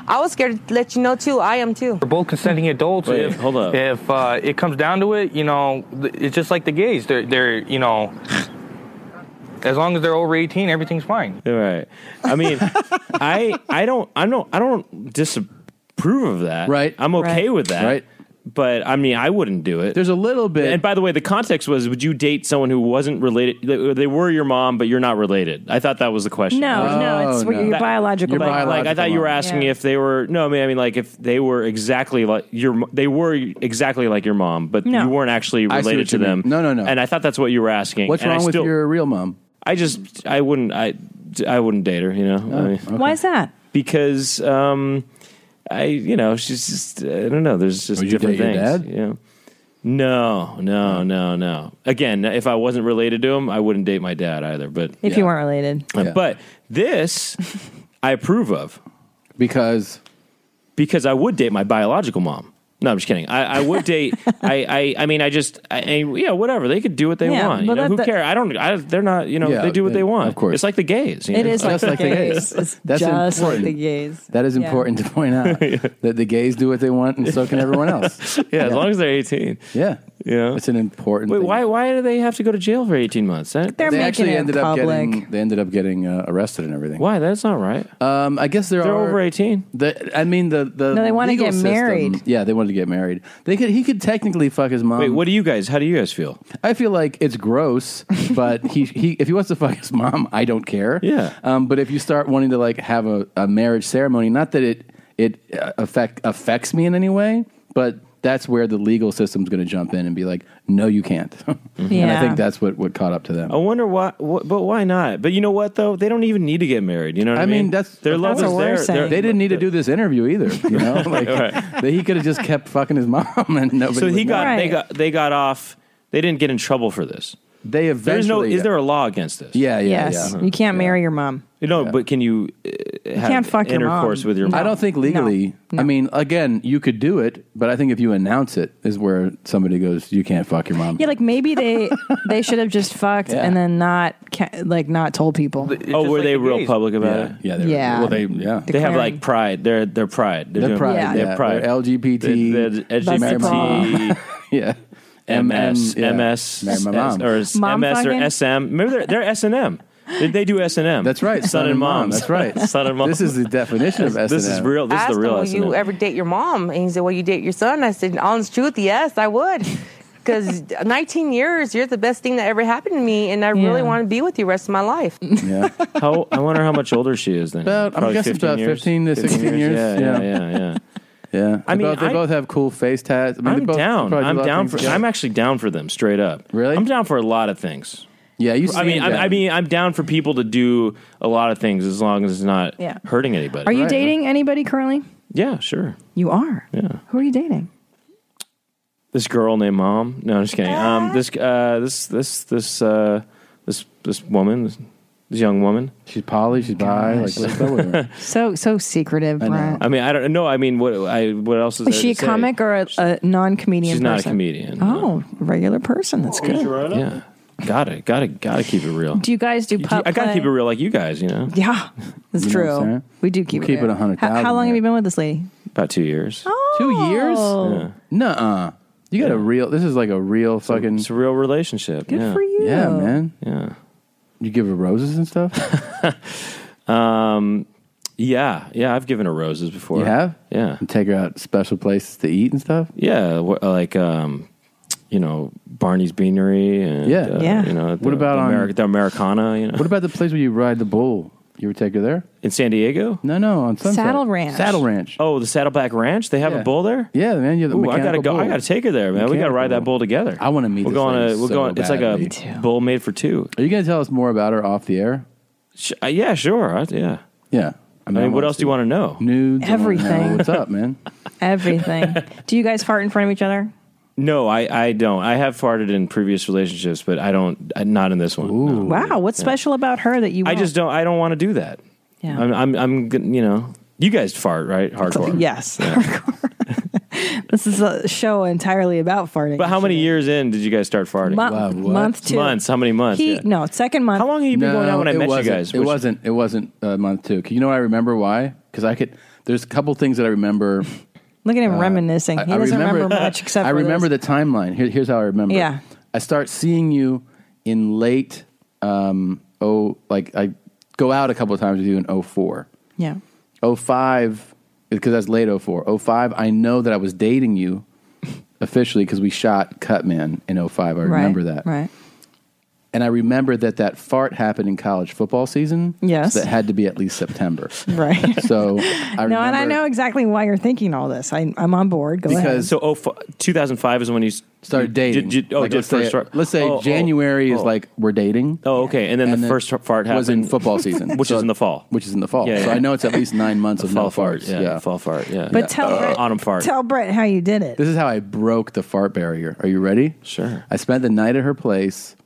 Speaker 10: I was scared to let you know too. I am too.
Speaker 13: We're both consenting adults.
Speaker 22: Wait,
Speaker 13: if,
Speaker 22: hold up.
Speaker 13: If uh, it comes down to it, you know, th- it's just like the gays. They're, they're, you know, as long as they're over 18, everything's fine.
Speaker 22: Right. I mean, I I don't I don't I don't disapprove of that. Right. I'm okay
Speaker 1: Right.
Speaker 22: with that.
Speaker 1: Right.
Speaker 22: But I mean, I wouldn't do it. There's
Speaker 1: a little bit.
Speaker 22: And by the way, the context was: Would you date someone who wasn't related? They they were your mom, but you're not related. I thought that was the question.
Speaker 2: No,
Speaker 22: Like,
Speaker 2: no, it's Oh, your no. biological
Speaker 22: like,
Speaker 2: mom.
Speaker 22: like, I thought you were
Speaker 2: Yeah.
Speaker 22: asking if they were. No, I mean, I mean, like if they were exactly like your. m- They were exactly like your mom, but
Speaker 1: No.
Speaker 22: you weren't actually
Speaker 1: I see
Speaker 22: related
Speaker 1: what
Speaker 22: to
Speaker 1: you
Speaker 22: them.
Speaker 1: mean. No, no, no.
Speaker 22: And I thought that's what you were asking.
Speaker 1: What's
Speaker 22: and I
Speaker 1: wrong with
Speaker 22: still-
Speaker 1: your real mom?
Speaker 22: I just I wouldn't I I wouldn't date her. You know
Speaker 1: Oh,
Speaker 22: I mean,
Speaker 2: Why is that?
Speaker 22: because um I you know she's just I don't know. There's just
Speaker 1: Would Oh, you
Speaker 22: different
Speaker 1: date your
Speaker 22: things. You know? No, no, no, no. Again, if I wasn't related to him, I wouldn't date my dad either. But
Speaker 2: If you weren't related.
Speaker 22: but this I approve of
Speaker 1: because
Speaker 22: because I would date my biological mom. No, I'm just kidding. I, I would date. I, I I mean, I just I, I- yeah, whatever. They could do what they
Speaker 2: Yeah,
Speaker 22: want. You
Speaker 2: but
Speaker 22: know,
Speaker 2: that-
Speaker 22: who
Speaker 2: that-
Speaker 22: cares? I don't. I, they're not. You know,
Speaker 1: Yeah,
Speaker 22: they do what
Speaker 1: they-
Speaker 22: they want.
Speaker 1: of course.
Speaker 22: it's like the gays. You know?
Speaker 2: It is like, the gays. It's
Speaker 1: That's
Speaker 2: just
Speaker 1: important.
Speaker 2: like the gays.
Speaker 1: That is
Speaker 2: Yeah.
Speaker 1: important to point out that the gays do what they want, and so can everyone else.
Speaker 22: yeah, as long as they're 18.
Speaker 1: Yeah,
Speaker 22: yeah,
Speaker 1: it's an important.
Speaker 22: Wait,
Speaker 1: thing.
Speaker 22: why why do they have to go to jail for 18 months? That,
Speaker 1: they actually ended up getting they ended up getting uh, arrested and everything.
Speaker 22: Why? That's not right.
Speaker 1: Um, I guess there
Speaker 22: They're
Speaker 1: are
Speaker 22: over 18.
Speaker 1: The, I mean the the
Speaker 2: No, they wanna
Speaker 1: legal
Speaker 2: get
Speaker 1: system-
Speaker 2: married.
Speaker 1: Yeah, they wanted to get married. They could he could technically fuck his mom.
Speaker 22: Wait, what do you guys? How do you guys feel?
Speaker 1: I feel like it's gross, but he he if he wants to fuck his mom, I don't care.
Speaker 22: Yeah.
Speaker 1: Um, but if you start wanting to like have a, a marriage ceremony, not that it it uh, affect affects me in any way, but that's where the legal system's going to jump in and be like, no, you can't. And I
Speaker 22: Yeah.
Speaker 1: think that's what what caught up to them.
Speaker 22: I wonder why, wh- but why not? But you know what though? They don't even need to get married. You know what I,
Speaker 1: I mean, that's
Speaker 22: their love is there. They're-
Speaker 1: They didn't need to do this interview either. You know, like
Speaker 22: Right.
Speaker 1: they- he could have just kept fucking his mom and nobody.
Speaker 22: So he
Speaker 1: would know.
Speaker 22: got they got they got off. They didn't get in trouble for this.
Speaker 1: They eventually.
Speaker 22: There's no. Is there a law against this?
Speaker 1: Yeah,
Speaker 2: yes. You can't marry your mom.
Speaker 22: No, but can you? Uh,
Speaker 2: You can't fuck your mom.
Speaker 22: intercourse with your mom.
Speaker 1: I don't think legally. I mean, again, you could do it, but I think if you announce it, is where somebody goes, "You can't fuck your mom."
Speaker 2: Yeah, like maybe they they should have just fucked
Speaker 1: Yeah.
Speaker 2: and then not ca- like not told people.
Speaker 22: oh, were they real public about it?
Speaker 1: Yeah,
Speaker 2: they were- Yeah. well, they-
Speaker 1: yeah.
Speaker 22: They have like pride. They're they're pride. They're,
Speaker 1: They're
Speaker 22: doing-
Speaker 1: pride,
Speaker 22: They're
Speaker 1: yeah.
Speaker 22: pride.
Speaker 1: They're LGBT,
Speaker 22: They're, they're
Speaker 1: That's the problem.
Speaker 22: LGBT.
Speaker 1: yeah.
Speaker 22: MS,
Speaker 1: yeah.
Speaker 22: MS,
Speaker 1: Marry my mom.
Speaker 22: or is
Speaker 1: Mom
Speaker 22: MS
Speaker 1: fucking?
Speaker 22: or SM. Maybe they're, they're S and M. Did they do S and M? That's
Speaker 1: right,
Speaker 22: Son, and Mom.
Speaker 1: That's right.
Speaker 22: Son and Mom.
Speaker 1: This is the definition of S&M.
Speaker 22: This is real. This
Speaker 10: asked
Speaker 22: is the real
Speaker 10: him,
Speaker 22: S
Speaker 10: "Will you
Speaker 22: and M.
Speaker 10: ever date your mom?" And he said, "Well, you date your son." I said, "Honest truth, yes, I would." Because 19 years, you're the best thing that ever happened to me, and I really
Speaker 22: Yeah.
Speaker 10: want to be with you the rest of my life.
Speaker 22: Yeah. How I wonder how much older she is then.
Speaker 1: About- I'm
Speaker 22: Probably
Speaker 1: guessing about 15 to 16 years,
Speaker 22: Yeah,
Speaker 1: yeah.
Speaker 22: yeah, yeah. yeah.
Speaker 1: Yeah,
Speaker 22: I
Speaker 1: They
Speaker 22: mean,
Speaker 1: both- they
Speaker 22: I-
Speaker 1: both have cool face tats. I mean, they
Speaker 22: I'm
Speaker 1: both- they
Speaker 22: down.
Speaker 1: probably do a
Speaker 22: I'm
Speaker 1: lot of
Speaker 22: down
Speaker 1: things
Speaker 22: for.
Speaker 1: together.
Speaker 22: I'm actually down for them, straight up. Really? I'm down for a lot of things.
Speaker 1: Yeah, you.
Speaker 22: I
Speaker 1: seem
Speaker 22: mean, I'm,
Speaker 1: down.
Speaker 22: I mean, I'm down for people to do a lot of things as long as it's not
Speaker 2: Yeah.
Speaker 22: hurting anybody.
Speaker 2: Are you dating anybody currently?
Speaker 22: Yeah, sure.
Speaker 2: You are.
Speaker 22: Yeah.
Speaker 2: Who are you dating?
Speaker 22: This girl named Mom. No, I'm just kidding.
Speaker 2: Ah.
Speaker 22: Um, this uh, this this this uh, this this woman, this, this young woman.
Speaker 1: She's poly. She's bi. Like, what's up with her?
Speaker 2: So so secretive, Brad.
Speaker 22: I mean, I don't know. I mean, what I what else is
Speaker 2: Is
Speaker 22: there
Speaker 2: she a
Speaker 22: to say?
Speaker 2: comic or a, a non-comedian?
Speaker 22: She's not a
Speaker 2: person?
Speaker 22: comedian,
Speaker 2: Oh, regular person. That's good.
Speaker 22: Yeah, got it. Got to Got to keep it real.
Speaker 2: Do you guys do pup?
Speaker 22: I got to
Speaker 2: play?
Speaker 22: keep it real, like you guys. You know,
Speaker 2: Yeah, that's
Speaker 22: You know what I'm
Speaker 2: true.
Speaker 22: saying?
Speaker 2: We do keep
Speaker 22: We
Speaker 2: it.
Speaker 22: keep it
Speaker 2: real.
Speaker 22: 100,000
Speaker 2: How, how long have you been with this lady? Oh,
Speaker 22: about two years.
Speaker 1: Two years?
Speaker 2: Yeah.
Speaker 1: Nuh-uh. You got a real. This is like a real fucking.
Speaker 22: It's a real relationship.
Speaker 1: Good
Speaker 22: yeah.
Speaker 1: for you. Yeah, man.
Speaker 22: Yeah.
Speaker 1: You give her roses and stuff.
Speaker 22: Um, yeah, yeah. I've given her roses before.
Speaker 1: you have.
Speaker 22: Yeah.
Speaker 1: And take her out special places to eat and stuff.
Speaker 22: Yeah, wh- like um, you know Barney's Beanery and
Speaker 1: Yeah.
Speaker 22: uh,
Speaker 1: Yeah.
Speaker 22: You know
Speaker 1: What about
Speaker 22: the,
Speaker 1: on-
Speaker 22: Ameri- the Americana? You know,
Speaker 1: What about the place where you ride the bull? You ever take her there?
Speaker 22: in San Diego?
Speaker 1: No, no, on Sunset.
Speaker 22: Saddle Ranch.
Speaker 1: Saddle Ranch.
Speaker 22: Oh, the Saddleback Ranch. They have
Speaker 1: Yeah.
Speaker 22: a bull there.
Speaker 1: Yeah, man. You're the
Speaker 22: Ooh, I gotta
Speaker 1: mechanical
Speaker 22: go. I
Speaker 1: bull.
Speaker 22: gotta take her there, man. we gotta
Speaker 1: Mechanical
Speaker 22: ride that bull together. I
Speaker 1: want to meet.
Speaker 22: We're
Speaker 1: this
Speaker 22: going
Speaker 1: lady
Speaker 22: to. We're
Speaker 1: so
Speaker 22: going. It's like
Speaker 1: badly. Me
Speaker 22: a
Speaker 1: too.
Speaker 22: bull made for two.
Speaker 1: Are you going to tell us more about her off the air?
Speaker 22: Sh- uh, yeah, sure. I, yeah.
Speaker 1: Yeah.
Speaker 22: I mean,
Speaker 1: I
Speaker 22: what
Speaker 1: wanna
Speaker 22: else do you want to know?
Speaker 1: Nudes.
Speaker 22: I wanna know
Speaker 2: Everything.
Speaker 1: what's up, man?
Speaker 2: Everything. do you guys fart in front of each other?
Speaker 22: No, I, I don't. I have farted in previous relationships, but I don't. I- Not in this one. no.
Speaker 2: Wow, what's
Speaker 22: Yeah.
Speaker 2: special about her that you?
Speaker 22: I
Speaker 2: won't?
Speaker 22: just don't. I don't want to do that.
Speaker 2: Yeah.
Speaker 22: I'm. I'm. I'm. gonna- You know. You guys fart right hardcore.
Speaker 2: Yes. This is a show entirely about farting.
Speaker 22: But how many years in did you guys start farting?
Speaker 2: Month- Wow, what? month two.
Speaker 22: Months. How many months?
Speaker 2: he
Speaker 22: Yeah.
Speaker 2: no second month. How
Speaker 22: long have you
Speaker 1: No,
Speaker 22: when I
Speaker 1: it
Speaker 22: met you
Speaker 1: wasn't.
Speaker 22: guys,
Speaker 1: It
Speaker 22: which-
Speaker 1: wasn't. It wasn't uh, month two. 'Cause You know, I remember why because I could. There's a couple things that I remember.
Speaker 2: Look at him reminiscing.
Speaker 1: Uh, I-
Speaker 2: He
Speaker 1: I
Speaker 2: doesn't remember, much except
Speaker 1: I
Speaker 2: for
Speaker 1: remember
Speaker 2: this.
Speaker 1: the timeline. Here, here's how I remember. it.
Speaker 2: Yeah.
Speaker 1: I start seeing you in late. Um, oh, like I go out a couple of times with you in 04.
Speaker 2: Yeah.
Speaker 1: 05 because that's late 04 05 i know that i was dating you officially because we shot cutman in 05 i remember
Speaker 2: Right,
Speaker 1: that
Speaker 2: Right.
Speaker 1: and i remember that that fart happened in college football season
Speaker 2: Yes.
Speaker 1: so that had to be at least september
Speaker 2: Right.
Speaker 1: so i
Speaker 2: no,
Speaker 1: remember
Speaker 2: and I know exactly why you're thinking all this. I, I'm on board. Go ahead.
Speaker 22: so oh, f- 2005 is when you s-
Speaker 1: started dating
Speaker 22: Did, did, oh,
Speaker 1: Like,
Speaker 22: did
Speaker 1: let's
Speaker 22: first
Speaker 1: say,
Speaker 22: start.
Speaker 1: let's say
Speaker 22: Oh, oh,
Speaker 1: january is
Speaker 22: oh.
Speaker 1: like we're dating
Speaker 22: Oh, okay. And then
Speaker 1: And
Speaker 22: the
Speaker 1: then
Speaker 22: first fart happened
Speaker 1: was in football season
Speaker 22: which
Speaker 1: So-
Speaker 22: is in the fall.
Speaker 1: which is in the fall
Speaker 22: Yeah,
Speaker 1: so
Speaker 22: yeah.
Speaker 1: i know it's at least nine months of
Speaker 22: fall
Speaker 1: no
Speaker 22: fart,
Speaker 1: farts
Speaker 22: yeah, fall fart yeah
Speaker 2: But tell her-
Speaker 22: Uh, autumn fart
Speaker 2: Tell Brett how you did it.
Speaker 1: This is how I broke the fart barrier. Are you ready?
Speaker 22: Sure.
Speaker 1: I spent the night at her place.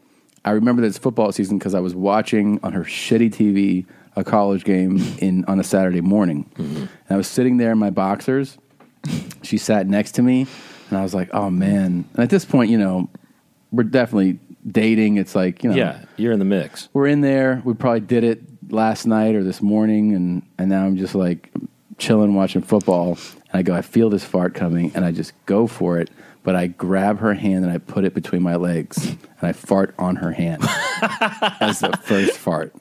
Speaker 1: I remember that it's football season because I was watching on her shitty TV a college game in on a Saturday morning, and I was sitting there in my boxers. She sat next to me, and I was like, "Oh man!" And at this point, you know, we're definitely dating. It's like you know,
Speaker 22: yeah you're in the mix
Speaker 1: we're in there. We probably did it last night or this morning, and and now I'm just like chilling, watching football. And I go, I feel this fart coming, and I just go for it. But I grab her hand and I put it between my legs, and I fart on her hand as the first fart.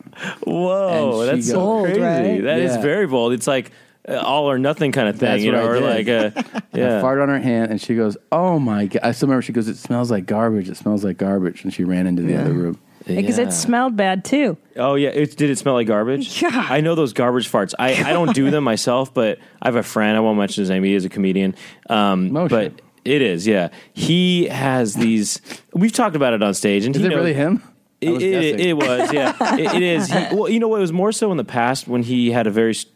Speaker 22: Whoa,
Speaker 1: And she
Speaker 22: Oh, that's so
Speaker 1: goes-
Speaker 22: crazy. That is
Speaker 1: Yeah.
Speaker 22: very bold. It's like uh, all or nothing kind of thing,
Speaker 1: That's
Speaker 22: you
Speaker 1: what
Speaker 22: know,
Speaker 1: I
Speaker 22: or like
Speaker 1: did.
Speaker 22: a
Speaker 1: I
Speaker 22: yeah.
Speaker 1: fart on her hand, and she goes, "Oh my god!" I still remember. She goes, "It smells like garbage. It smells like garbage." And she ran into the other room
Speaker 2: Because
Speaker 22: Yeah.
Speaker 2: it smelled bad too.
Speaker 22: Oh yeah, it, did it smell like garbage? Yeah, I know those garbage farts. I, I don't do them myself, but I have a friend. I won't mention his name. He is a comedian. Um, but it is yeah. He has these. We've talked about it on stage, and
Speaker 1: Is
Speaker 22: he
Speaker 1: it
Speaker 22: knows-
Speaker 1: really him? I
Speaker 22: It,
Speaker 1: was
Speaker 22: it,
Speaker 1: guessing.
Speaker 22: it was yeah. It- it is. He, well, you know what? It was more so in the past when he had a very. s-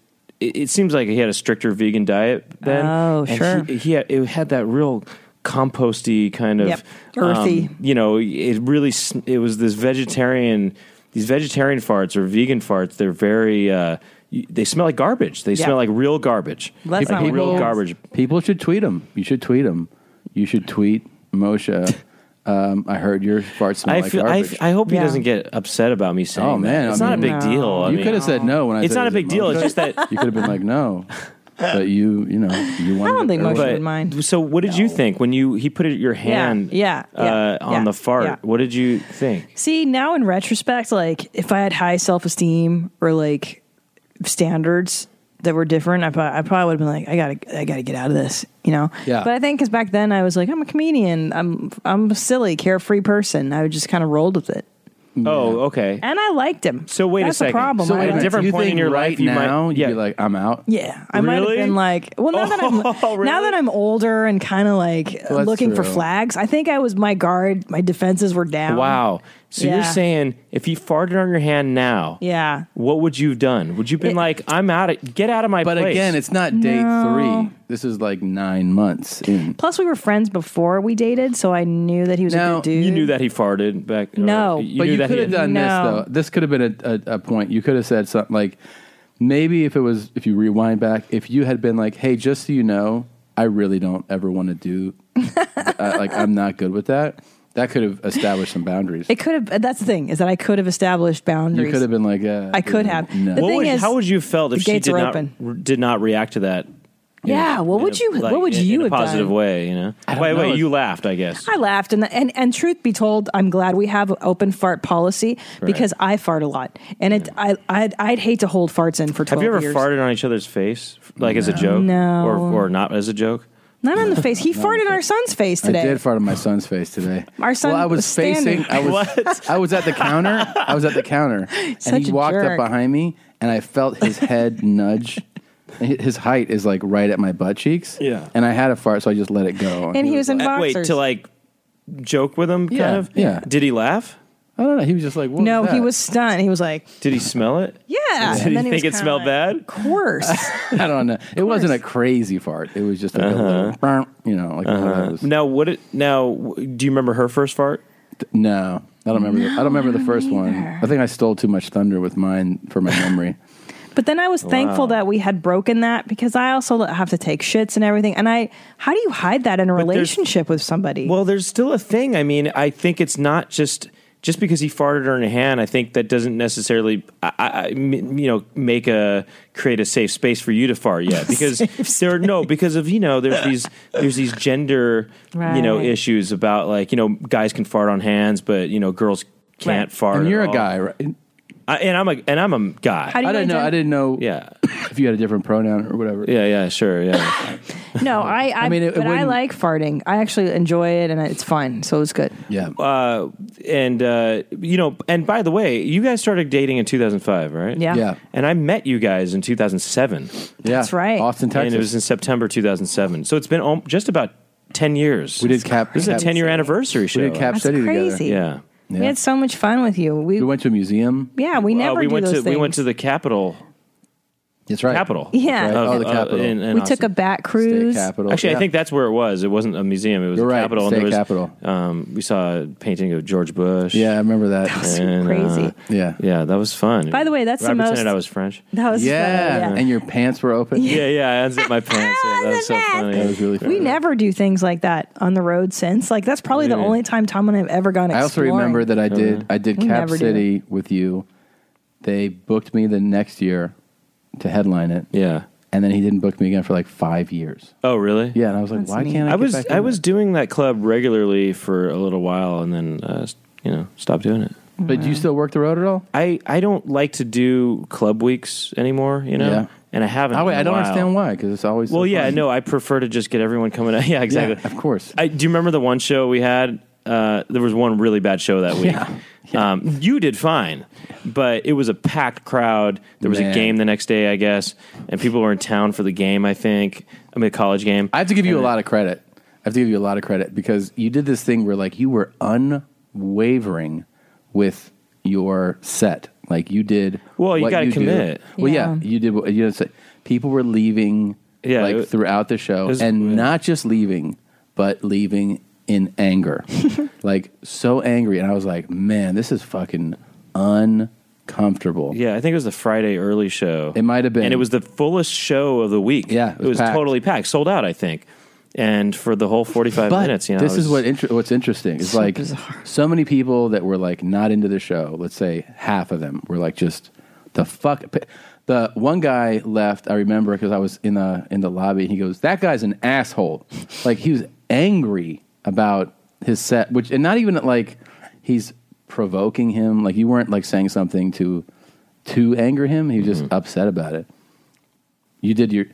Speaker 22: It, it seems like he had a stricter vegan diet then.
Speaker 2: Oh,
Speaker 22: And
Speaker 2: sure.
Speaker 22: He, he had, it had that real composty kind of um,
Speaker 2: Yep. Earthy.
Speaker 22: you know, it really sn- it was this vegetarian these vegetarian farts or vegan farts. They're very uh, y- they smell like garbage. They
Speaker 1: Yeah.
Speaker 22: smell like real garbage.
Speaker 1: Let's
Speaker 22: like
Speaker 1: not
Speaker 22: real
Speaker 1: people-
Speaker 22: garbage.
Speaker 1: People should tweet him. You should tweet him. You should tweet Moshe. Um, I heard your fart smell
Speaker 22: I
Speaker 1: like
Speaker 22: feel. I,
Speaker 1: garbage.
Speaker 22: f- I hope he doesn't get upset about me saying.
Speaker 1: Oh man,
Speaker 22: that. it's
Speaker 1: I
Speaker 22: not a
Speaker 1: mean,
Speaker 22: big deal. I
Speaker 1: you
Speaker 22: mean-
Speaker 1: could have said no when I.
Speaker 22: It's
Speaker 1: said,
Speaker 22: not a
Speaker 1: "Is it
Speaker 22: big deal. It's
Speaker 1: Moshe?"
Speaker 22: just that-
Speaker 1: you could have been like no. but you, you know, you want.
Speaker 2: I don't think Moshe
Speaker 22: But-
Speaker 2: would mind.
Speaker 22: So, what did you think when you he put it, your hand
Speaker 2: yeah,
Speaker 22: uh,
Speaker 2: yeah,
Speaker 22: on
Speaker 2: yeah,
Speaker 22: the fart?
Speaker 2: yeah.
Speaker 22: What did you think?
Speaker 2: See, now in retrospect, like if I had high self esteem or like standards that were different, I probably, I probably would have been like, I gotta, I gotta get out of this, you know.
Speaker 14: Yeah.
Speaker 2: But I think because back then I was like, I'm a comedian, I'm, I'm a silly, carefree person. I just kind of rolled with it,
Speaker 22: Oh, okay.
Speaker 2: and I liked him.
Speaker 22: So wait
Speaker 2: That's
Speaker 22: a second.
Speaker 2: The problem.
Speaker 22: So
Speaker 2: I
Speaker 22: at a
Speaker 2: liked
Speaker 22: different
Speaker 2: him.
Speaker 22: point in your
Speaker 1: right
Speaker 22: life, you
Speaker 1: now,
Speaker 22: might yeah.
Speaker 1: You'd be like, I'm out.
Speaker 2: Yeah, I might have been like, well, now that
Speaker 22: Oh,
Speaker 2: I'm now that I'm older and kind of like
Speaker 22: Well, that's
Speaker 2: looking for
Speaker 22: true.
Speaker 2: flags, I think I was my guard, my defenses were down.
Speaker 22: Wow. So
Speaker 2: Yeah.
Speaker 22: you're saying if you farted on your hand now,
Speaker 2: Yeah.
Speaker 22: what would you have done? Would you have been
Speaker 2: It-
Speaker 22: like, I'm out of get out of my
Speaker 1: But
Speaker 22: place?
Speaker 1: again, it's not day
Speaker 2: No.
Speaker 1: three. This is like nine months in.
Speaker 2: Plus, we were friends before we dated, so I knew that he was a good dude.
Speaker 22: you knew that he farted back. uh,
Speaker 2: No.
Speaker 1: but
Speaker 2: You
Speaker 1: you
Speaker 2: knew that
Speaker 1: could
Speaker 2: he
Speaker 1: have
Speaker 2: had-
Speaker 1: done
Speaker 2: No.
Speaker 1: this though. This could have been a, a, a point. You could have said something like, maybe if it was, if you rewind back, if you had been like, hey, just so you know, I really don't ever want to do, uh, like, I'm not good with that. That could have established some boundaries.
Speaker 2: It could have. That's the thing is that I could have established boundaries.
Speaker 1: You could have been like, uh,
Speaker 2: I could have.
Speaker 1: No.
Speaker 2: The
Speaker 1: What
Speaker 2: thing
Speaker 1: would-
Speaker 2: is,
Speaker 1: how
Speaker 22: would you have felt
Speaker 2: the
Speaker 22: if she
Speaker 2: gates
Speaker 22: did
Speaker 2: are
Speaker 22: not
Speaker 2: open.
Speaker 22: did not react to that?
Speaker 2: Yeah. What would you?
Speaker 22: like,
Speaker 2: what would
Speaker 22: in-
Speaker 2: you
Speaker 22: in a
Speaker 2: have
Speaker 22: positive
Speaker 2: done?
Speaker 22: way? You know. Wait,
Speaker 1: know.
Speaker 22: wait. You laughed, I guess.
Speaker 2: I laughed, and, and and truth be told, I'm glad we have an open fart policy
Speaker 22: Right.
Speaker 2: because I fart a lot, and it I I'd, I'd hate to hold farts in for
Speaker 22: Have
Speaker 2: 12
Speaker 22: you ever
Speaker 2: years.
Speaker 22: farted on each other's face, like as a joke,
Speaker 2: No.
Speaker 22: or or not as a joke?
Speaker 2: Not on the face. He farted in our son's face today.
Speaker 1: I did fart on my son's face today.
Speaker 2: Our son
Speaker 1: well, I was,
Speaker 2: was standing.
Speaker 1: facing. I was. I was at the counter. I was at the counter,
Speaker 2: Such
Speaker 1: and he
Speaker 2: a
Speaker 1: walked
Speaker 2: jerk.
Speaker 1: up behind me, and I felt his head nudge. Hi- His height is like right at my butt cheeks.
Speaker 22: Yeah.
Speaker 1: and I had a fart, so I just let it go.
Speaker 2: And he was in
Speaker 22: Uh, Wait
Speaker 2: boxers.
Speaker 22: to like joke with him, kind
Speaker 1: Yeah,
Speaker 22: of.
Speaker 1: yeah.
Speaker 22: Did he laugh?
Speaker 1: I don't know. He was just like, what
Speaker 2: no,
Speaker 1: was
Speaker 2: he
Speaker 1: that?
Speaker 2: was stunned. He was like,
Speaker 22: Did he smell it?
Speaker 2: yeah.
Speaker 22: Did
Speaker 2: And
Speaker 22: he
Speaker 2: then
Speaker 22: think
Speaker 2: was
Speaker 22: it
Speaker 2: kinda
Speaker 22: smelled
Speaker 2: like,
Speaker 22: bad?
Speaker 2: Of course.
Speaker 1: I don't know. It wasn't a crazy fart. It was just like a little, "Burp," you know, like one of
Speaker 22: Uh-huh.
Speaker 1: those.
Speaker 22: Now what? It, now w- do you remember her first fart?
Speaker 1: No, I don't remember. the, I don't remember the first one. I think I stole too much thunder with mine for my memory.
Speaker 2: But then I was thankful
Speaker 1: Wow.
Speaker 2: that we had broken that because I also have to take shits and everything. And I, how do you hide that in a relationship with somebody?
Speaker 22: Well, there's still a thing. I mean, I think it's not just just because he farted her in the hand. I think that doesn't necessarily, I, I, I- m- you know, make a create a safe space for you to fart yet because there are no because of you know there's these there's these gender you know
Speaker 1: Right.
Speaker 22: issues about like you know guys can fart on hands but you know girls can't
Speaker 1: Right.
Speaker 22: fart.
Speaker 1: And
Speaker 22: at
Speaker 1: you're a
Speaker 22: all.
Speaker 1: guy, right?
Speaker 22: I, and I'm a and I'm a guy.
Speaker 2: How do you
Speaker 1: I didn't know.
Speaker 2: identify-
Speaker 1: I didn't know.
Speaker 22: Yeah.
Speaker 1: If you had a different pronoun or whatever.
Speaker 22: Yeah. Yeah. Sure. Yeah.
Speaker 2: no, I, I,
Speaker 1: I mean, it- it
Speaker 2: but I
Speaker 1: wouldn't-
Speaker 2: like farting. I actually enjoy it and it's fun. So it was good.
Speaker 1: Yeah.
Speaker 22: Uh, and uh, you know, and by the way, you guys started dating in 2005, right?
Speaker 2: Yeah. Yeah.
Speaker 22: And I met you guys in 2007.
Speaker 1: Yeah. That's right. Austin,
Speaker 22: And
Speaker 1: Texas.
Speaker 22: it was in September 2007. So it's been al- just about 10 years. We
Speaker 1: did Cap.
Speaker 22: This is a
Speaker 1: Cap-
Speaker 22: 10 year anniversary show.
Speaker 1: We did Cap
Speaker 2: That's
Speaker 1: City
Speaker 2: crazy.
Speaker 1: together.
Speaker 22: Yeah.
Speaker 2: We had so much fun with you. We,
Speaker 1: We went to a museum.
Speaker 2: yeah, we never
Speaker 22: Uh, we
Speaker 2: do
Speaker 22: went
Speaker 2: those
Speaker 22: to
Speaker 2: things.
Speaker 22: we went to the Capitol.
Speaker 1: That's right.
Speaker 22: Capitol.
Speaker 2: yeah.
Speaker 22: Of-
Speaker 1: Oh, the
Speaker 22: uh,
Speaker 1: Capitol.
Speaker 22: in- in
Speaker 2: we
Speaker 22: Austin.
Speaker 2: took a bat cruise.
Speaker 22: Actually,
Speaker 1: yeah.
Speaker 22: I think that's where it was. It wasn't a museum. It was
Speaker 1: You're
Speaker 22: a
Speaker 1: right,
Speaker 22: Capitol.
Speaker 1: state
Speaker 22: and there was,
Speaker 1: Capitol.
Speaker 22: Um, we saw a painting of George Bush.
Speaker 1: Yeah, I remember that.
Speaker 22: That
Speaker 1: was crazy.
Speaker 22: yeah, yeah, that was fun.
Speaker 2: By the way, that's
Speaker 22: I
Speaker 2: the most-
Speaker 22: pretended I was French.
Speaker 2: That was fun,
Speaker 1: yeah.
Speaker 2: yeah.
Speaker 1: And your pants were open.
Speaker 22: Yeah, yeah. I unzipped my pants. Yeah, that was so funny.
Speaker 1: That was really
Speaker 2: We never do things like that on the road since. Like that's probably the
Speaker 1: Really?
Speaker 2: only time Tom and I have ever gone.
Speaker 1: I also
Speaker 2: Exploring.
Speaker 1: remember that
Speaker 22: Oh,
Speaker 1: I did I did
Speaker 2: We
Speaker 1: Cap
Speaker 2: never do
Speaker 1: City with you. They booked me the next year to headline it.
Speaker 22: Yeah.
Speaker 1: And then he didn't book me again for like five years.
Speaker 22: Oh, really?
Speaker 1: Yeah, and I was like, why can't I?
Speaker 22: I
Speaker 1: get
Speaker 22: was
Speaker 1: back
Speaker 22: I
Speaker 1: in
Speaker 22: was doing that club regularly for a little while, and then uh, s- you know stopped doing it.
Speaker 2: Mm.
Speaker 1: there? But do you still work the road at all?
Speaker 22: I I don't like to do club weeks anymore. You know,
Speaker 1: Yeah.
Speaker 22: and I haven't.
Speaker 1: I,
Speaker 22: in
Speaker 1: I
Speaker 22: a
Speaker 1: don't
Speaker 22: while.
Speaker 1: understand why because it's always. so
Speaker 22: Well, yeah,
Speaker 1: fun.
Speaker 22: no, I prefer to just get everyone coming out. Yeah, exactly.
Speaker 1: of course.
Speaker 22: I, do you remember the one show we had? Uh, there was one really bad show that week.
Speaker 1: Yeah.
Speaker 22: Um, you did fine, but it was a packed crowd. There was
Speaker 1: Man.
Speaker 22: a game the next day, I guess, and people were in town for the game. I think. I mean, a college game.
Speaker 1: I have to give you a lot of credit. I have to give you a lot of credit because you did this thing where like you were unwavering with your set. Like you did.
Speaker 22: Well, you
Speaker 1: what
Speaker 22: gotta
Speaker 1: do.
Speaker 22: commit.
Speaker 1: Well, yeah. you did. What, you know, so people were leaving.
Speaker 22: Yeah,
Speaker 1: like
Speaker 22: it-
Speaker 1: throughout the show,
Speaker 22: it was-
Speaker 1: and not just leaving, but leaving in anger, like so angry. And I was like, man, this is fucking uncomfortable.
Speaker 22: Yeah, I think it was the Friday early show. It
Speaker 1: might have been.
Speaker 22: and it was the fullest show of the week. Yeah, it was,
Speaker 1: packed.
Speaker 22: totally packed, sold out. I think, and for the whole forty-five
Speaker 1: but
Speaker 22: minutes. You know,
Speaker 1: this
Speaker 22: it was-
Speaker 1: is what inter- what's interesting. It's
Speaker 22: So
Speaker 1: like so many people that were like not into the show. Let's say half of them were like just the fuck. p- The one guy left. I remember because I was in the in the lobby, and he goes, "That guy's an asshole." like he was angry about his set, which and not even like he's provoking him. Like you weren't like saying something to to anger him. He was
Speaker 22: Mm-hmm.
Speaker 1: just upset about it. You did your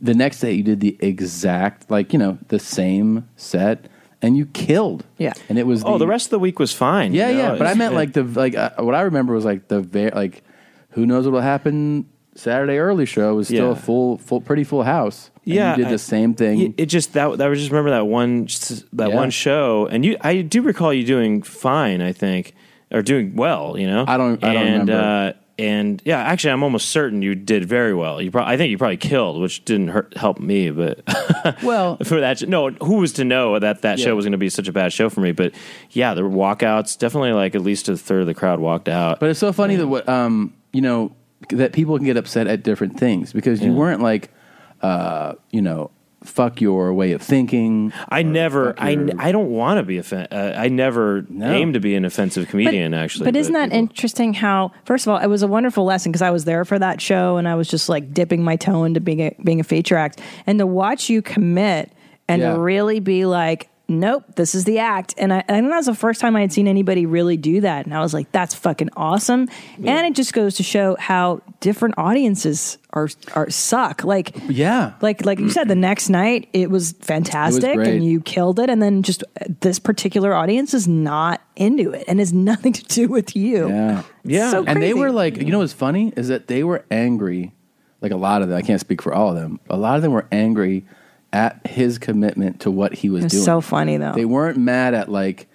Speaker 1: the next day. You did the exact like you know the same set, and you killed. Yeah, and it was
Speaker 22: Oh, the rest of the week was fine.
Speaker 1: yeah,
Speaker 22: you know?
Speaker 1: yeah. But I
Speaker 22: It's-
Speaker 1: meant like the like uh, what I remember was like the very like who knows what will happen Saturday early show was still
Speaker 22: Yeah.
Speaker 1: a full full pretty full house. and
Speaker 22: Yeah,
Speaker 1: you did
Speaker 22: I-
Speaker 1: the same thing.
Speaker 22: It just that that was just remember that one s- that
Speaker 1: Yeah.
Speaker 22: one show, and you I do recall you doing fine, I think, or doing well. You know, I don't,
Speaker 1: I don't
Speaker 22: and,
Speaker 1: remember.
Speaker 22: Uh, and yeah, actually, I'm almost certain you did very well. You, probably I think you probably killed, which didn't hurt, help me, but
Speaker 1: well,
Speaker 22: for that, no, who was to know that that
Speaker 1: Yeah.
Speaker 22: show was going to be such a bad show for me? But yeah, the walkouts definitely like at least a third of the crowd walked out.
Speaker 1: But it's so funny that what um you know that people can get upset at different things because you weren't like uh you know fuck your way of thinking.
Speaker 22: I never, I, I don't want to be offend. Uh, I never aim to be an offensive comedian. actually,
Speaker 2: but isn't that interesting how, first of all, it was a wonderful lesson because I was there for that show and I was just like dipping my toe into being a, being a feature act. And to watch you commit and
Speaker 14: Yeah.
Speaker 2: to really be like, nope, this is the act. And I, I think that was the first time I had seen anybody really do that. And I was like, that's fucking awesome.
Speaker 1: Yeah.
Speaker 2: And it just goes to show how different audiences are, are suck. Like,
Speaker 1: yeah.
Speaker 2: like like you said the next night it was fantastic
Speaker 1: great.
Speaker 2: and you killed it and then just uh, this particular audience is not into it and has nothing to do with you
Speaker 1: Yeah.
Speaker 2: yeah so
Speaker 1: and they
Speaker 2: crazy.
Speaker 1: were like, you know what's funny is that they were angry, like a lot of them, I can't speak for all of them, a lot of them were angry at his commitment to what he was,
Speaker 2: It was
Speaker 1: doing.
Speaker 2: so funny, though.
Speaker 1: They weren't mad at like,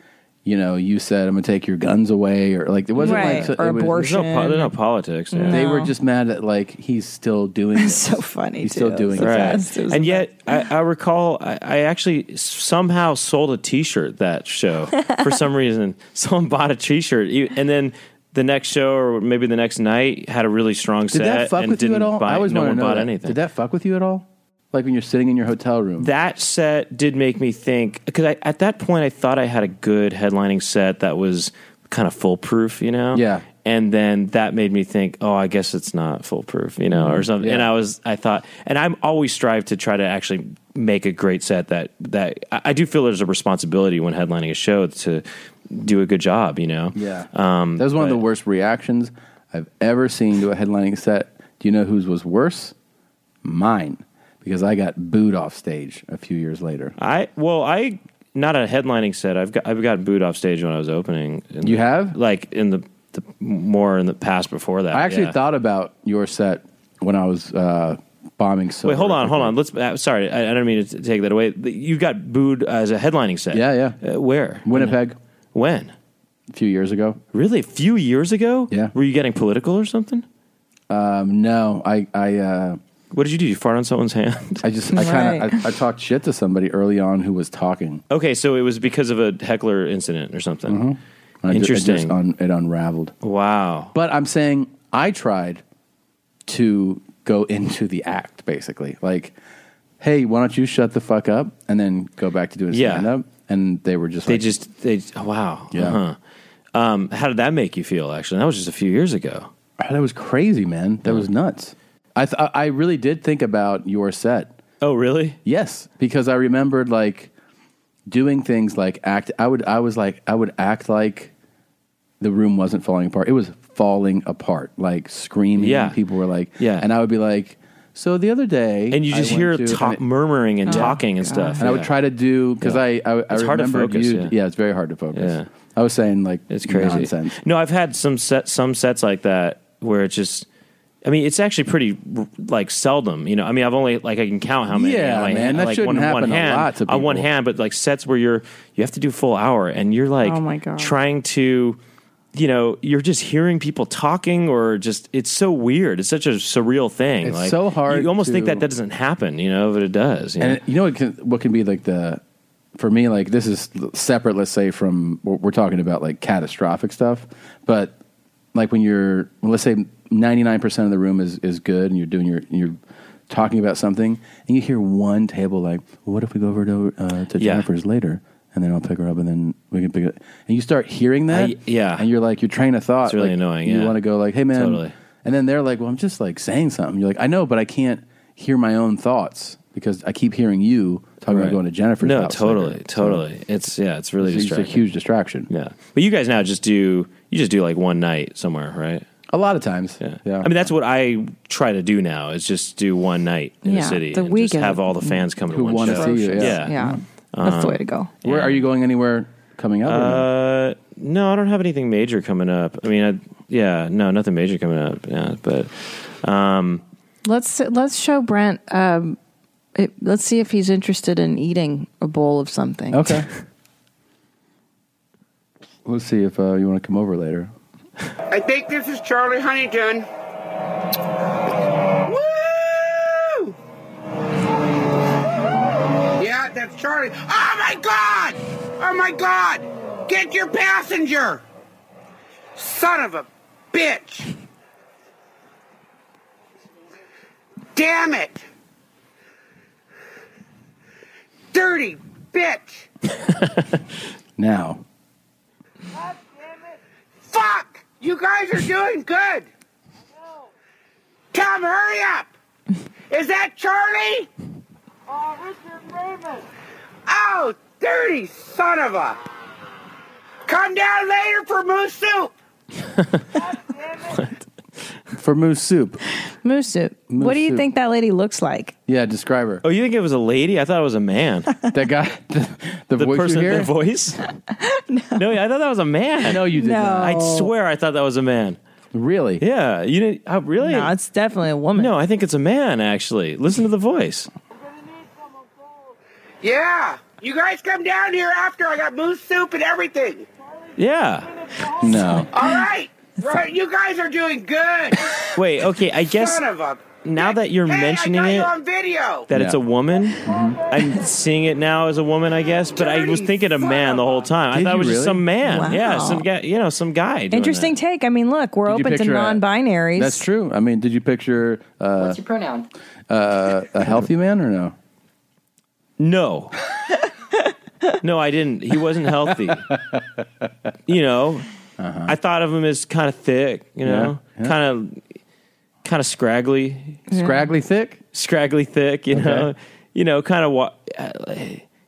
Speaker 1: you know, you said I'm gonna take your guns away or like it wasn't
Speaker 2: Right,
Speaker 1: like so-
Speaker 2: or
Speaker 1: it was-
Speaker 2: abortion. There's no po- there's no
Speaker 22: politics.
Speaker 1: They
Speaker 22: No.
Speaker 1: were just mad at like he's still doing it. so
Speaker 2: funny.
Speaker 1: He's still doing it.
Speaker 22: right. And yet, I, I recall I, I actually somehow sold a T-shirt that show for some reason. Someone bought a T-shirt, e- and then the next show or maybe the next night had a really strong
Speaker 1: Did
Speaker 22: set
Speaker 1: that fuck
Speaker 22: and
Speaker 1: with
Speaker 22: didn't
Speaker 1: you at all?
Speaker 22: buy.
Speaker 1: I always
Speaker 22: no
Speaker 1: wanna
Speaker 22: one
Speaker 1: know
Speaker 22: bought
Speaker 1: that.
Speaker 22: anything.
Speaker 1: Did that fuck with you at all? Like when you're sitting in your hotel room.
Speaker 22: That set did make me think because at that point I thought I had a good headlining set that was kind of foolproof, you know.
Speaker 1: Yeah.
Speaker 22: And then that made me think, oh, I guess it's not foolproof, you know, or something. And
Speaker 1: Mm-hmm. Yeah.
Speaker 22: I was, I thought, and I'm always strive to try to actually make a great set that that I, I do feel there's a responsibility when headlining a show to do a good job, you know.
Speaker 1: Yeah.
Speaker 22: Um,
Speaker 1: that was one of
Speaker 22: but-
Speaker 1: the worst reactions I've ever seen to a headlining set. Do you know whose was worse? Mine, because I got booed off stage a few years later.
Speaker 22: I well, I not a headlining set. I've got I've gotten booed off stage when I was opening. In
Speaker 1: You
Speaker 22: the-
Speaker 1: have?
Speaker 22: like in the, the more in the past before that.
Speaker 1: I actually
Speaker 22: yeah.
Speaker 1: thought about your set when I was uh, bombing. So
Speaker 22: Wait, hold on, hold on. Let's. Uh, sorry, I, I don't mean to t- take that away. The- You got booed as a headlining set.
Speaker 1: Yeah, yeah.
Speaker 22: Uh, where?
Speaker 1: Winnipeg.
Speaker 22: When?
Speaker 1: A few years ago.
Speaker 22: Really? A few years ago? Yeah. Were you getting political or something?
Speaker 1: Um, no, I. I uh,
Speaker 22: what did you do? You fart on someone's hand?
Speaker 1: I just. I kind of.
Speaker 22: Right.
Speaker 1: I, I talked shit to somebody early on who was talking.
Speaker 22: Okay, so it was because of a heckler incident or something.
Speaker 1: Mhm. And I ju- it just
Speaker 22: Interesting.
Speaker 1: un- it unraveled.
Speaker 22: Wow.
Speaker 1: But I'm saying I tried to go into the act, basically. Like, hey, why don't you shut the fuck up and then go back to doing
Speaker 22: Yeah.
Speaker 1: stand up? And they were just
Speaker 22: They
Speaker 1: like,
Speaker 22: just they oh, wow.
Speaker 1: Yeah.
Speaker 22: Uh-huh. Um, how did that make you feel? Actually, that was just a few years ago.
Speaker 1: that was crazy, man. That was nuts. I, th- I- I really did think about your set.
Speaker 22: Oh, really?
Speaker 1: Yes, because I remembered like doing things like act. I would I was like I would act like the room wasn't falling apart. It was falling apart, like screaming.
Speaker 22: Yeah.
Speaker 1: people were like,
Speaker 22: Yeah.
Speaker 1: and I would be like, so the other day,
Speaker 22: And you
Speaker 1: I
Speaker 22: just
Speaker 1: went
Speaker 22: hear
Speaker 1: to-
Speaker 22: talk
Speaker 1: and it-
Speaker 22: murmuring and
Speaker 1: Yeah.
Speaker 22: talking and stuff.
Speaker 1: And I would try to do because
Speaker 22: Yeah.
Speaker 1: I, I, I
Speaker 22: It's hard to
Speaker 1: remembered
Speaker 22: focus,
Speaker 1: you-
Speaker 22: yeah.
Speaker 1: it's very hard to focus.
Speaker 22: Yeah.
Speaker 1: I was saying like
Speaker 22: It's crazy.
Speaker 1: nonsense.
Speaker 22: No, I've had some set, some sets like that where it's just. I mean, it's actually pretty like seldom. You know, I mean, I've only like I can count how many.
Speaker 1: Yeah,
Speaker 22: like,
Speaker 1: man, that
Speaker 22: like,
Speaker 1: shouldn't happen a
Speaker 22: hand,
Speaker 1: lot to
Speaker 22: on one
Speaker 1: people.
Speaker 22: hand, but like sets where you're you have to do full hour and you're like
Speaker 1: Oh, my God.
Speaker 22: trying to. You know, you're just hearing people talking, or just it's so weird. It's such a surreal thing.
Speaker 1: It's
Speaker 22: like,
Speaker 1: so hard
Speaker 22: You almost think
Speaker 1: to-
Speaker 22: that that doesn't happen, you know, but it does. You know?
Speaker 1: And you know what can, what can be like the for me like this is separate. Let's say from we're we're talking about like catastrophic stuff, but like when you're well, let's say ninety nine percent of the room is is good and you're doing your you're talking about something and you hear one table like well, what if we go over to uh, to
Speaker 22: Yeah.
Speaker 1: Jennifer's later. And then I'll pick her up, and then we can pick it. And you start hearing that,
Speaker 22: I- yeah.
Speaker 1: And you're like, your train of thought,
Speaker 22: It's really
Speaker 1: like,
Speaker 22: annoying,
Speaker 1: You
Speaker 22: yeah.
Speaker 1: want to go like, hey man,
Speaker 22: Totally.
Speaker 1: And then they're like, well, I'm just like saying something. You're like, I know, but I can't hear my own thoughts because I keep hearing you talking
Speaker 22: Right.
Speaker 1: about going to Jennifer's
Speaker 22: No,
Speaker 1: house
Speaker 22: totally,
Speaker 1: later. So
Speaker 22: totally. It's yeah, it's really
Speaker 1: it's just a
Speaker 22: distracting.
Speaker 1: huge distraction.
Speaker 22: Yeah. But you guys now just do you just do like one night somewhere, right?
Speaker 1: A lot of times.
Speaker 22: Yeah. I mean, that's what I try to do now is just do one night in
Speaker 2: Yeah,
Speaker 22: the city.
Speaker 2: the
Speaker 22: and
Speaker 2: weekend.
Speaker 22: Just have all the fans come to
Speaker 1: Who
Speaker 22: one
Speaker 1: wanna
Speaker 22: show.
Speaker 1: see you, yeah.
Speaker 22: Yeah. Um,
Speaker 2: Yeah. That's the way to go.
Speaker 1: Where are you going anywhere coming up? or no?
Speaker 22: Uh, no, I don't have anything major coming up. I mean, I, yeah, no, nothing major coming up. Yeah, but um,
Speaker 2: Let's let's show Brent. Um, it, let's see if he's interested in eating a bowl of something.
Speaker 1: Okay. We'll see if uh, you want to come over later.
Speaker 20: I think this is Charlie Huntington. Woo! Yeah, that's Charlie. Oh my God! Oh my God! Get your passenger! Son of a bitch! Damn it! Dirty bitch!
Speaker 1: Now,
Speaker 20: Fuck! You guys are doing good. Tom, hurry up. Is that Charlie? Oh, Richard Raymond. Oh, dirty son of a. Come down later for moose soup.
Speaker 1: for moose soup.
Speaker 2: Moose soup.
Speaker 1: Moose
Speaker 2: what do you
Speaker 1: soup.
Speaker 2: think that lady looks like?
Speaker 1: Yeah, describe her.
Speaker 22: Oh, you think it was a lady? I thought it was a man.
Speaker 1: that guy, the, the,
Speaker 22: voice person,
Speaker 1: hear?
Speaker 22: the voice. no. I thought that was a man.
Speaker 1: No, you did No. not.
Speaker 22: I swear, I thought that was a man.
Speaker 1: Really?
Speaker 22: Yeah, you didn't. I, really? No,
Speaker 2: it's definitely a woman.
Speaker 22: No, I think it's a man. Actually, listen to the voice.
Speaker 20: Yeah. You guys come down here after I got moose soup and everything.
Speaker 22: Yeah. No.
Speaker 20: All right. Right, you guys are doing good.
Speaker 22: Wait. Okay. I guess
Speaker 20: Son of a.
Speaker 22: now that you're mentioning
Speaker 20: I got you
Speaker 22: it,
Speaker 20: on video.
Speaker 22: that it's a woman. I'm seeing it now as a woman, I guess, but I was thinking a man the whole time. I
Speaker 2: Did
Speaker 22: thought it
Speaker 2: you
Speaker 22: was
Speaker 2: really?
Speaker 22: just some man.
Speaker 2: Wow.
Speaker 22: Yeah, some guy, you know, some guy. doing
Speaker 2: Interesting take. I mean, look, we're
Speaker 1: Did you
Speaker 2: open to
Speaker 1: picture a-
Speaker 2: non-binaries.
Speaker 1: That's true. I mean, did you picture uh,
Speaker 2: pronoun?
Speaker 1: uh, a healthy man or no?
Speaker 22: that. No. no, I didn't. He wasn't healthy. you know,
Speaker 1: Uh-huh.
Speaker 22: I thought of him as kind of thick, you know, kind of kind of scraggly.
Speaker 1: Yeah. Scraggly thick?
Speaker 22: Scraggly thick, you know.
Speaker 1: Okay.
Speaker 22: You know, kind of wa-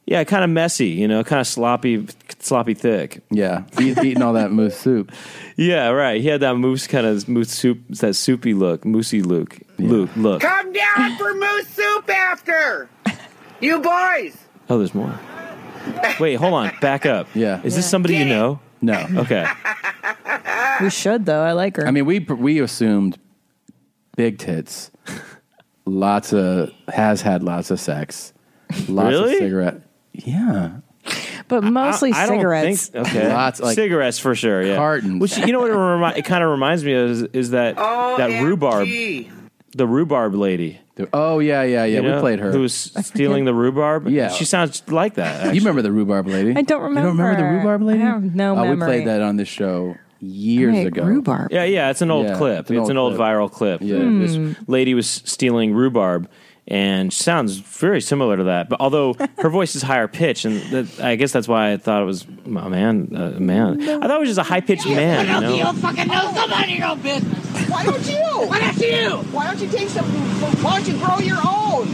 Speaker 22: yeah, kind of messy, you know, kind of sloppy sloppy thick.
Speaker 1: Yeah, Eat, eating all that moose soup.
Speaker 22: Yeah, right. He had that moose kind of moose soup, that soupy look, moosey look, look, look.
Speaker 20: Come down for moose soup after. You boys.
Speaker 22: Oh, there's more. Wait, hold on. Back up. Yeah. Is this somebody you know?
Speaker 1: No.
Speaker 22: Okay.
Speaker 2: We should though. I like her.
Speaker 1: I mean, we we assumed big tits, lots of has had lots of sex, lots
Speaker 22: Really?
Speaker 1: of cigarette. Yeah,
Speaker 2: but mostly
Speaker 22: I- I don't
Speaker 2: cigarettes.
Speaker 22: think- okay.
Speaker 1: Lots, like,
Speaker 22: cigarettes for sure. Yeah.
Speaker 1: cartons.
Speaker 22: Which you know what it, remi- it kind of reminds me of is, is that that rhubarb, the rhubarb lady.
Speaker 1: Oh yeah, yeah, yeah.
Speaker 22: You
Speaker 1: we
Speaker 22: know,
Speaker 1: played her.
Speaker 22: Who was stealing the rhubarb?
Speaker 1: Yeah.
Speaker 22: She sounds like that. actually.
Speaker 1: You remember the rhubarb lady?
Speaker 22: I
Speaker 1: You
Speaker 22: don't
Speaker 1: don't remember the
Speaker 22: remember.
Speaker 1: rhubarb lady?
Speaker 22: I have no
Speaker 1: Oh, We
Speaker 22: memory.
Speaker 1: played that on this show years
Speaker 22: Wait,
Speaker 1: ago.
Speaker 2: Rhubarb. Hmm.
Speaker 22: Yeah, yeah, it's an old
Speaker 1: Yeah,
Speaker 22: clip. It's an old,
Speaker 1: clip.
Speaker 22: viral clip.
Speaker 1: Yeah.
Speaker 22: This lady was stealing rhubarb and sounds very similar to that. But although her voice is higher pitch and that, I guess that's why I thought it was a man, a man. I thought it was just a high pitched man, you know.
Speaker 20: fucking know somebody your own business. Why don't you? Why don't you? Why don't you take some? Why don't you grow your own?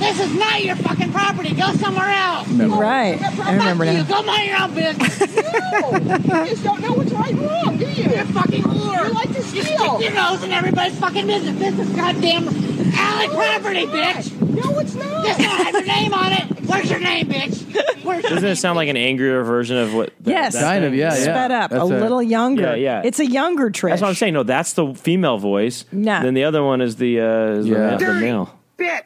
Speaker 20: This is not your fucking property. Go somewhere else.
Speaker 2: Remember. Right. I remember
Speaker 20: Fuck you.
Speaker 2: now.
Speaker 20: Go mind your own business. no. You just don't know what's right and wrong, do you? You're a fucking whore. You like to steal. You stick your nose in everybody's fucking business. This is goddamn alley property, bitch. No, it's not. This don't have your name on it. Where's your name, bitch? Where's your
Speaker 22: Doesn't it sound like an angrier version of what? that-
Speaker 2: Yes,
Speaker 22: that thing?
Speaker 2: Sped up a, little younger.
Speaker 22: Yeah, yeah.
Speaker 2: It's a younger Trish.
Speaker 22: that's what I'm saying. No, that's the female voice.
Speaker 2: Nah.
Speaker 22: Then the other one is the uh, is the, ma- the male.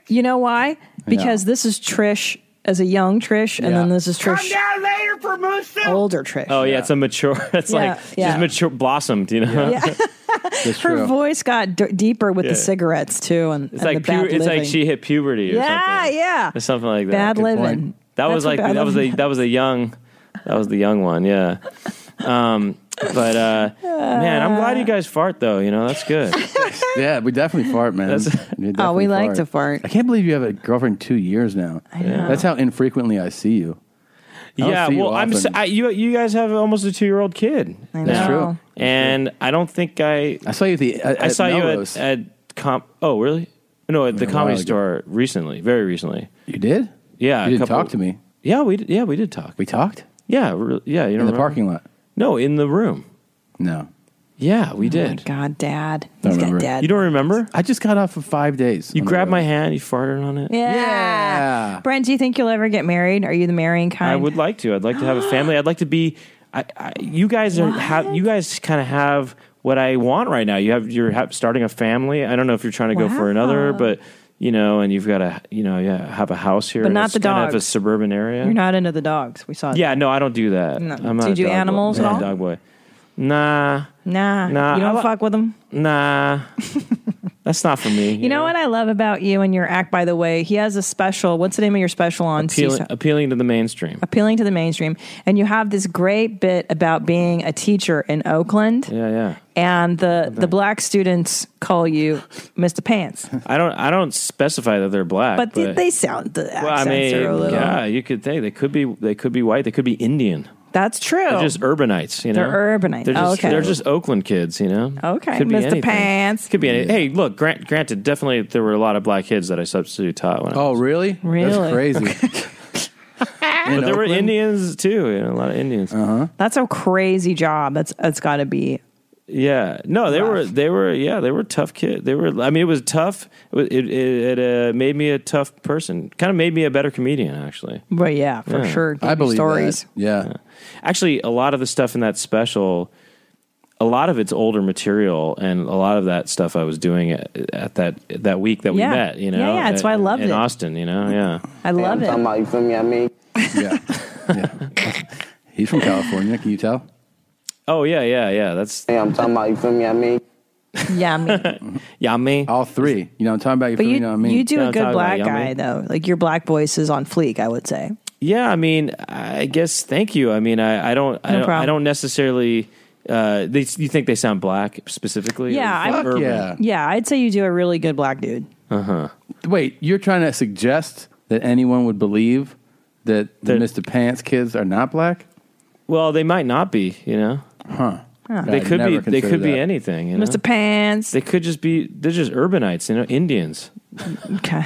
Speaker 2: You know why? Because this is Trish as a young Trish, and
Speaker 22: Yeah.
Speaker 2: then this is Trish
Speaker 20: down later for moose soup.
Speaker 2: older Trish.
Speaker 22: Oh yeah, it's a mature. It's
Speaker 2: Yeah,
Speaker 22: like
Speaker 2: yeah.
Speaker 22: she's mature, blossomed. You know.
Speaker 2: Yeah. Her voice got d- deeper with
Speaker 22: Yeah.
Speaker 2: the cigarettes too, and,
Speaker 22: It's
Speaker 2: and
Speaker 22: like
Speaker 2: the bad
Speaker 22: pu- it's
Speaker 2: living.
Speaker 22: like she hit puberty or
Speaker 2: yeah,
Speaker 22: something.
Speaker 2: yeah.
Speaker 22: Or something like that.
Speaker 2: Bad Good living. point.
Speaker 22: That
Speaker 2: That's
Speaker 22: was
Speaker 2: what
Speaker 22: like
Speaker 2: bad
Speaker 22: that was the
Speaker 2: living
Speaker 22: that was the young that was the young one, yeah. Um but uh man, I'm glad you guys fart though, you know, that's good.
Speaker 1: yeah, we definitely fart, man. We
Speaker 2: Oh, we
Speaker 1: definitely
Speaker 2: like to fart.
Speaker 1: I can't believe you have a girlfriend two years now.
Speaker 2: know.
Speaker 1: That's how infrequently I see you. don't
Speaker 22: yeah,
Speaker 1: see you
Speaker 22: well, I'm. s
Speaker 1: often.
Speaker 22: I you you guys have almost a two year old kid.
Speaker 1: I That's
Speaker 22: now.
Speaker 1: true.
Speaker 22: And I don't think I.
Speaker 1: I saw you at the. At,
Speaker 22: I
Speaker 1: at
Speaker 22: saw
Speaker 1: Melrose.
Speaker 22: you at, at comp. Oh, really? No, at the
Speaker 1: Yeah, a
Speaker 22: comedy
Speaker 1: while ago.
Speaker 22: store recently, very recently.
Speaker 1: You did?
Speaker 22: Yeah,
Speaker 1: You
Speaker 22: a
Speaker 1: didn't
Speaker 22: couple-
Speaker 1: talk to me.
Speaker 22: Yeah, we did- yeah we did talk.
Speaker 1: We talked.
Speaker 22: Yeah, re- yeah.
Speaker 1: In
Speaker 22: You don't
Speaker 1: the
Speaker 22: remember?
Speaker 1: parking lot.
Speaker 22: No, in the room.
Speaker 1: No.
Speaker 22: Yeah, we
Speaker 1: Oh my
Speaker 22: did.
Speaker 2: God, Dad.
Speaker 1: Don't remember.
Speaker 22: You don't remember?
Speaker 1: I just got off for five days.
Speaker 22: You grabbed my hand. You farted on it.
Speaker 2: Yeah. Brent, do you think you'll ever get married? Are you the marrying kind?
Speaker 22: I would like to. I'd like to have a family. I'd like to be. I, I, you guys are have. You guys kind of have what I want right now. You have. You're have, starting a family. I don't know if you're trying to go for another, but you know, and you've got to. You know, yeah, have a house here.
Speaker 2: But not
Speaker 22: It's
Speaker 2: the
Speaker 22: kind of a
Speaker 2: dogs.
Speaker 22: suburban area.
Speaker 2: You're not into the dogs. We saw.
Speaker 22: yeah, no, I don't do that.
Speaker 2: No.
Speaker 22: I'm not
Speaker 2: Do you
Speaker 22: a
Speaker 2: do
Speaker 22: dog boy.
Speaker 2: animals at
Speaker 22: Yeah,
Speaker 2: all?
Speaker 22: Dog boy. Nah,
Speaker 2: Nah.
Speaker 22: Nah,
Speaker 2: You
Speaker 22: I
Speaker 2: don't
Speaker 22: li-
Speaker 2: fuck with them.
Speaker 22: nah. That's not for me.
Speaker 2: You know what I love about you and your act, by the way? He has a special. What's the name of your special on
Speaker 22: Appealing,
Speaker 2: CSI?
Speaker 22: appealing to the mainstream.
Speaker 2: Appealing to the mainstream. And you have this great bit about being a teacher in Oakland.
Speaker 22: Yeah, yeah.
Speaker 2: And the, the black students call you Mr. Pants.
Speaker 22: I don't. I don't specify that they're black,
Speaker 2: But,
Speaker 22: but,
Speaker 2: they, they sound, the accents
Speaker 22: Well, I mean,
Speaker 2: are a little.
Speaker 22: yeah, you could think they could be they could be white, they could be Indian.
Speaker 2: That's true.
Speaker 22: They're just urbanites, you know.
Speaker 2: They're urbanites.
Speaker 22: They're
Speaker 2: Oh,
Speaker 22: just,
Speaker 2: okay. Oh.
Speaker 22: They're just Oakland kids, you know.
Speaker 2: Okay,
Speaker 22: Could be
Speaker 2: Mr.
Speaker 22: anything.
Speaker 2: Pants.
Speaker 22: Could be any. Hey, look, grant, granted, definitely there were a lot of black kids that I substitute taught when. I
Speaker 1: Oh, really?
Speaker 2: Really?
Speaker 1: That's crazy.
Speaker 22: but there were Indians too. You know, a lot of Indians. Uh
Speaker 1: Uh-huh.
Speaker 22: huh.
Speaker 2: That's a crazy job. That's That's got to be.
Speaker 22: Yeah. No, they were they were yeah they were tough kids. They were. I mean, it was tough. It was- it, it, it uh, made me a tough person. Kind of made me a better comedian, actually.
Speaker 2: But yeah, for
Speaker 22: Yeah.
Speaker 2: sure. Give you stories.
Speaker 1: Yeah.
Speaker 22: Actually, a lot of the stuff in that special, a lot of it's older material, and a lot of that stuff I was doing at, at that that week that
Speaker 2: Yeah.
Speaker 22: we met. You know,
Speaker 2: Yeah, yeah, that's why I
Speaker 22: in-
Speaker 2: loved
Speaker 22: in
Speaker 2: it.
Speaker 22: Austin. You know, yeah.
Speaker 2: I love
Speaker 22: I'm
Speaker 2: it.
Speaker 22: talking
Speaker 5: you feel me? I mean,
Speaker 1: He's from California. Can you tell?
Speaker 22: Oh yeah, yeah, yeah. That's.
Speaker 5: Hey, I'm talking about you feel me? I mean,
Speaker 2: Yeah, I mean,
Speaker 22: Yummy.
Speaker 1: All three. You know, I'm talking about you.
Speaker 2: but you,
Speaker 1: feel me, you know what I mean?
Speaker 2: you do a good black guy though. Like your black voice is on fleek, I would say.
Speaker 22: Yeah, I mean, I guess thank you. I mean, I, I don't, I
Speaker 2: No
Speaker 22: don't,
Speaker 2: problem.
Speaker 22: I don't necessarily. Uh, they, you think they sound black specifically?
Speaker 2: yeah, I,
Speaker 22: or
Speaker 2: yeah, I'd say you do a really good black dude.
Speaker 22: Uh huh.
Speaker 1: Uh-huh. Wait, you're trying to suggest that anyone would believe that the Mr. Pants kids are not black?
Speaker 22: Well, they might not be. You know,
Speaker 1: huh?
Speaker 2: Huh.
Speaker 22: They
Speaker 1: I'd
Speaker 22: could be.
Speaker 1: never
Speaker 22: They
Speaker 1: consider
Speaker 22: could be
Speaker 1: that.
Speaker 22: anything. You know?
Speaker 2: Mr. Pants.
Speaker 22: They could just be. They're just urbanites. You know, Indians.
Speaker 2: Okay.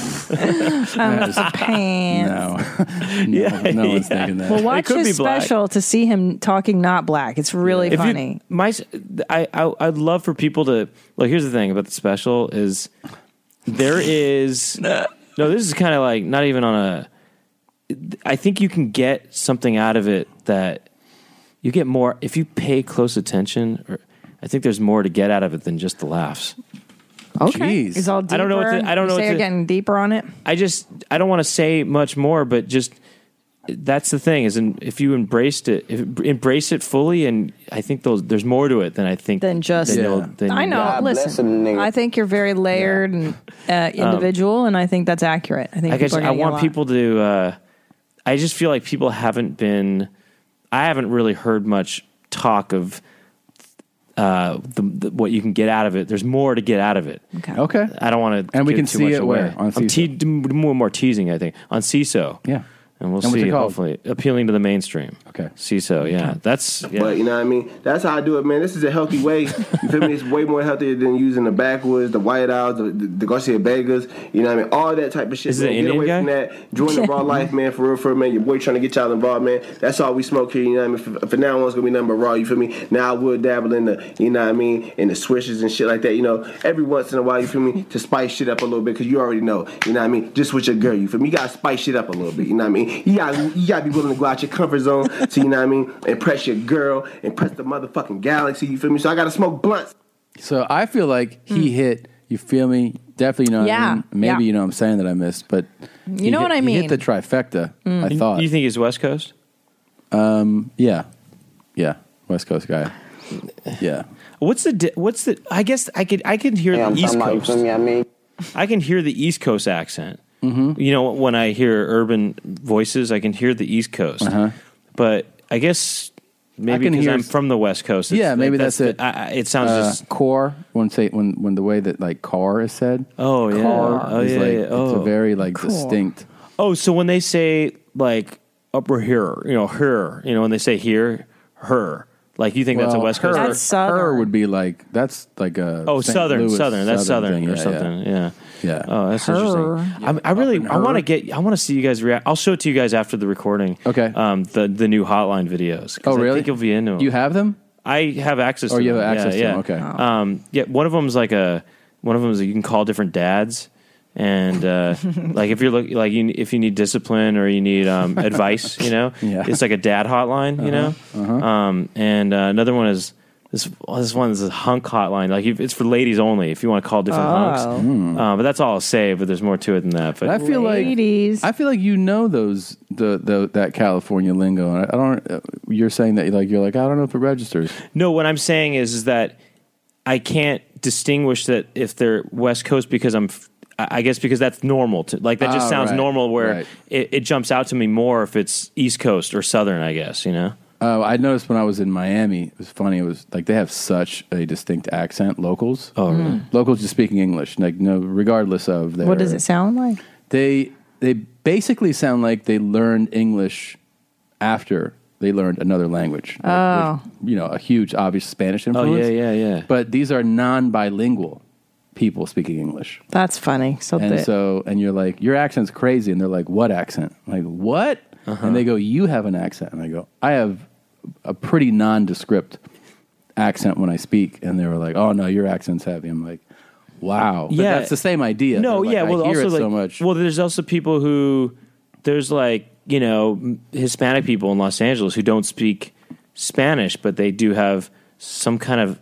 Speaker 2: I'm Mr. Pants.
Speaker 1: No, no, no one's thinking that.
Speaker 2: Well, watch his special to see him talking not black. It's really
Speaker 22: If you-
Speaker 2: funny.
Speaker 22: my, s- I, I, I'd love for people to like. Here's the thing about the special is there is no. This is kind of like not even on a. I think you can get something out of it that you get more if you pay close attention. Or I think there's more to get out of it than just the laughs.
Speaker 2: okay, it's all deeper.
Speaker 22: I don't know. What to, I don't know.
Speaker 2: You
Speaker 22: What
Speaker 2: say you're
Speaker 22: to,
Speaker 2: getting deeper on it.
Speaker 22: I just I don't want to say much more, but just that's the thing is, in, if you embraced it, if, embrace it fully, and I think those there's more to it than I think
Speaker 2: Than just-
Speaker 22: than you'll-
Speaker 2: Yeah.
Speaker 22: than-
Speaker 2: I know. listen, I think you're very layered and uh,
Speaker 22: Um,
Speaker 2: individual, and I think that's accurate. I think
Speaker 22: I guess
Speaker 2: people are
Speaker 22: I
Speaker 2: gonna get a
Speaker 22: want
Speaker 2: lot.
Speaker 22: people to. Uh, I just feel like people haven't been. I haven't really heard much talk of uh, the, the, what you can get out of it. There's more to get out of it.
Speaker 2: Okay.
Speaker 1: Okay.
Speaker 22: I don't want to.
Speaker 1: And we
Speaker 22: give
Speaker 1: can
Speaker 22: too
Speaker 1: see
Speaker 22: much
Speaker 1: it
Speaker 22: away.
Speaker 1: where? On
Speaker 22: I'm te- d- more, more teasing, I think, on CISO.
Speaker 1: Yeah.
Speaker 22: And we'll
Speaker 1: And what's
Speaker 22: see.
Speaker 1: it called?
Speaker 22: Hopefully, appealing to the mainstream.
Speaker 1: Okay.
Speaker 22: CISO. Yeah, that's. Yeah.
Speaker 14: But you know what I mean? That's how I do it, man. This is a healthy way. You feel me? It's way more healthier than using the backwoods, the white owls, the, the, the Garcia Beggars, you know what I mean? All that type of shit.
Speaker 22: Is it
Speaker 14: man.
Speaker 22: an
Speaker 14: Get away
Speaker 22: Indian
Speaker 14: from that. Join the raw life, man, for real, for real, man. Your boy trying to get y'all involved, man. That's all we smoke here, you know what I mean? For, for now on, it's gonna be nothing but raw, you feel me? Now I would dabble in the, you know what I mean, in the swishes and shit like that, you know, every once in a while, you feel me, to spice shit up a little bit, cause you already know, you know what I mean? Just with your girl, you feel me? You gotta spice shit up a little bit, you know what I mean? You gotta, you gotta be willing to go out your comfort zone to, you know what I mean, impress your girl, impress the motherfucking galaxy, you feel me? So I gotta smoke blunts.
Speaker 1: So I feel like he hit. You feel me? Definitely, you know. What I
Speaker 14: Hmm. Yeah,
Speaker 1: mean? Maybe
Speaker 14: yeah.
Speaker 1: you know. what I'm saying that I missed, but
Speaker 14: You
Speaker 1: he
Speaker 14: know
Speaker 1: hit-
Speaker 14: what I
Speaker 1: He
Speaker 14: mean.
Speaker 1: hit the trifecta.
Speaker 14: Mm.
Speaker 1: I
Speaker 22: You-
Speaker 1: thought.
Speaker 22: Hmm. You think he's West Coast?
Speaker 1: Um. Yeah. Yeah. West Coast guy. Yeah.
Speaker 22: What's the di- what's the? I guess I could I could hear
Speaker 14: Yeah, I'm
Speaker 22: the East
Speaker 14: talking about, you
Speaker 22: Coast.
Speaker 14: feel me? I mean,
Speaker 22: I can hear the East Coast accent. You know, when I hear urban voices, I can hear the East Coast.
Speaker 1: Uh-huh.
Speaker 22: But I guess maybe
Speaker 1: can
Speaker 22: because
Speaker 1: hear-
Speaker 22: I'm from the West Coast. it's-
Speaker 1: yeah. Maybe that's,
Speaker 22: the-
Speaker 1: it.
Speaker 22: I, I- it sounds
Speaker 1: Uh,
Speaker 22: just
Speaker 1: core. When say when when the way that like car is said.
Speaker 22: Oh yeah.
Speaker 1: Car
Speaker 22: Oh
Speaker 1: is
Speaker 22: yeah.
Speaker 1: like
Speaker 22: yeah.
Speaker 1: it's
Speaker 22: Oh.
Speaker 1: a very like
Speaker 22: Car.
Speaker 1: distinct.
Speaker 22: Oh, so when they say like upper here, you know, her, you know, when they say here, her. Like you think that's a
Speaker 1: Well,
Speaker 22: West Coast?
Speaker 1: her-
Speaker 22: thing?
Speaker 1: Her would be like that's like a
Speaker 22: Oh,
Speaker 1: St.
Speaker 22: southern,
Speaker 1: Louis
Speaker 22: southern. That's southern,
Speaker 1: thing.
Speaker 22: or
Speaker 1: Yeah,
Speaker 22: something.
Speaker 1: yeah.
Speaker 22: Yeah. yeah. Oh, that's interesting. I'm, I really, I
Speaker 1: her.
Speaker 22: want to get, I want to see you guys react. I'll show it to you guys after the recording. Okay. Um, the the new hotline videos. 'cause
Speaker 1: Oh,
Speaker 22: I
Speaker 1: really?
Speaker 22: think you'll be into 'em.
Speaker 1: You have them?
Speaker 22: I have access.
Speaker 1: Oh,
Speaker 22: to
Speaker 1: you
Speaker 22: them.
Speaker 1: have access
Speaker 22: yeah,
Speaker 1: to them.
Speaker 22: yeah.
Speaker 1: Okay.
Speaker 22: Um, yeah. One of them's like a, one of them is you can call different dads. And uh, like if you're look, like you if you need discipline or you need um, advice, you know,
Speaker 1: Yeah.
Speaker 22: it's like a dad hotline, you know.
Speaker 1: Uh-huh,
Speaker 22: Um, and uh, another one is this this one is a hunk hotline. Like if, it's for ladies only. If you want to call different hunks,
Speaker 1: Oh. Hmm.
Speaker 22: uh, but that's all I'll say. But there's more to it than that. But
Speaker 1: But I feel like I feel like you know those the, the that California lingo. And I, I don't. uh, You're saying that like you're like I don't know if it registers.
Speaker 22: No, what I'm saying is, is that I can't distinguish that if they're West Coast because I'm, f- I I guess because that's normal. To, like that just
Speaker 1: Ah,
Speaker 22: sounds
Speaker 1: right,
Speaker 22: normal. Where
Speaker 1: right.
Speaker 22: it, it jumps out to me more if it's East Coast or Southern. I guess you know.
Speaker 1: Uh, I noticed when I was in Miami, it was funny. It was like they have such a distinct accent. Locals, oh,
Speaker 2: really? Mm.
Speaker 1: locals just speaking English, like no, regardless of their.
Speaker 2: What does it sound like?
Speaker 1: They they basically sound like they learned English after they learned another language.
Speaker 2: Oh.
Speaker 1: you know, a huge obvious Spanish
Speaker 22: Oh, yeah,
Speaker 1: influence.
Speaker 22: yeah, yeah.
Speaker 1: But these are non-bilingual people speaking English.
Speaker 2: That's funny. So,
Speaker 1: and
Speaker 2: that-
Speaker 1: so and you're like your accent's crazy and they're like what accent I'm like what
Speaker 22: Uh-huh.
Speaker 1: and they go you have an accent and i go i have a pretty nondescript accent when i speak and they were like oh no your accent's heavy i'm like wow But
Speaker 22: Yeah.
Speaker 1: that's the same idea They're
Speaker 22: No,
Speaker 1: like,
Speaker 22: yeah. Well,
Speaker 1: I hear
Speaker 22: also
Speaker 1: it
Speaker 22: like,
Speaker 1: so much
Speaker 22: well, there's also people who there's like you know Hispanic people in Los Angeles who don't speak Spanish, but they do have some kind of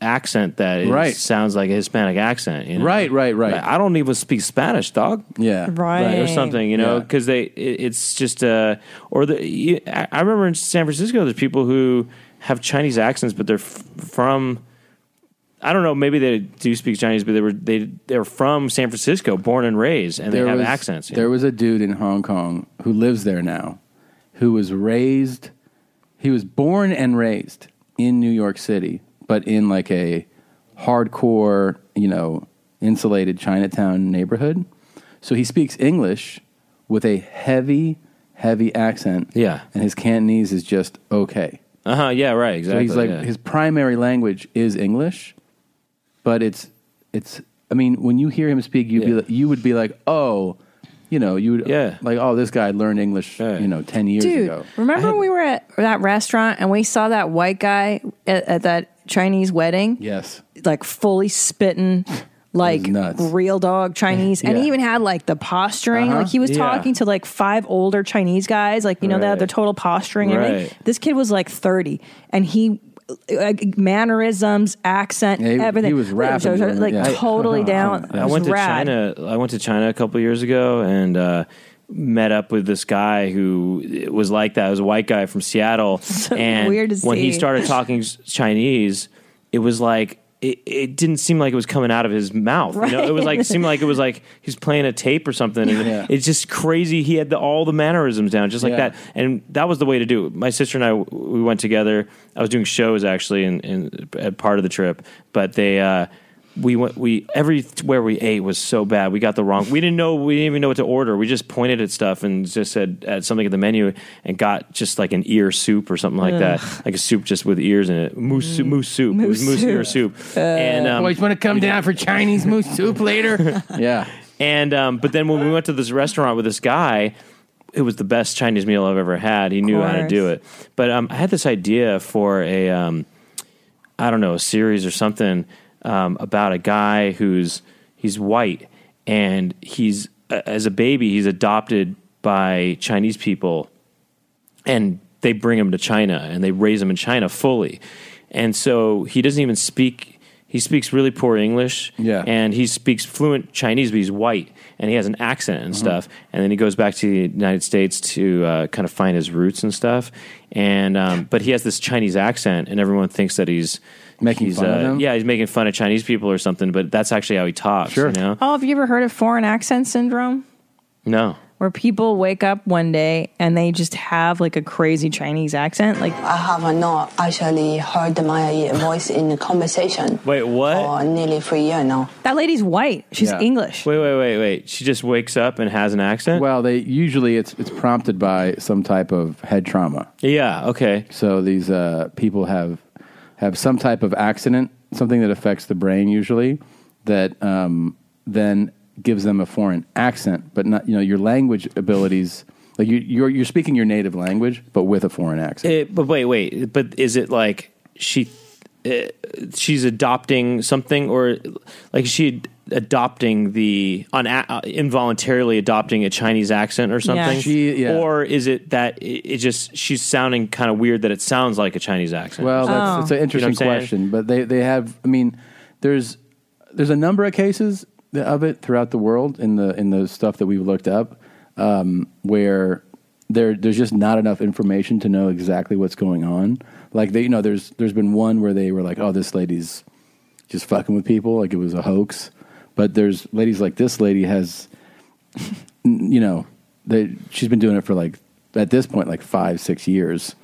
Speaker 22: accent that is-
Speaker 1: Right.
Speaker 22: sounds like a Hispanic accent. You know?
Speaker 1: Right, right, right.
Speaker 22: Like, I don't even speak Spanish, dog.
Speaker 1: Yeah,
Speaker 22: Like, or something. You know,
Speaker 1: Yeah.
Speaker 22: because they it, it's just uh or the you, I I remember in San Francisco there's people who have Chinese accents, but they're f- from I don't know. Maybe they do speak Chinese, but they were they they're from San Francisco, born and raised, and they have
Speaker 1: was,
Speaker 22: accents. you
Speaker 1: There
Speaker 22: know?
Speaker 1: was a dude in Hong Kong who lives there now, who was raised. He was born and raised in New York City, but in like a hardcore, you know, insulated Chinatown neighborhood. So he speaks English with a heavy, heavy accent.
Speaker 22: Yeah,
Speaker 1: and his Cantonese is just okay.
Speaker 22: Uh huh. Yeah. Right. Exactly.
Speaker 1: So he's like
Speaker 22: yeah.
Speaker 1: his primary language is English, but it's it's. I mean, when you hear him speak, you would be like, you would be like, oh, you know, you would yeah. like oh, this guy learned English, you know, ten years
Speaker 2: dude,
Speaker 1: ago.
Speaker 2: remember when we were at that restaurant and we saw that white guy at, at that Chinese wedding?
Speaker 1: Yes.
Speaker 2: like fully spitting like real dog Chinese. And he
Speaker 1: Yeah.
Speaker 2: even had like the posturing.
Speaker 1: Uh-huh.
Speaker 2: Like he was
Speaker 1: Yeah.
Speaker 2: talking to like five older Chinese guys. Like, you know, they have their
Speaker 1: Right.
Speaker 2: total posturing and everything.
Speaker 1: Right.
Speaker 2: This kid was like 30 and he like mannerisms, accent,
Speaker 22: Yeah, he-
Speaker 2: everything.
Speaker 22: he was rapping during it,
Speaker 2: like
Speaker 22: yeah.
Speaker 2: totally down.
Speaker 22: I went to China. I went to China a couple years ago and uh, met up with this guy who was like that. It was a white guy from Seattle, and
Speaker 2: weird to
Speaker 22: when he
Speaker 2: see.
Speaker 22: started talking s- Chinese, it was like. It, it didn't seem like it was coming out of his mouth. You know, it was like it
Speaker 1: Right.
Speaker 22: seemed like it was like he was playing a tape or something. And
Speaker 1: Yeah.
Speaker 22: it's just crazy. He had the, all the mannerisms down, just like
Speaker 1: Yeah.
Speaker 22: that. And that was the way to do it. My sister and I, we went together. I was doing shows actually, in, in at part of the trip, but they. Uh, we went. We everywhere we ate was so bad. We got the wrong. We didn't know. We didn't even know what to order. We just pointed at stuff and just said at something at the menu and got just like an ear soup or something like
Speaker 1: Ugh.
Speaker 22: that, like a soup just with ears in it. Moose soup. Moose soup. It was
Speaker 1: Moose
Speaker 22: moose
Speaker 1: soup.
Speaker 22: ear soup. and um,
Speaker 1: boys want to come down for Chinese moose soup later. yeah.
Speaker 22: And um, but then when we went to this restaurant with this guy, it was the best Chinese meal I've ever had. He knew how to
Speaker 1: course.
Speaker 22: do it. But um, I had this idea for a um, I don't know a series or something um, about a guy who's he's white and he's a- as a baby he's adopted by Chinese people and they bring him to China and they raise him in China fully. And so he doesn't even speak. He speaks really poor English, yeah, and he speaks fluent Chinese, but he's white and he has an accent
Speaker 1: Mm-hmm.
Speaker 22: and stuff. And then he goes back to the United States to uh, kind of find his roots and stuff. And um, but he has this Chinese accent, and everyone thinks that he's
Speaker 1: Making
Speaker 22: he's, uh,
Speaker 1: fun of him?
Speaker 22: Yeah, he's making fun of Chinese people or something. But that's actually how he talks. Sure. You know?
Speaker 2: Oh, have you ever heard of foreign accent syndrome?
Speaker 22: No.
Speaker 2: where people wake up one day and they just have like a crazy Chinese accent. Like
Speaker 15: I have not actually heard my voice in a conversation
Speaker 22: Wait, what?
Speaker 15: for nearly three years now.
Speaker 2: that lady's white. She's English.
Speaker 22: Wait, wait, wait, wait. She just wakes up and has an accent.
Speaker 1: Well, they usually it's it's prompted by some type of head trauma.
Speaker 22: Yeah. Okay.
Speaker 1: So these uh, people have have some type of accident, something that affects the brain usually, that um, then gives them a foreign accent, but not you know your language abilities. Like you, you're you're speaking your native language, but with a foreign accent.
Speaker 22: It, but wait, wait. But is it like she uh, she's adopting something, or like is she adopting the on uh, involuntarily adopting a Chinese accent or something?
Speaker 1: She- yeah.
Speaker 22: Or is it that it, it just she's sounding kind of weird that it sounds like a Chinese accent?
Speaker 1: Well, that's, it's an
Speaker 22: Oh. You know what I'm
Speaker 1: interesting
Speaker 22: saying?
Speaker 1: question, but they, they have. I mean, there's there's a number of cases of it throughout the world in the in the stuff that we've looked up, um, where there there's just not enough information to know exactly what's going on. Like they, you know, there's there's been one where they were like, oh, this lady's just fucking with people, like it was a hoax. But there's ladies like this lady has, you know, they, she's been doing it for like at this point like five six years,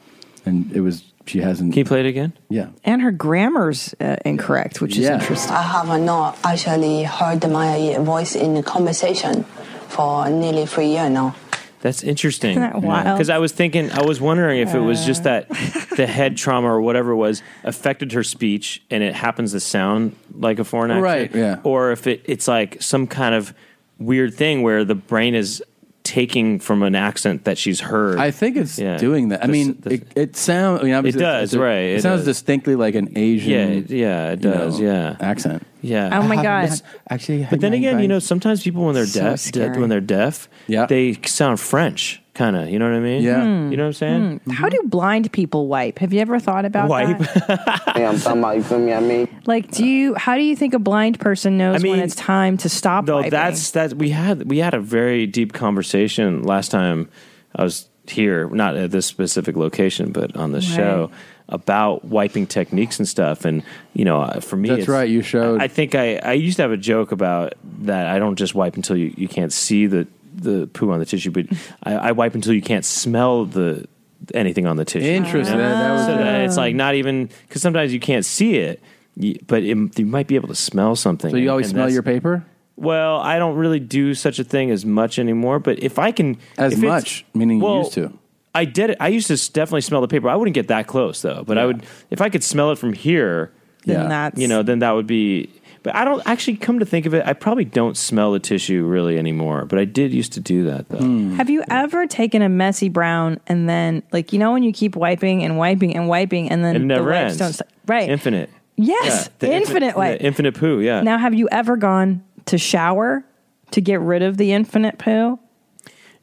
Speaker 1: and it was she hasn't. Can
Speaker 22: you play it again?
Speaker 1: Yeah.
Speaker 2: And her grammar's uh, incorrect, which is interesting.
Speaker 15: I have not actually heard my voice in a conversation for nearly three years now.
Speaker 22: That's interesting.
Speaker 15: Isn't that wild?
Speaker 22: Because I was thinking, I was wondering if it was just that the head trauma or whatever it was affected her speech, and it happens to sound like a foreign accent,
Speaker 1: Right, yeah.
Speaker 22: Or if it, it's like some kind of weird thing where the brain is taking from an accent that she's heard.
Speaker 1: I think it's
Speaker 22: Yeah.
Speaker 1: doing that. I
Speaker 22: This-
Speaker 1: mean,
Speaker 22: this-
Speaker 1: it, it sounds. I mean, obviously,
Speaker 22: It
Speaker 1: it's-
Speaker 22: does,
Speaker 1: it's a-
Speaker 22: right,
Speaker 1: It,
Speaker 22: it
Speaker 1: sounds
Speaker 22: does.
Speaker 1: distinctly like an Asian.
Speaker 22: yeah, it- yeah, it
Speaker 1: you
Speaker 22: does,
Speaker 1: know,
Speaker 22: yeah,
Speaker 1: accent,
Speaker 22: yeah.
Speaker 2: Oh my God.
Speaker 1: Actually,
Speaker 22: but then again, you know, sometimes people when they're
Speaker 1: So
Speaker 22: deaf,
Speaker 1: scary.
Speaker 22: when they're deaf, yeah. they sound French, kind of. You know what I mean?
Speaker 2: Hmm.
Speaker 22: You know what I'm saying?
Speaker 2: Hmm. How do blind people wipe? Have you ever thought about
Speaker 22: Mm-hmm. Wipe?
Speaker 2: that?
Speaker 22: Hmm. yeah, I'm talking about you feel me? I mean,
Speaker 2: Like, do you? How do you think a blind person knows when it's time to stop?
Speaker 22: No,
Speaker 2: wiping?
Speaker 22: that's that we had we had a very deep conversation last time I was here, not at this specific location, but on the
Speaker 1: Right.
Speaker 22: show about wiping techniques and stuff. And you know, uh, for me,
Speaker 1: That's right,
Speaker 22: You showed. I think I I used to have a joke about that. I don't just wipe until you you can't see the the poo on the tissue, but I, I wipe until you can't smell the anything on the tissue.
Speaker 1: Interesting.
Speaker 22: You know?
Speaker 1: That- that was
Speaker 22: So
Speaker 1: good.
Speaker 22: that it's like not even because sometimes you can't see it. you- But it, you might be able to smell something.
Speaker 1: so you
Speaker 22: and-
Speaker 1: always
Speaker 22: and
Speaker 1: smell
Speaker 22: that's-
Speaker 1: your paper
Speaker 22: well, I don't really do such a thing as much anymore, but if I can
Speaker 1: as
Speaker 22: if it's-
Speaker 1: much, meaning
Speaker 22: well,
Speaker 1: you used to.
Speaker 22: I did it. I used to s- definitely smell the paper. I wouldn't get that close though, but I would if I could smell it from here.
Speaker 2: Then Yeah. that's-
Speaker 22: you know, then that would be. But I don't actually come to think of it. I probably don't smell the tissue really anymore, but I did used to do that though.
Speaker 1: Hmm.
Speaker 2: Have you ever taken a messy brown and then, like, you know, when you keep wiping and wiping and wiping and then
Speaker 22: it never
Speaker 2: the wipes
Speaker 22: ends.
Speaker 2: don't st- right?
Speaker 22: Infinite.
Speaker 2: Yes,
Speaker 22: the
Speaker 2: infinite wipe.
Speaker 22: the Infinite poo. Yeah.
Speaker 2: Now, have you ever gone to shower to get rid of the infinite poo?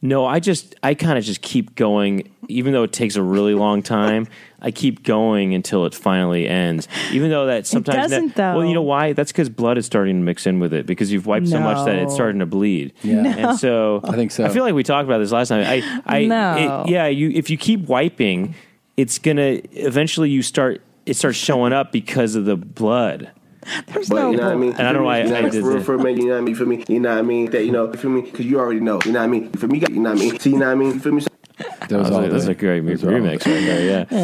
Speaker 22: No, I just I kind of just keep going, even though it takes a really long time. I keep going until it finally ends. Even though that sometimes
Speaker 2: doesn't,
Speaker 22: that- Well,
Speaker 2: though.
Speaker 22: you know why? That's because blood is starting to mix in with it because you've wiped so much that
Speaker 2: No.
Speaker 22: it's starting to bleed.
Speaker 2: Yeah. No.
Speaker 22: and so I think
Speaker 1: so.
Speaker 22: I feel like we talked about this last time. I, I,
Speaker 2: No.
Speaker 22: it- yeah, you if you keep wiping, it's gonna eventually you start it starts showing up because of the blood.
Speaker 2: There's
Speaker 14: But you know what I mean?
Speaker 22: And I don't know why
Speaker 14: you know,
Speaker 22: I, I did
Speaker 14: for, real,
Speaker 22: that.
Speaker 14: for a minute, you know what I mean? For me, you know what I mean? That you know, for me, because you already know. You know what I mean? For me, you know what I mean? See, you know what I mean? For me,
Speaker 1: That was
Speaker 22: I was
Speaker 1: all
Speaker 22: like, that's
Speaker 1: the-
Speaker 22: a great re- remix right there. Yeah.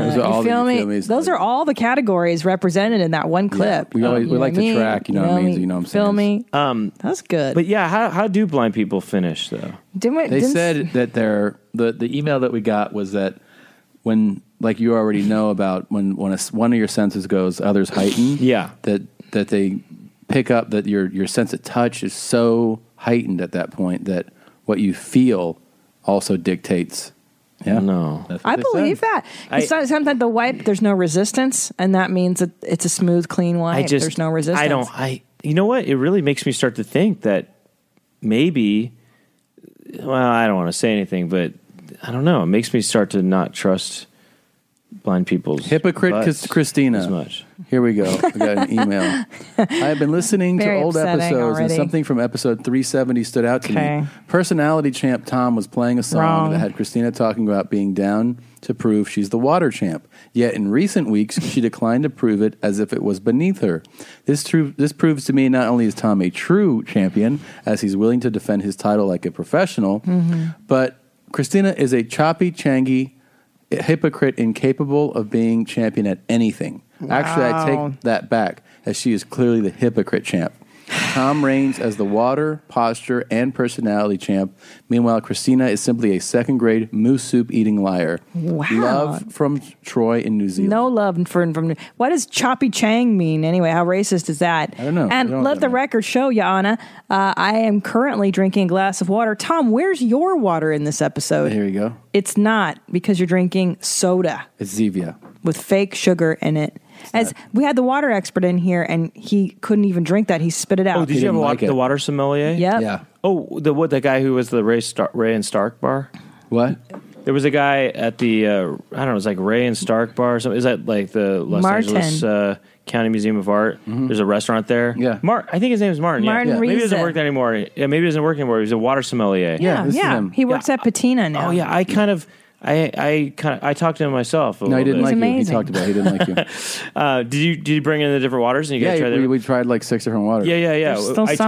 Speaker 2: Uh,
Speaker 1: Those are all
Speaker 2: you
Speaker 1: the
Speaker 2: feel
Speaker 1: you
Speaker 2: me?
Speaker 1: feel me's.
Speaker 2: Those are all the categories represented in that one clip.
Speaker 22: Oh,
Speaker 1: We always
Speaker 2: You
Speaker 1: we
Speaker 2: know
Speaker 1: like
Speaker 2: what I
Speaker 1: to
Speaker 2: mean?
Speaker 1: track. You know what I mean? You know what I'm saying?
Speaker 2: Feel me?
Speaker 22: Um,
Speaker 2: That's good.
Speaker 22: But yeah, how how do blind people finish though?
Speaker 2: Didn't we-
Speaker 1: they
Speaker 2: didn't-
Speaker 1: said that their the the email that we got was that when like you already know about when when a s one of your senses goes, others heighten.
Speaker 22: yeah,
Speaker 1: that that they pick up that your your sense of touch is so heightened at that point that what you feel also dictates. Yeah,
Speaker 22: no,
Speaker 2: I believe that. 'Cause
Speaker 1: I-
Speaker 2: some- sometimes the wipe, there's no resistance, and that means that it's a smooth, clean wipe.
Speaker 22: I just
Speaker 2: there's no resistance.
Speaker 22: I don't. I you know what? It really makes me start to think that maybe. Well, I don't want to say anything, but I don't know. It makes me start to not trust blind people's
Speaker 1: Hypocrite
Speaker 22: butts
Speaker 1: Chris- Christina.
Speaker 22: as much.
Speaker 1: Here we go. We got an email. I have been listening to
Speaker 2: Very
Speaker 1: old
Speaker 2: upsetting
Speaker 1: episodes, and
Speaker 2: already.
Speaker 1: something from episode 370 stood out to
Speaker 2: Okay.
Speaker 1: me. Personality champ Tom was playing a song
Speaker 2: Wrong.
Speaker 1: that had Christina talking about being down to prove she's the water champ. Yet in recent weeks, she declined to prove it as if it was beneath her. This, tru- this proves to me not only is Tom a true champion, as he's willing to defend his title like a professional,
Speaker 2: Mm-hmm.
Speaker 1: but Christina is a choppy, changy hypocrite incapable of being champion at anything. Actually, I
Speaker 4: Wow.
Speaker 1: take that back, as she is clearly the hypocrite champ. Tom reigns as the water, posture, and personality champ. Meanwhile, Christina is simply a second grade moose soup eating liar.
Speaker 2: Wow.
Speaker 1: Love from Troy in New Zealand.
Speaker 2: No love for from. What does choppy Chang mean anyway? How racist is that? I don't
Speaker 1: know.
Speaker 2: And
Speaker 1: I don't know
Speaker 2: let
Speaker 1: what
Speaker 2: the
Speaker 1: that
Speaker 2: record show, Yana. Uh, I am currently drinking a glass of water. Tom, where's your water in this episode?
Speaker 1: Here you go.
Speaker 2: It's not because you're drinking soda
Speaker 1: It's Zevia.
Speaker 2: with fake sugar in it. As we had the water expert in here, and he couldn't even drink that. He spit it out.
Speaker 22: Oh, did you have a wa- the water sommelier?
Speaker 2: Yep.
Speaker 1: Yeah.
Speaker 22: Oh, the what? The guy who was the Ray Star- Ray and Stark bar.
Speaker 1: What?
Speaker 22: There was a guy at the uh, I don't know. It was like Ray and Stark bar. Or something. Is that like the Los
Speaker 2: Martin.
Speaker 22: Angeles uh, County Museum of Art?
Speaker 1: Mm-hmm.
Speaker 22: There's a restaurant there. Yeah. Mar- I think his name is Martin. yeah.
Speaker 2: Martin
Speaker 22: yeah. Maybe he doesn't
Speaker 2: Reason.
Speaker 22: work there anymore. Yeah, maybe he doesn't work anymore. He was a water sommelier.
Speaker 2: Yeah, yeah. He works at Patina now.
Speaker 22: Oh yeah, I kind of, I, I kind of, I talked to him myself. a
Speaker 1: No, he
Speaker 22: little
Speaker 1: didn't like
Speaker 22: bit.
Speaker 1: you. He Amazing. talked about he didn't like you.
Speaker 22: uh, did you did you bring in the different waters and you
Speaker 1: Yeah,
Speaker 22: guys tried
Speaker 1: we,
Speaker 22: them?
Speaker 1: we tried like six different waters.
Speaker 22: Yeah, yeah, yeah. I, I, I tried.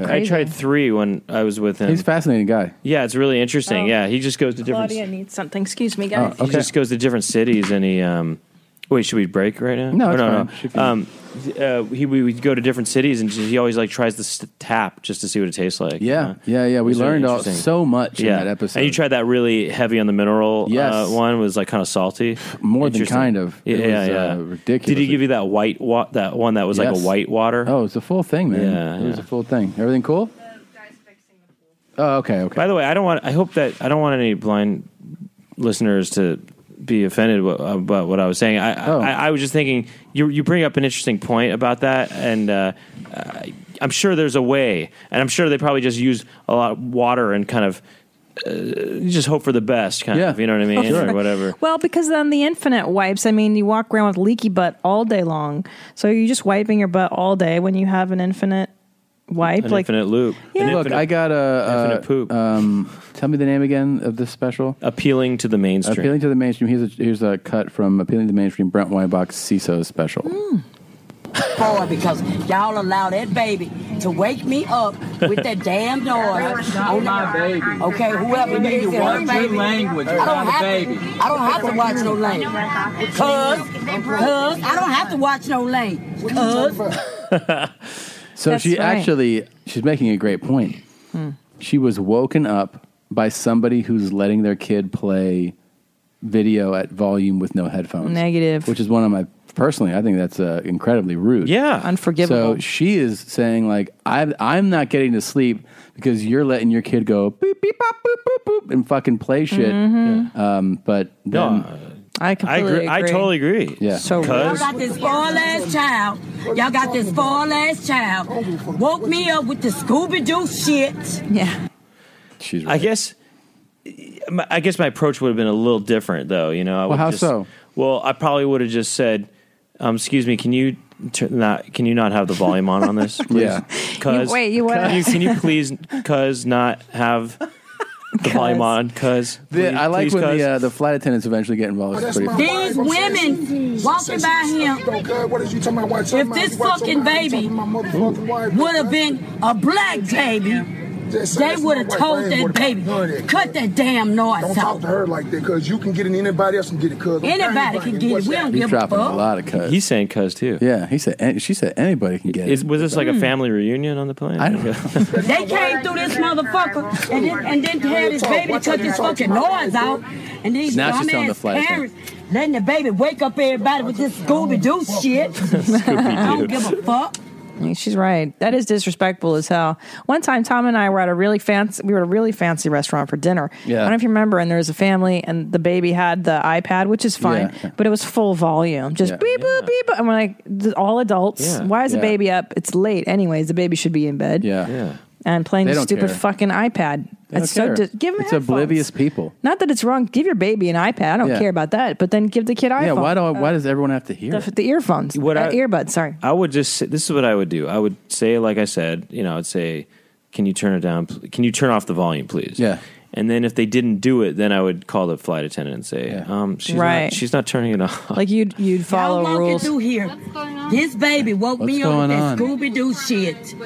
Speaker 22: um,
Speaker 1: Yeah.
Speaker 22: I tried three when I was with him.
Speaker 1: He's a fascinating guy.
Speaker 22: yeah, it's really interesting.
Speaker 2: Oh.
Speaker 22: Yeah, he just goes to different.
Speaker 2: Claudia needs something. Excuse me,
Speaker 22: Oh,
Speaker 2: guys.
Speaker 22: He just goes to different cities and he. Um, wait, should we break right now?
Speaker 2: No,
Speaker 22: Or
Speaker 2: it's
Speaker 22: no,
Speaker 1: fine. Should
Speaker 22: no. Um, th- uh, he we would go to different cities and just, he always like tries the st- tap just to see what it tastes like.
Speaker 1: Yeah, yeah, yeah. We
Speaker 22: It's really
Speaker 1: learned all,
Speaker 22: interesting.
Speaker 1: so much in that episode.
Speaker 22: And you tried that really heavy on the mineral
Speaker 1: Yes.
Speaker 22: uh, one was like kind of salty.
Speaker 1: More than
Speaker 22: Interesting.
Speaker 1: kind of.
Speaker 22: Yeah,
Speaker 1: It
Speaker 22: yeah,
Speaker 1: was,
Speaker 22: yeah.
Speaker 1: uh, ridiculous.
Speaker 22: Did he give you that white wa- that one that was like
Speaker 1: Yes.
Speaker 22: a white water?
Speaker 1: Oh, it's a full thing, man.
Speaker 22: Yeah,
Speaker 1: it was
Speaker 22: yeah.
Speaker 1: a full thing. Everything cool? Oh, okay, okay.
Speaker 22: By the way, I don't want I hope that I don't want any blind listeners to be offended wha- about what I was saying. I,
Speaker 1: Oh.
Speaker 22: I, I was just thinking you you bring up an interesting point about that and uh, I- I'm sure there's a way and I'm sure they probably just use a lot of water and kind of uh, you just hope for the best kind
Speaker 1: Yeah.
Speaker 22: of, you know what I mean
Speaker 1: Sure.
Speaker 22: or whatever.
Speaker 2: Well, because then the infinite wipes. I mean, you walk around with leaky butt all day long, so you're just wiping your butt all day when you have an infinite wipe.
Speaker 22: An
Speaker 2: like
Speaker 22: infinite loop. An
Speaker 1: Look,
Speaker 22: infinite-
Speaker 1: I got a
Speaker 22: infinite poop.
Speaker 1: Um, tell me the name again of this special.
Speaker 22: appealing to the mainstream.
Speaker 1: Appealing to the mainstream. Here's a, here's a cut from appealing to the mainstream. Brent Weinbach's CISO special.
Speaker 7: Boy, because y'all allow that baby to wake me up with that damn noise. Oh my baby. Okay, whoever
Speaker 24: You need
Speaker 7: it is
Speaker 24: to
Speaker 7: that her
Speaker 24: watch your
Speaker 7: baby.
Speaker 24: language
Speaker 7: I don't
Speaker 24: about a
Speaker 7: have
Speaker 24: baby.
Speaker 7: To, I don't have to watch no language. Cuz, cuz, I don't have to watch no language. Cuz.
Speaker 1: So
Speaker 7: Mm. That's
Speaker 1: she
Speaker 7: right.
Speaker 1: actually she's making a great point.
Speaker 2: Hmm.
Speaker 1: She was woken up by somebody who's letting their kid play video at volume with no headphones.
Speaker 2: Negative.
Speaker 1: Which is one of my personally, I think that's uh, incredibly rude.
Speaker 22: Yeah,
Speaker 2: Unforgivable.
Speaker 1: So she is saying like I I'm not getting to sleep because you're letting your kid go beep beep pop boop boop boop and fucking play shit.
Speaker 7: Mhm.
Speaker 1: Um, but then,
Speaker 22: uh,
Speaker 2: I
Speaker 7: completely agree- I agree. totally
Speaker 22: agree.
Speaker 1: Yeah.
Speaker 7: So y'all got this spoiled ass child. Y'all got this spoiled ass child. Woke me up with the Scooby Doo shit.
Speaker 2: Yeah.
Speaker 1: She's
Speaker 22: I guess. my- I guess my approach would have been a little different, though. You know, I
Speaker 1: Well,
Speaker 22: would
Speaker 1: how
Speaker 22: just-
Speaker 1: so?
Speaker 22: Well, I probably would have just said, um, "Excuse me, can you tur- not? Can you not have the volume on on this? Please?
Speaker 1: Yeah.
Speaker 22: cause
Speaker 2: You- wait, you what?
Speaker 22: Can you, can you please, cause not have the volume on? Cause
Speaker 1: The- I like
Speaker 22: please,
Speaker 1: when
Speaker 22: cuz.
Speaker 1: the uh, the flight attendants eventually get involved. It's pretty funny.
Speaker 7: These women walking by him. If this fucking baby would have been a black baby, they would have told that baby, cut that damn noise
Speaker 25: Don't talk
Speaker 7: out.
Speaker 25: to her like that, cause you can get it. Anybody else can get it, cause
Speaker 7: Anybody can get it. We don't
Speaker 1: He's
Speaker 7: give a
Speaker 1: dropping a
Speaker 7: fuck.
Speaker 1: lot of cuss.
Speaker 22: He's saying cuss too.
Speaker 1: Yeah, he said. and She said anybody can get
Speaker 22: Is-
Speaker 1: it.
Speaker 22: was this like a
Speaker 7: Hmm.
Speaker 22: family reunion on the plane? I don't know.
Speaker 7: They came through this motherfucker and then, and then had this baby to cut this fucking noise out. And these
Speaker 22: Now she's on the
Speaker 7: dumbass
Speaker 22: flight attendant.
Speaker 7: parents letting the baby wake up everybody with this Scooby Doo shit. I don't give a fuck.
Speaker 2: Yeah, She's right. That is disrespectful as hell. One time, Tom and I were at a really fancy. We were at a really fancy restaurant for dinner.
Speaker 1: Yeah.
Speaker 2: I don't know if you remember. And there was a family, and the baby had the iPad, which is fine,
Speaker 1: Yeah.
Speaker 2: but it was full volume, just
Speaker 1: Yeah.
Speaker 2: beep boop beep. boop. And we're like, th- all adults.
Speaker 1: Yeah.
Speaker 2: Why is
Speaker 1: Yeah.
Speaker 2: the baby up? It's late, anyways. The baby should be in bed.
Speaker 1: Yeah. Yeah.
Speaker 2: And playing
Speaker 1: They
Speaker 2: the
Speaker 1: don't
Speaker 2: stupid
Speaker 1: care.
Speaker 2: fucking iPad.
Speaker 1: They They
Speaker 2: That's
Speaker 1: don't
Speaker 2: so
Speaker 1: care.
Speaker 2: dis- give 'em
Speaker 1: It's oblivious people.
Speaker 2: Not that it's wrong. Give your baby an iPad. I don't
Speaker 1: Yeah.
Speaker 2: care about that. But then give the kid iPhone.
Speaker 1: Yeah, why do I, why
Speaker 2: Uh,
Speaker 1: does everyone have to hear?
Speaker 2: the, the earphones?
Speaker 22: What
Speaker 2: uh,
Speaker 22: I-
Speaker 2: earbuds? Sorry.
Speaker 22: I would just say, this is what I would do. I would say, like I said, you know, I'd say, can you turn it down? pl- Can you turn off the volume, please? Yeah. And then if they didn't do it, then I would call the flight attendant and say, um, she's
Speaker 2: Right.
Speaker 22: not, she's not turning it off.
Speaker 2: Like you'd you'd follow
Speaker 7: Y'all walking
Speaker 2: rules.
Speaker 7: through here. This baby woke me
Speaker 22: What's
Speaker 7: up with
Speaker 22: going
Speaker 7: that
Speaker 22: on?
Speaker 7: Scooby Doo shit.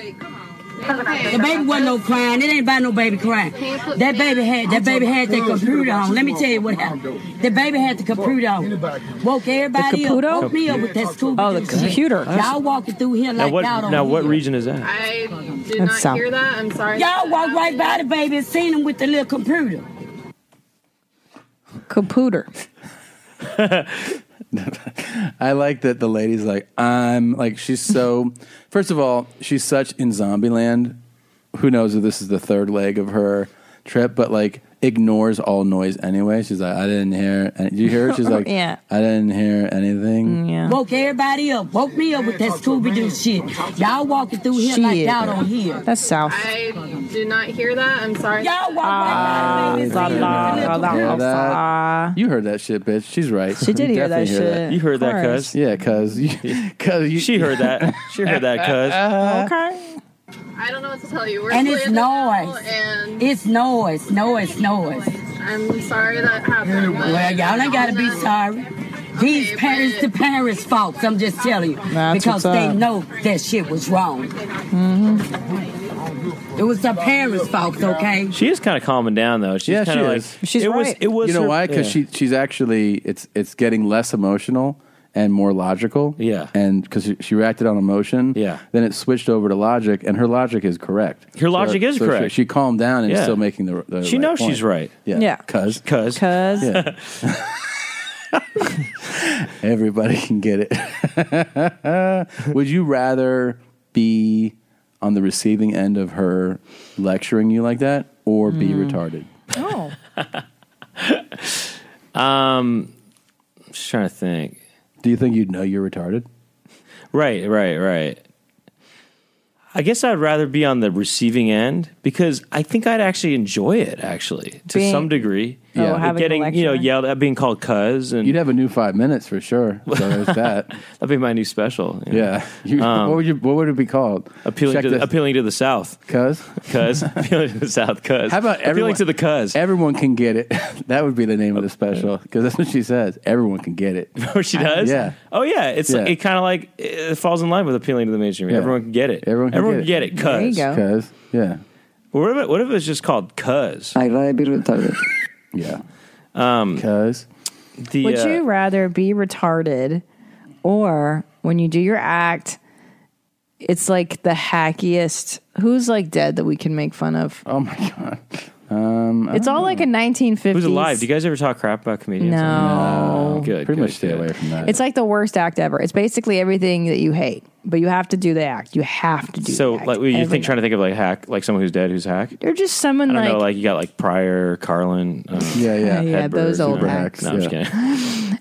Speaker 7: The baby wasn't no crying. It ain't about no baby crying. That baby had that baby had that computer on. Let me tell you what happened. The baby had the computer on. Woke everybody up.
Speaker 2: Caputo?
Speaker 7: Woke me up with that Scooby Doo.
Speaker 2: Oh, the computer.
Speaker 7: Y'all walking through here
Speaker 22: now
Speaker 7: like
Speaker 22: what?
Speaker 7: y'all don't
Speaker 22: Now what
Speaker 7: hear.
Speaker 22: region is that?
Speaker 7: I did
Speaker 22: That's not South. hear
Speaker 7: that. I'm sorry. Y'all walked right by the baby and seen him with the little computer.
Speaker 2: Computer.
Speaker 1: I like that the lady's like, I'm like, she's so, first of all, she's such in Zombieland. Who knows if this is the third leg of her trip, but like ignores all noise anyway. She's like, I didn't hear. Any, did you hear it? She's like,
Speaker 7: Yeah.
Speaker 1: I didn't hear anything.
Speaker 7: Woke everybody up. Woke me up with that Scooby Doo shit. Y'all walking through here like
Speaker 2: Shit.
Speaker 7: y'all don't hear.
Speaker 2: That's South.
Speaker 7: I did not hear that. I'm sorry. Y'all walk
Speaker 2: Ah,
Speaker 7: right
Speaker 2: la,
Speaker 7: by the baby.
Speaker 2: la, la, la,
Speaker 1: You
Speaker 2: la,
Speaker 1: heard
Speaker 2: la.
Speaker 1: that? You heard that shit, bitch. She's right.
Speaker 2: She did
Speaker 1: You
Speaker 2: hear that
Speaker 1: definitely
Speaker 2: shit. You
Speaker 22: heard that, Of course. cuz.
Speaker 1: Yeah, cuz. You- cuz you, she
Speaker 22: heard that. She heard that, cuz.
Speaker 7: okay.
Speaker 4: Uh, I don't know what to tell you. We're
Speaker 7: And it's
Speaker 4: playing the ball,
Speaker 7: noise.
Speaker 4: And
Speaker 7: It's noise, noise, noise.
Speaker 4: I'm sorry that happened.
Speaker 7: Well, y'all ain't gotta be sorry. These parents to parents' faults, I'm just telling you.
Speaker 4: That's
Speaker 7: because
Speaker 4: what's
Speaker 7: they
Speaker 4: up.
Speaker 7: know that shit was wrong. It was the parents' faults, okay?
Speaker 22: She is kind of calming down though. She's
Speaker 1: yeah,
Speaker 22: kind
Speaker 1: she
Speaker 22: of like
Speaker 1: is.
Speaker 22: it was. It was.
Speaker 1: You know
Speaker 22: her-
Speaker 1: why? Because
Speaker 22: yeah.
Speaker 1: she she's actually it's it's getting less emotional and more logical. Yeah, and because she, she reacted on emotion. Yeah, then it switched over to logic, and her logic is correct.
Speaker 22: Her logic is
Speaker 1: so she-
Speaker 22: correct.
Speaker 1: She, calmed down and is
Speaker 22: Yeah.
Speaker 1: still making the. the
Speaker 22: She
Speaker 1: right
Speaker 22: knows
Speaker 1: point.
Speaker 22: she's right.
Speaker 1: Yeah,
Speaker 22: Yeah.
Speaker 1: cuz
Speaker 22: cuz
Speaker 2: cuz
Speaker 1: everybody can get it. Would you rather be on the receiving end of her lecturing you like that, or be retarded?
Speaker 2: Oh.
Speaker 22: Um, just trying to think.
Speaker 1: Do you think you'd know you're retarded?
Speaker 22: Right, right, right. I guess I'd rather be on the receiving end because I think I'd actually enjoy it, actually, to
Speaker 1: Being-
Speaker 22: some degree.
Speaker 1: Oh, Yeah. having the
Speaker 22: getting you know yelled at, being called "cuz," and
Speaker 1: You'd have a new five minutes for sure. So there's that.
Speaker 22: That'd be my new special. you know.
Speaker 1: Yeah. You,
Speaker 22: Um,
Speaker 1: what would you? What would it be called?
Speaker 22: appealing
Speaker 1: Check
Speaker 22: to
Speaker 1: this.
Speaker 22: the, appealing to the South,
Speaker 1: cuz,
Speaker 22: cuz, appealing to the South, cuz.
Speaker 1: How about everyone
Speaker 22: appealing to the cuz?
Speaker 1: Everyone can get it. that would be the name of the special because that's what she says. Everyone can get it.
Speaker 22: Oh, she does.
Speaker 1: Yeah.
Speaker 22: Oh, yeah. It's
Speaker 1: Yeah.
Speaker 22: it kind of like it falls in line with appealing to the mainstream.
Speaker 1: Yeah.
Speaker 22: Everyone can get it.
Speaker 1: Everyone can
Speaker 22: get it. Cuz.
Speaker 1: Cuz. Yeah.
Speaker 22: What if it, what if it's just called cuz?
Speaker 1: I'd rather be retarded. yeah.
Speaker 22: Um,
Speaker 1: cuz.
Speaker 22: The
Speaker 2: Would
Speaker 22: uh,
Speaker 2: you rather be retarded or when you do your act, it's like the hackiest? Who's like dead that we can make fun of?
Speaker 1: Oh my god. Um,
Speaker 2: It's all like a 1950s.
Speaker 22: Who's alive? Do you guys ever talk crap about comedians?
Speaker 2: No.
Speaker 22: Good. Pretty much stay away from that.
Speaker 2: It's like the worst act ever. It's basically everything that you hate, but you have to do the act. You have to do.
Speaker 22: so like you
Speaker 2: every
Speaker 22: think trying to think of like hack like someone who's dead who's hack.
Speaker 2: They're just
Speaker 22: I
Speaker 2: someone
Speaker 22: don't
Speaker 2: like
Speaker 22: know. Like you got like Pryor, Carlin. Um,
Speaker 1: yeah,
Speaker 2: yeah. Yeah, those old hacks,
Speaker 22: No, I'm just
Speaker 2: yeah.
Speaker 22: kidding.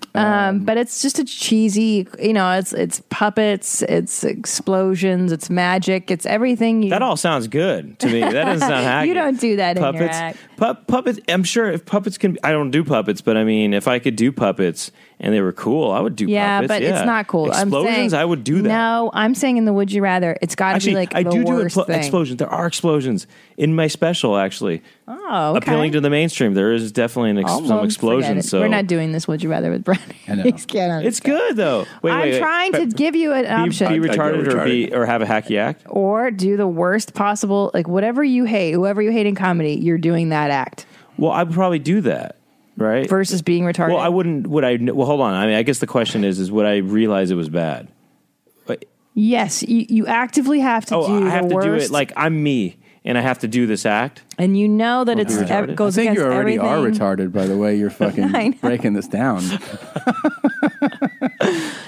Speaker 22: uh,
Speaker 2: Um, but it's just a cheesy, you know, it's it's puppets, it's explosions, it's magic, it's everything. You,
Speaker 22: That all sounds good to me. That doesn't sound hacky.
Speaker 2: you don't do that in your
Speaker 22: puppets.
Speaker 2: act.
Speaker 22: Pu- puppets. I'm sure if puppets can. I don't do puppets, but I mean, if I could do puppets and they were cool, I would do.
Speaker 2: yeah,
Speaker 22: puppets.
Speaker 2: but it's not cool.
Speaker 22: Explosions.
Speaker 2: I'm saying,
Speaker 22: I would do that.
Speaker 2: No, I'm saying in the Would You Rather, it's got to
Speaker 22: actually,
Speaker 2: be like
Speaker 22: I
Speaker 2: the
Speaker 22: do
Speaker 2: worst
Speaker 22: do expl-
Speaker 2: thing.
Speaker 22: explosions. There are explosions in my special, actually.
Speaker 2: Oh, okay.
Speaker 22: Appealing to the mainstream, there is definitely an ex-
Speaker 2: Oh, well,
Speaker 22: some
Speaker 2: forget
Speaker 22: explosions.
Speaker 2: it.
Speaker 22: So
Speaker 2: we're not doing this Would You Rather with Brad.
Speaker 22: I know.
Speaker 2: He's kidding.
Speaker 22: It's good though. Wait,
Speaker 2: I'm
Speaker 22: wait, wait.
Speaker 2: trying to
Speaker 22: Be-
Speaker 2: give you an option.
Speaker 22: Be retarded, or be or have a hacky act.
Speaker 2: or do the worst possible, like whatever you hate, whoever you hate in comedy, you're doing that act
Speaker 22: Well, I would probably do that, right?
Speaker 2: versus being retarded.
Speaker 22: Well, I wouldn't. Would I? Well, hold on. I mean, I guess the question is: is would I realize it was bad? But,
Speaker 2: Yes, you, you actively have to
Speaker 22: oh,
Speaker 2: do
Speaker 22: I have
Speaker 2: the
Speaker 22: to
Speaker 2: worst,
Speaker 22: do it. Like I'm me, and I have to do this act.
Speaker 2: and you know that
Speaker 22: I'll
Speaker 2: it's
Speaker 22: be
Speaker 2: ev-
Speaker 22: retarded.
Speaker 2: goes
Speaker 1: I think
Speaker 2: against
Speaker 1: you already
Speaker 2: everything.
Speaker 1: are retarded by the way you're
Speaker 2: I know.
Speaker 1: fucking breaking this down.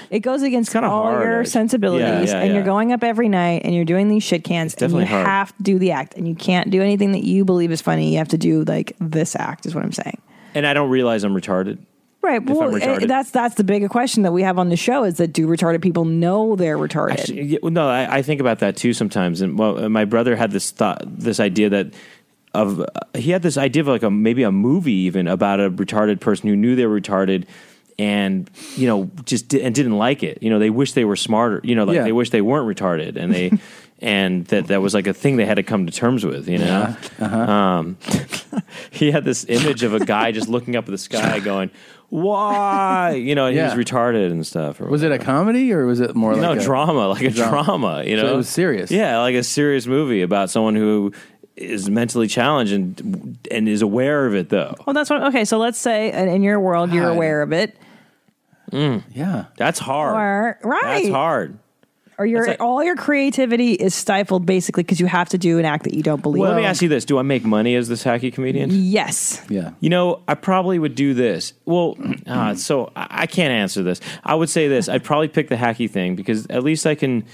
Speaker 2: It goes against all
Speaker 1: hard,
Speaker 2: your
Speaker 1: actually.
Speaker 2: sensibilities,
Speaker 1: Yeah, yeah,
Speaker 2: and
Speaker 1: yeah.
Speaker 2: you're going up every night, and you're doing these shit cans, and you
Speaker 22: definitely hard.
Speaker 2: have to do the act, and you can't do anything that you believe is funny. You have to do like this act, is what I'm saying.
Speaker 22: And I don't realize I'm retarded.
Speaker 2: Right.
Speaker 22: If I'm
Speaker 2: Well,
Speaker 22: retarded.
Speaker 2: eh, that's that's the bigger question that we have on the show is that do retarded people know they're retarded?
Speaker 22: Actually, yeah, well, no, I, I think about that too sometimes. And well, uh, my brother had this thought, this idea that of uh, he had this idea of like a maybe a movie even about a retarded person who knew they were retarded and you know just di- and didn't like it. You know, they wish they were smarter. You know, like
Speaker 1: Yeah.
Speaker 22: they wish they weren't retarded and they and that that was like a thing they had to come to terms with, you know. Um he had this image of a guy just looking up at the sky going, "Why?" "Ah," You know, and he
Speaker 1: Yeah.
Speaker 22: was retarded and stuff. Or
Speaker 1: Was it a comedy or was it more
Speaker 22: no
Speaker 1: like a,
Speaker 22: drama, like a drama. You know,
Speaker 1: So it was serious.
Speaker 22: Yeah, like a serious movie about someone who is mentally challenged and and is aware of it though.
Speaker 2: Well, that's what. Okay, so let's say in in your world you're
Speaker 22: God.
Speaker 2: aware of it,
Speaker 1: Yeah,
Speaker 22: Mm. that's hard.
Speaker 2: or right,
Speaker 22: That's hard.
Speaker 2: or your all your creativity is stifled basically because you have to do an act that you don't believe.
Speaker 22: Let me ask you this: Do I make money as this hacky comedian?
Speaker 2: Yes.
Speaker 1: Yeah.
Speaker 22: You know, I probably would do this. Well,
Speaker 2: Mm-hmm.
Speaker 22: ah, so I I can't answer this. I would say this: I'd probably pick the hacky thing because at least I can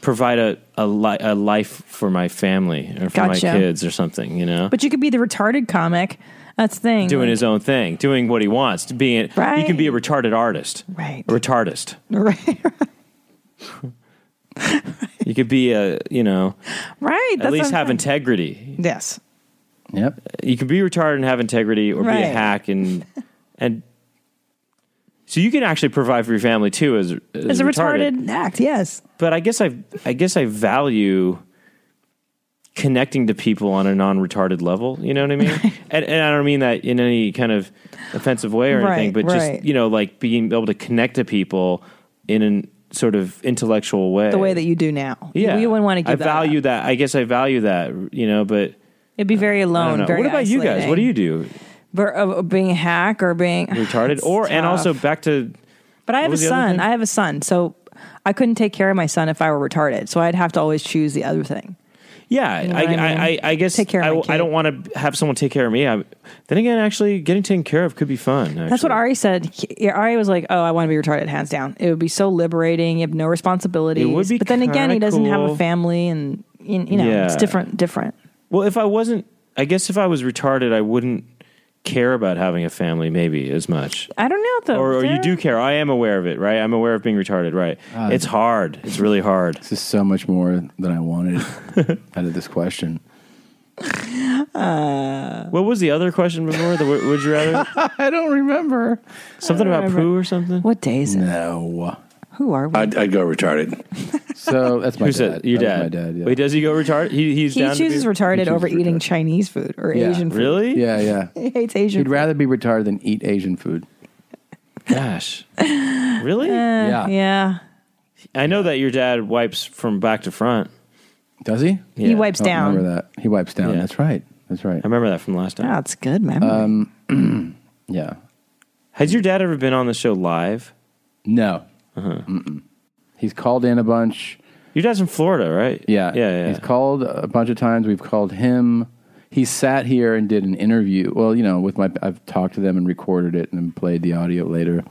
Speaker 22: provide a a, li- a life for my family or for my
Speaker 2: Gotcha.
Speaker 22: kids or something. You know,
Speaker 2: But you could be the retarded comic. That's the thing.
Speaker 22: doing his own thing, doing what he wants, to being
Speaker 2: Right.
Speaker 22: you can be a retarded artist.
Speaker 2: Right.
Speaker 22: A retardist.
Speaker 2: right.
Speaker 22: You could be a, you know,
Speaker 2: Right.
Speaker 22: at
Speaker 2: that's
Speaker 22: least
Speaker 2: what I'm
Speaker 22: have integrity.
Speaker 2: saying. Yes.
Speaker 1: Yep.
Speaker 22: You can be retarded and have integrity or be
Speaker 2: Right.
Speaker 22: a hack and and so you can actually provide for your family too as
Speaker 2: It's
Speaker 22: as,
Speaker 2: a retarded act. Yes.
Speaker 22: But I guess I I guess I value connecting to people on a non-retarded level, you know what I mean? and, and I don't mean that in any kind of offensive way or anything,
Speaker 9: Right,
Speaker 22: but
Speaker 9: right.
Speaker 22: just, you know, like being able to connect to people in an sort of intellectual way.
Speaker 2: The way that you do now.
Speaker 22: yeah,
Speaker 2: You wouldn't want to give
Speaker 22: I
Speaker 2: that. up.
Speaker 22: value that. I guess I value that, you know, but
Speaker 2: It'd be very
Speaker 22: I don't
Speaker 2: alone.
Speaker 22: know.
Speaker 2: Very
Speaker 22: What about you guys? What do you do?
Speaker 2: But, uh, being a hack or being
Speaker 22: Retarded
Speaker 2: It's
Speaker 22: or and
Speaker 2: tough.
Speaker 22: also back to
Speaker 2: But I
Speaker 22: What
Speaker 2: have a
Speaker 22: was the other
Speaker 2: son.
Speaker 22: thing?
Speaker 2: I have a son, so I couldn't take care of my son if I were retarded. So I'd have to always choose the other thing.
Speaker 22: Yeah,
Speaker 2: You know
Speaker 22: I,
Speaker 2: what I
Speaker 22: I, I,
Speaker 2: mean?
Speaker 22: I guess I, I don't want to have someone take care of me. I, then again, actually, getting taken care of could be fun. Actually.
Speaker 2: That's what Ari said. He, Ari was like, "Oh, I want to be retarded, hands down. It would be so liberating. You have no responsibilities.
Speaker 22: be
Speaker 2: but then again, he
Speaker 22: kinda
Speaker 2: doesn't have a
Speaker 22: cool.
Speaker 2: family, and you, you know, it's
Speaker 22: Yeah.
Speaker 2: different. Different.
Speaker 22: Well, if I wasn't, I guess if I was retarded, I wouldn't care about having a family maybe as much.
Speaker 2: I don't know though.
Speaker 22: Or, or you
Speaker 2: There- Ah.
Speaker 22: do care. I am aware of it, right? I'm aware of being retarded, right? it's hard. It's really hard.
Speaker 1: This is so much more than I wanted out of this question.
Speaker 2: Ah.
Speaker 22: what was the other question before? The w- would you rather?
Speaker 1: I don't remember.
Speaker 22: Something
Speaker 1: I don't
Speaker 22: about
Speaker 1: remember.
Speaker 22: poo or something?
Speaker 2: What day is
Speaker 22: it?
Speaker 1: No.
Speaker 2: Who are we?
Speaker 22: I'd, I'd go retarded.
Speaker 1: So that's my
Speaker 22: Who said
Speaker 1: dad.
Speaker 22: your
Speaker 1: That was
Speaker 22: dad?
Speaker 1: my dad, yeah.
Speaker 22: Wait, does he go retarded? He, he's
Speaker 2: He
Speaker 22: down to be-
Speaker 2: chooses retarded over eating Chinese food or
Speaker 1: Yeah.
Speaker 2: Asian food.
Speaker 22: Really?
Speaker 1: Yeah, yeah.
Speaker 2: He hates Asian.
Speaker 1: He'd rather be retarded than eat Asian food.
Speaker 22: Gosh. Really?
Speaker 2: Uh,
Speaker 1: yeah.
Speaker 2: Yeah.
Speaker 22: I know that your dad wipes from back to front.
Speaker 1: Does he?
Speaker 2: He wipes
Speaker 1: I don't
Speaker 2: down.
Speaker 1: Remember that? He wipes down. That's right. That's right. I
Speaker 22: remember that from last time.
Speaker 2: That's good, man.
Speaker 1: Um, yeah.
Speaker 22: Has your dad ever been on the show live? Uh-huh.
Speaker 1: No. Mm-mm. He's called in a bunch.
Speaker 22: Your dad's in Florida, right?
Speaker 1: Yeah. Yeah, He's called a bunch of times. We've called him. He sat here and did an interview. Well, you know, with my, I've talked to them and recorded it and then played the audio later.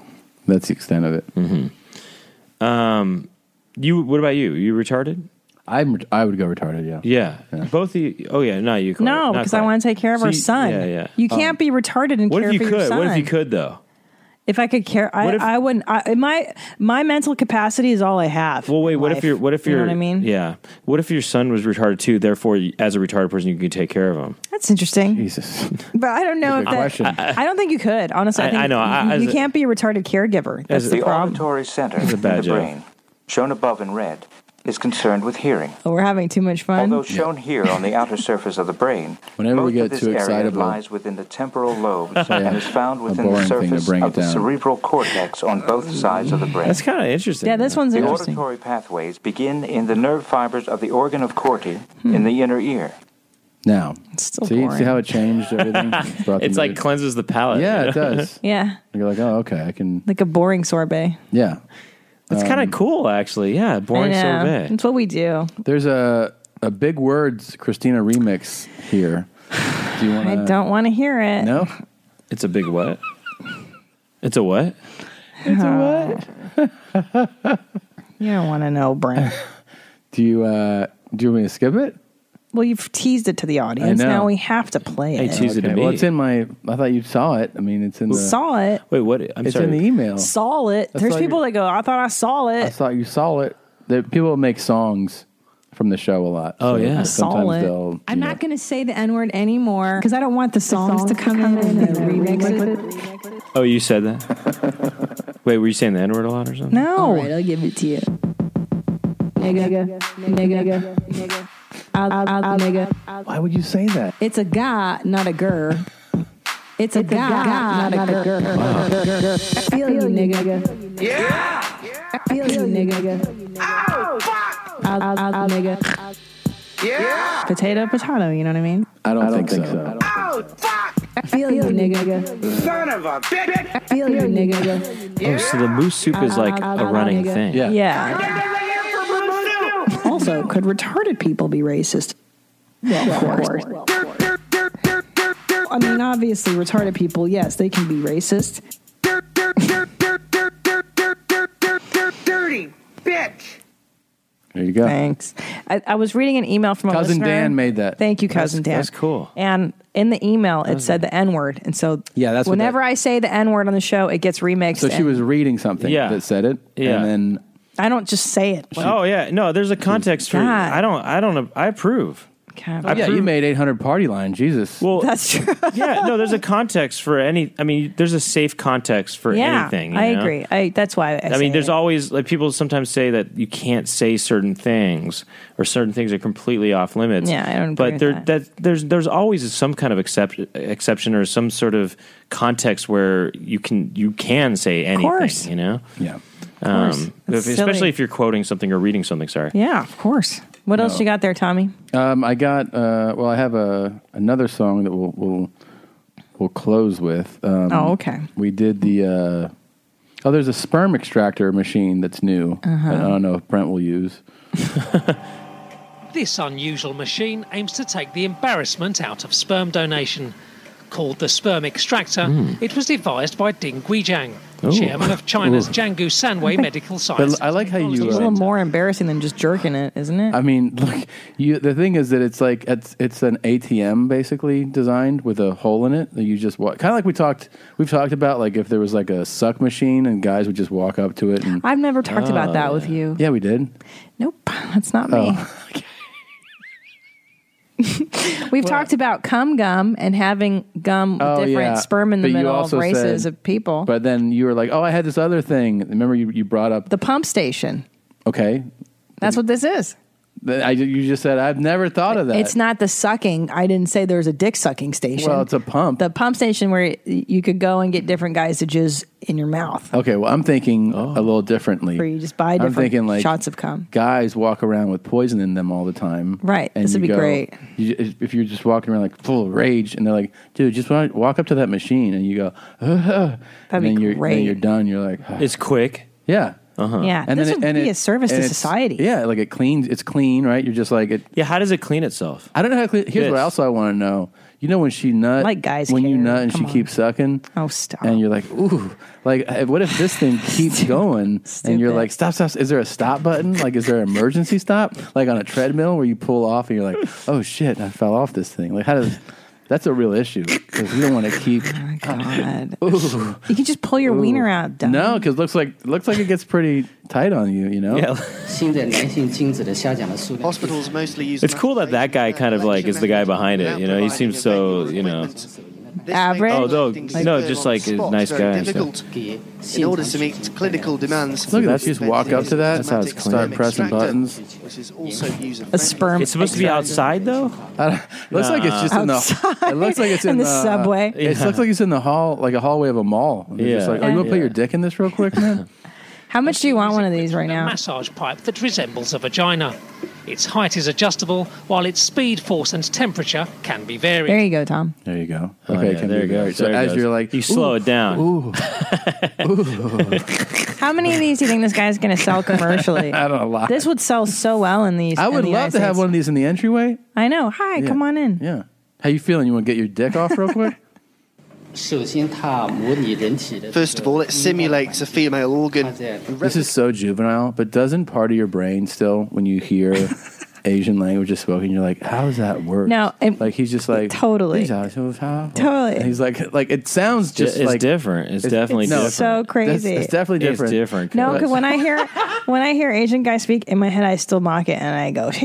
Speaker 1: That's the extent of it.
Speaker 22: Mm-hmm. Um, you. What about you? You retarded?
Speaker 1: I'm. I would go retarded. Yeah.
Speaker 22: Yeah. Both of you. Oh yeah. No, you. Could,
Speaker 2: No, because I want to take care of
Speaker 22: So
Speaker 2: our
Speaker 22: you-
Speaker 2: son.
Speaker 22: yeah, yeah.
Speaker 2: You
Speaker 1: Um,
Speaker 2: can't be retarded and
Speaker 22: um, What
Speaker 2: care
Speaker 22: if you
Speaker 2: for
Speaker 22: could?
Speaker 2: your son.
Speaker 22: What if you could though?
Speaker 2: If I could care, I,
Speaker 22: What if-
Speaker 2: I wouldn't. I, my my mental capacity is all I have.
Speaker 22: Well, wait. What if
Speaker 2: life.
Speaker 22: your? What if
Speaker 2: You know
Speaker 22: your?
Speaker 2: what I mean?
Speaker 22: Yeah. What if your son was retarded too? Therefore, you- as a retarded person, you could take care of him.
Speaker 2: That's interesting.
Speaker 1: Jesus.
Speaker 2: But I don't know if
Speaker 22: That's a good
Speaker 2: that.
Speaker 22: question.
Speaker 2: I, I don't think you could. Honestly, I,
Speaker 22: I-
Speaker 2: think
Speaker 22: I know, I-
Speaker 2: you,
Speaker 22: as
Speaker 2: you
Speaker 22: a-
Speaker 2: can't be a retarded caregiver. That's the problem.
Speaker 24: auditory center in
Speaker 22: bad
Speaker 24: the
Speaker 22: joke.
Speaker 24: brain, shown above in red, is concerned with hearing.
Speaker 2: Oh, we're having too much fun.
Speaker 24: Although shown here on the outer surface of the brain,
Speaker 1: Whenever we
Speaker 24: most
Speaker 1: get
Speaker 24: of this
Speaker 1: too
Speaker 24: area
Speaker 1: excitable-
Speaker 24: lies within the temporal lobes
Speaker 1: Say a-
Speaker 24: and is found
Speaker 1: a
Speaker 24: within the
Speaker 1: boring thing to
Speaker 24: surface
Speaker 1: bring
Speaker 24: of
Speaker 1: it
Speaker 24: the
Speaker 1: down.
Speaker 24: cerebral cortex on both sides of the brain.
Speaker 22: That's kind of interesting.
Speaker 2: Yeah, this one's
Speaker 24: the
Speaker 2: interesting.
Speaker 24: auditory pathways begin in the nerve fibers of the organ of Corti
Speaker 2: Hmm.
Speaker 24: in the inner ear.
Speaker 1: Now,
Speaker 24: still
Speaker 1: see, see
Speaker 24: boring.
Speaker 1: how it changed everything. Brought
Speaker 22: It's
Speaker 1: the
Speaker 22: like
Speaker 1: mood.
Speaker 22: cleanses the palate.
Speaker 1: Yeah,
Speaker 22: you
Speaker 1: it
Speaker 22: know?
Speaker 1: does.
Speaker 2: Yeah,
Speaker 1: You're like, oh, okay, I can.
Speaker 2: like a boring sorbet.
Speaker 1: Yeah, Um,
Speaker 22: That's kind of cool, actually. Yeah, boring
Speaker 2: I know.
Speaker 22: sorbet.
Speaker 2: That's what we do.
Speaker 1: There's a a big words Christina remix here. Do you want?
Speaker 2: I don't want to hear it.
Speaker 1: No.
Speaker 22: It's a big what? It's a what?
Speaker 2: It's a what? you don't want to know, Brent.
Speaker 1: Do you? Uh, do you want me to skip it?
Speaker 2: Well, you've teased it to the audience.
Speaker 1: know.
Speaker 2: Now we have to play it.
Speaker 1: Okay, Well, it's in my. I thought you saw it. I mean, it's in the.
Speaker 2: saw it.
Speaker 22: Wait, what? I'm
Speaker 1: it's in the email.
Speaker 2: Saw it.
Speaker 1: That's
Speaker 2: There's
Speaker 1: why you-
Speaker 2: people that go, I thought I saw
Speaker 1: I
Speaker 2: it.
Speaker 1: thought you saw it. That people make songs from the show a lot.
Speaker 22: Oh, yeah.
Speaker 1: sometimes
Speaker 22: Solid.
Speaker 1: they'll
Speaker 2: I'm not going to say the N word anymore because I don't want the songs, to come, in and the remixes.
Speaker 22: Oh, you said that? Wait, were you saying the N word a lot or something?
Speaker 2: No.
Speaker 9: All right, I'll give it to you. Nigga, nigga, nigga,
Speaker 2: I'll, I'll, nigga.
Speaker 1: Why would you say that?
Speaker 2: It's a guy, not a girl. It's a guy, not, a girl. I feel you, nigga.
Speaker 20: Yeah!
Speaker 2: I feel you, nigga. I'll, I'll, nigga.
Speaker 20: Yeah!
Speaker 2: Potato, potato. You know what I mean?
Speaker 1: I don't, think, so.
Speaker 20: Oh, fuck!
Speaker 2: I feel you, nigga.
Speaker 20: Son of a bitch!
Speaker 2: I feel you, nigga.
Speaker 22: Oh, so the moose soup is like a running thing.
Speaker 2: Yeah. also, could retarded people be racist? Well, of course. I mean, obviously, retarded people, yes, they can be racist.
Speaker 20: Dirty bitch!
Speaker 1: There you go.
Speaker 2: Thanks. I, I was reading an email from a
Speaker 1: Cousin
Speaker 2: listener.
Speaker 1: Dan made that.
Speaker 2: Thank you, cousin Dan.
Speaker 1: That's- that's cool.
Speaker 2: And in the email, it
Speaker 1: was
Speaker 2: said the N word, and so
Speaker 1: Yeah, that's what
Speaker 2: whenever I say the N word on the show, it gets remixed.
Speaker 1: So she
Speaker 2: and
Speaker 1: was reading something
Speaker 22: Yeah.
Speaker 1: that said it,
Speaker 22: Yeah.
Speaker 1: and then
Speaker 2: I don't just say it.
Speaker 22: oh yeah, no. There's a context for.
Speaker 2: God.
Speaker 22: I don't. I don't. I approve.
Speaker 1: oh, yeah, you made 800 party line. Jesus.
Speaker 22: Well,
Speaker 2: that's true.
Speaker 22: yeah, no. There's a context for any. I mean, there's a safe context for
Speaker 2: yeah,
Speaker 22: anything. you
Speaker 2: I
Speaker 22: know?
Speaker 2: agree. I, that's why I,
Speaker 22: I,
Speaker 2: say
Speaker 22: mean, there's
Speaker 2: it.
Speaker 22: always like people sometimes say that you can't say certain things or certain things are completely off limits.
Speaker 2: Yeah, I don't agree
Speaker 22: But
Speaker 2: with
Speaker 22: there,
Speaker 2: that.
Speaker 22: there's there's always some kind of except, exception or some sort of context where you can you can say anything.
Speaker 2: course.
Speaker 22: You know.
Speaker 1: Yeah.
Speaker 2: course.
Speaker 22: Um, if,
Speaker 2: That's silly.
Speaker 22: especially if you're quoting something or reading something. Sorry.
Speaker 2: yeah, of course. What else
Speaker 1: No.
Speaker 2: you got there, Tommy?
Speaker 1: Um, I got uh, well. I have a another song that we'll we'll, we'll close with. Um,
Speaker 2: Oh, okay.
Speaker 1: We did the uh, oh, there's a sperm extractor machine that's new.
Speaker 18: Uh-huh.
Speaker 1: I don't know if Brent will use.
Speaker 18: This unusual machine aims to take the embarrassment out of sperm donation. Called the sperm extractor,
Speaker 22: Hmm.
Speaker 1: Mm.
Speaker 18: it was devised by Ding Guijang,
Speaker 1: Ooh.
Speaker 18: chairman of China's
Speaker 1: Ooh.
Speaker 18: Jangu Sanwei Medical Science.
Speaker 1: But I like how
Speaker 2: It's a
Speaker 1: you.
Speaker 2: little
Speaker 1: Uh,
Speaker 2: more embarrassing than just jerking it, isn't it?
Speaker 1: I mean, look, you. The thing is that it's like it's it's an ATM basically designed with a hole in it that you just walk. Kind of like we talked we've talked about like if there was like a suck machine and guys would just walk up to it. And,
Speaker 2: I've never talked about that with you.
Speaker 1: Yeah, we did. Oh.
Speaker 2: That's not me. We've talked about cum gum and having gum with
Speaker 1: Oh,
Speaker 2: different
Speaker 1: yeah.
Speaker 2: sperm in the
Speaker 1: But you
Speaker 2: middle of
Speaker 1: also
Speaker 2: races
Speaker 1: said-
Speaker 2: of people.
Speaker 1: But then you were like, "Oh, I had this other thing." Remember, you, you brought up
Speaker 2: the pump station.
Speaker 1: Okay,
Speaker 2: That's what this is.
Speaker 1: Then I, you just said I've never thought of that.
Speaker 2: It's not the sucking. I didn't say there's a dick sucking station.
Speaker 1: Well, it's a pump.
Speaker 2: The pump station where you could go and get different guys to jizz in your mouth,
Speaker 1: okay. Well, I'm thinking
Speaker 22: Oh.
Speaker 1: a little differently.
Speaker 2: where you just buy
Speaker 1: I'm
Speaker 2: different
Speaker 1: thinking like
Speaker 2: shots of cum.
Speaker 1: guys walk around with poison in them all the time.
Speaker 2: Right.
Speaker 1: And
Speaker 2: This would be
Speaker 1: you go-
Speaker 2: great.
Speaker 1: You, if you're just walking around like full of rage, and they're like, "Dude, just wa- walk up to that machine," and you go, That'd and
Speaker 2: be
Speaker 1: then you're,
Speaker 2: great.
Speaker 1: Then you're done. You're like,
Speaker 22: It's quick.
Speaker 1: Yeah. Uh huh.
Speaker 2: Yeah, this would be a service to society.
Speaker 1: Yeah, like it cleans. It's clean, right? You're just like it.
Speaker 22: Yeah. How does it clean itself?
Speaker 1: I don't know how. Clean, here's what
Speaker 22: This.
Speaker 1: else I want to know. You know when she nut,
Speaker 2: Like guys
Speaker 1: when you
Speaker 2: care.
Speaker 1: nut and
Speaker 2: Come
Speaker 1: she keeps sucking.
Speaker 2: Oh, stop!
Speaker 1: And you're like, ooh, like eh, what if this thing keeps going? And you're like, stop, stop. Is there a stop button? Like, is there an emergency stop? Like on a treadmill where you pull off and you're like, oh shit, I fell off this thing. Like, how does? That's a real issue because you don't want to keep.
Speaker 2: Oh God.
Speaker 1: Ooh.
Speaker 2: You can just pull your wiener out.
Speaker 1: No, because looks like looks like it gets pretty tight on you. You know.
Speaker 17: Hospitals mostly use.
Speaker 22: It's cool that that guy kind of like is the guy behind it. You know, he seems so you know.
Speaker 2: Average.
Speaker 22: Oh, no, no, just like a nice guy. and stuff.
Speaker 17: In order to meet clinical demands.
Speaker 1: Look at this. You just walk up to that, start pressing buttons.
Speaker 17: Which is also user.
Speaker 2: A sperm.
Speaker 22: It's supposed to be outside though.
Speaker 1: Looks like it's just in the. It looks like it's in,
Speaker 2: In the subway.
Speaker 1: It looks like it's in the hall, like a hallway of a mall. And yeah. Just
Speaker 22: Yeah.
Speaker 1: like, oh, you want to put
Speaker 22: Yeah.
Speaker 1: your dick in this real quick, man?
Speaker 2: How much do you want one of these right
Speaker 18: a
Speaker 2: now?
Speaker 18: massage pipe that resembles a vagina. Its height is adjustable, while its speed, force, and temperature can be varied.
Speaker 2: There you go, Tom.
Speaker 1: There you go.
Speaker 22: Oh,
Speaker 1: Okay,
Speaker 22: yeah,
Speaker 1: can
Speaker 22: there
Speaker 1: be
Speaker 22: it goes.
Speaker 1: varied. So
Speaker 22: There it
Speaker 1: as
Speaker 22: goes.
Speaker 1: you're like,
Speaker 22: You slow
Speaker 1: ooh,
Speaker 22: it down.
Speaker 1: Ooh, ooh.
Speaker 2: How many of these do you think this guy's going to sell commercially?
Speaker 1: I don't know. a lot.
Speaker 2: This would sell so well in these.
Speaker 1: I
Speaker 2: in
Speaker 1: would
Speaker 2: the
Speaker 1: love
Speaker 2: United
Speaker 1: to have
Speaker 2: States.
Speaker 1: one of these in the entryway.
Speaker 2: I know. Hi,
Speaker 1: Yeah.
Speaker 2: come on in.
Speaker 1: Yeah. How you feeling? You want to get your dick off real quick?
Speaker 17: First of all, it simulates a female organ.
Speaker 1: This is so juvenile, but doesn't part of your brain still when you hear Asian language is spoken, you're like, how does that work?
Speaker 2: No, and-
Speaker 1: like he's just like
Speaker 2: Totally.
Speaker 1: "These are so powerful."
Speaker 2: Totally.
Speaker 1: And he's like, like it sounds
Speaker 22: It's di-
Speaker 1: just
Speaker 22: it's
Speaker 1: like
Speaker 22: different. It's definitely
Speaker 2: It's so crazy.
Speaker 1: It's, definitely
Speaker 22: It's
Speaker 1: different.
Speaker 22: different,
Speaker 2: No, because when I hear when I hear Asian guys speak in my head, I still mock it and I go,
Speaker 22: Uh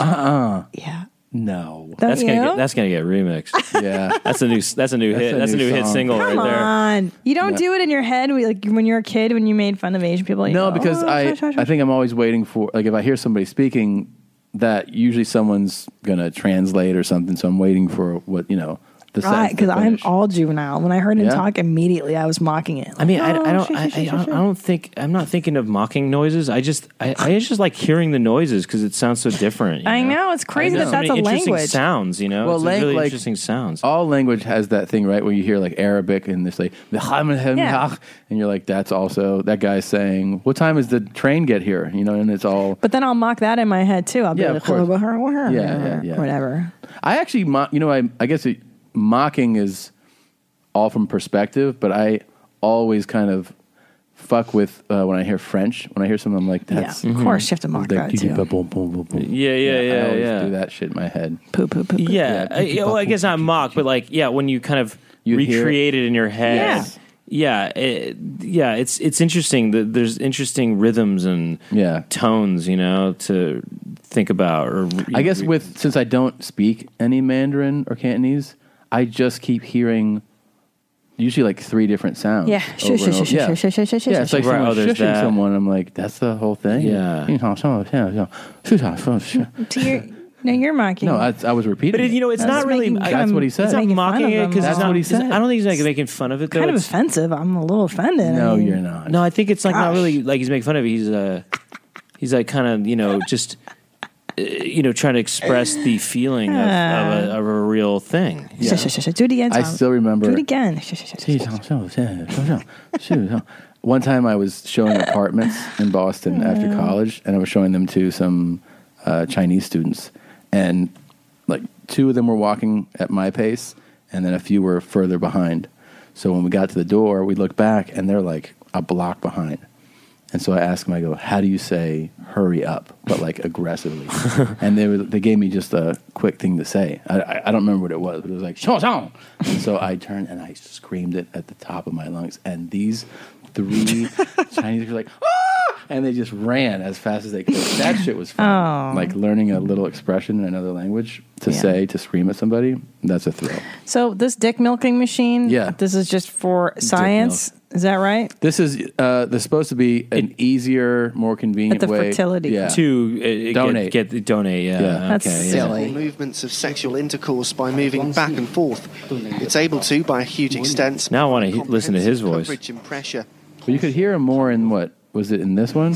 Speaker 1: Uh-uh.
Speaker 22: uh
Speaker 2: Yeah.
Speaker 1: No.
Speaker 2: Don't
Speaker 22: that's gonna
Speaker 2: you?
Speaker 22: get that's gonna get remixed.
Speaker 1: yeah.
Speaker 22: That's a new that's a new hit. that's a new hit
Speaker 1: song.
Speaker 22: single
Speaker 1: Come
Speaker 22: right
Speaker 2: Come
Speaker 22: there.
Speaker 2: on, you don't
Speaker 1: Yeah.
Speaker 2: do it in your head. We, like when you're a kid, when you made fun of Asian people. you
Speaker 1: no,
Speaker 2: go,
Speaker 1: because
Speaker 2: "Oh,
Speaker 1: I,
Speaker 2: shush, shush,
Speaker 1: I think I'm always waiting for like if I hear somebody speaking that usually someone's gonna translate or something. So I'm waiting for what you know the
Speaker 2: Right,
Speaker 1: sentence to
Speaker 2: because I'm
Speaker 1: finish.
Speaker 2: all juvenile. When I heard him
Speaker 22: Yeah.
Speaker 2: talk, immediately I was mocking it.
Speaker 22: I mean, I,
Speaker 2: "Oh,
Speaker 22: I don't,
Speaker 2: shit,
Speaker 22: I,
Speaker 2: shit,
Speaker 22: I,
Speaker 2: shit,
Speaker 22: don't-
Speaker 2: shit."
Speaker 22: I don't think I'm not thinking of mocking noises. I just, I, I just like hearing the noises because it sounds so different. you
Speaker 2: I know it's crazy that
Speaker 22: know. So
Speaker 2: that's
Speaker 22: many
Speaker 2: a
Speaker 22: interesting
Speaker 2: language.
Speaker 22: Sounds, you know,
Speaker 1: Well,
Speaker 22: it's
Speaker 1: lang-
Speaker 22: really
Speaker 1: like-
Speaker 22: interesting sounds.
Speaker 1: All language has that thing, right? Where you hear like Arabic and it's like
Speaker 2: Yeah.
Speaker 1: and you're like, that's also that guy's saying, "What time is the train get here?" You know, and it's all
Speaker 2: But then I'll mock that in my head too. I'll be
Speaker 1: Yeah,
Speaker 2: like,
Speaker 1: of course.
Speaker 2: yeah,
Speaker 1: Yeah, yeah, yeah.
Speaker 2: whatever.
Speaker 1: I actually, mo- you know, I, I guess it, mocking is all from perspective, but I always kind of fuck with uh, when I hear French. When I hear something, I'm like,
Speaker 2: Yeah,
Speaker 1: that's. Mm-hmm.
Speaker 2: of course you have to mock
Speaker 1: Like,
Speaker 2: that too.
Speaker 1: boom, boom, boom, boom.
Speaker 22: Yeah, yeah,
Speaker 1: I
Speaker 22: yeah,
Speaker 1: always
Speaker 22: yeah.
Speaker 1: do that shit in my head.
Speaker 2: Poo, poo, poo,
Speaker 22: yeah, I, yeah, well, I guess not mock, but like, yeah, when you kind of recreate it in your head.
Speaker 1: Yes.
Speaker 22: Yeah, it, yeah, it's it's interesting. The, there's interesting rhythms and
Speaker 1: yeah.
Speaker 22: tones, you know, to think about. Or
Speaker 1: I guess with since I don't speak any Mandarin or Cantonese, I just keep hearing usually like three different sounds.
Speaker 2: Yeah.
Speaker 1: over and over. Yeah.
Speaker 2: Yeah,
Speaker 1: Yeah, it's like someone shushing someone. I'm like, that's the whole thing.
Speaker 22: Yeah.
Speaker 1: no,
Speaker 2: Do you? No, you're mocking.
Speaker 1: I, I was repeating.
Speaker 22: But it, you know, it's
Speaker 1: That's
Speaker 22: not really.
Speaker 2: making
Speaker 22: I-
Speaker 2: fun
Speaker 22: that's
Speaker 2: of-
Speaker 22: what he said.
Speaker 2: it's
Speaker 22: It's not
Speaker 2: making
Speaker 22: mocking
Speaker 2: fun of
Speaker 22: it
Speaker 2: them
Speaker 22: because
Speaker 2: all.
Speaker 22: it's
Speaker 2: That's
Speaker 22: not.
Speaker 2: what he
Speaker 22: it's-
Speaker 2: said.
Speaker 22: I don't think he's like making fun of it. Though.
Speaker 2: kind of
Speaker 22: It's-
Speaker 2: offensive. I'm a little offended. I mean,
Speaker 1: you're not.
Speaker 22: No, I think it's like not really like he's making fun of. It. He's uh, he's like kind of you know just uh, you know trying to express the feeling of, of, a, of a real thing.
Speaker 2: Sh- sh- sh- sh- Do it again.
Speaker 1: I
Speaker 2: Tom.
Speaker 1: still remember.
Speaker 2: Do it again. Sh- sh- sh- sh-
Speaker 1: One time I was showing apartments in Boston after college, and I was showing them to some uh, Chinese students. And like two of them were walking at my pace, and then a few were further behind. So when we got to the door, we looked back, and they're like a block behind. And so I asked them, I go, how do you say hurry up, but like aggressively? and they, were, they gave me just a quick thing to say. I, I, I don't remember what it was, but it was like, "Shong shong." And so I turned and I screamed it at the top of my lungs. And these three Chinese were like, ah! And they just ran as fast as they could. That shit was fun.
Speaker 2: Oh.
Speaker 1: Like learning a little expression in another language to
Speaker 2: Yeah.
Speaker 1: say, to scream at somebody, that's a thrill.
Speaker 2: So this dick milking machine.
Speaker 1: Yeah.
Speaker 2: This is just for science. Is that right?
Speaker 1: This is uh, there's supposed to be an easier, more convenient
Speaker 2: At the
Speaker 1: way
Speaker 2: fertility
Speaker 1: yeah.
Speaker 22: To uh, get-
Speaker 1: donate.
Speaker 22: get, donate. Yeah,
Speaker 1: Yeah.
Speaker 22: okay, yeah.
Speaker 17: Movements of sexual intercourse by moving back and forth. It's able to, by a huge extent,
Speaker 22: Now I want to he- listen to his voice.
Speaker 17: coverage and pressure.
Speaker 1: But you could hear him more in what was it in this one?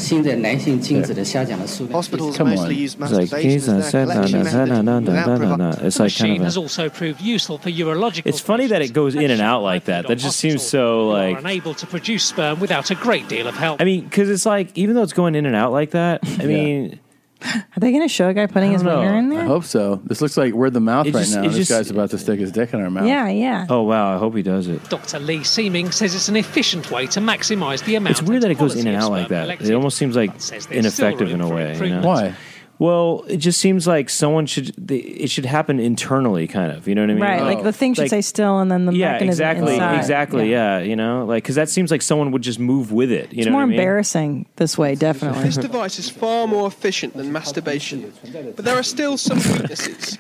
Speaker 17: Hospitals
Speaker 1: Come
Speaker 17: mostly
Speaker 1: on.
Speaker 17: use
Speaker 1: It's like,
Speaker 17: masturbation
Speaker 1: "Geez, I
Speaker 17: as their
Speaker 1: said
Speaker 17: collection
Speaker 1: that, I said
Speaker 17: method.
Speaker 1: that, I said
Speaker 17: without
Speaker 1: that,
Speaker 17: providing-
Speaker 22: No, it's
Speaker 18: the
Speaker 22: like
Speaker 18: machine
Speaker 22: kind of
Speaker 18: has
Speaker 22: a,
Speaker 18: also proved useful for urological.
Speaker 22: It's funny that it goes in and out like that. That just seems so
Speaker 18: who are
Speaker 22: like.
Speaker 18: unable to produce sperm without a great deal of help.
Speaker 22: I mean, because it's like even though it's going in and out like that, I mean,
Speaker 2: Are they going to show a guy putting his finger in
Speaker 1: I
Speaker 2: there?
Speaker 1: hope so. This looks like we're the mouth
Speaker 22: It
Speaker 1: right
Speaker 22: just-
Speaker 1: now.
Speaker 22: it
Speaker 1: This
Speaker 22: just-
Speaker 1: guy's about to stick his dick in our mouth.
Speaker 2: Yeah, yeah.
Speaker 22: oh wow, I hope he does it.
Speaker 18: Dr. Lee Seeming says it's an efficient way to maximise the amount.
Speaker 22: It's weird that it goes
Speaker 18: and
Speaker 22: in and out
Speaker 18: quality
Speaker 22: like
Speaker 18: of
Speaker 22: that.
Speaker 18: sperm
Speaker 22: It almost seems like
Speaker 18: says there's still
Speaker 22: ineffective
Speaker 18: room
Speaker 22: in a
Speaker 18: for
Speaker 22: way. You know?
Speaker 18: improvement.
Speaker 1: Why?
Speaker 22: Well, it just seems like someone should. They, it should happen internally, kind of. You know what I mean?
Speaker 2: right. Like the thing should say still, and then the
Speaker 22: Yeah,
Speaker 2: mechanism
Speaker 22: exactly,
Speaker 2: inside.
Speaker 22: exactly. Yeah. you know, like because that seems like someone would just move with it. You
Speaker 2: It's
Speaker 22: know,
Speaker 2: more
Speaker 22: what I mean?
Speaker 2: embarrassing this way, definitely.
Speaker 26: This device is far more efficient than masturbation, but there are still some weaknesses.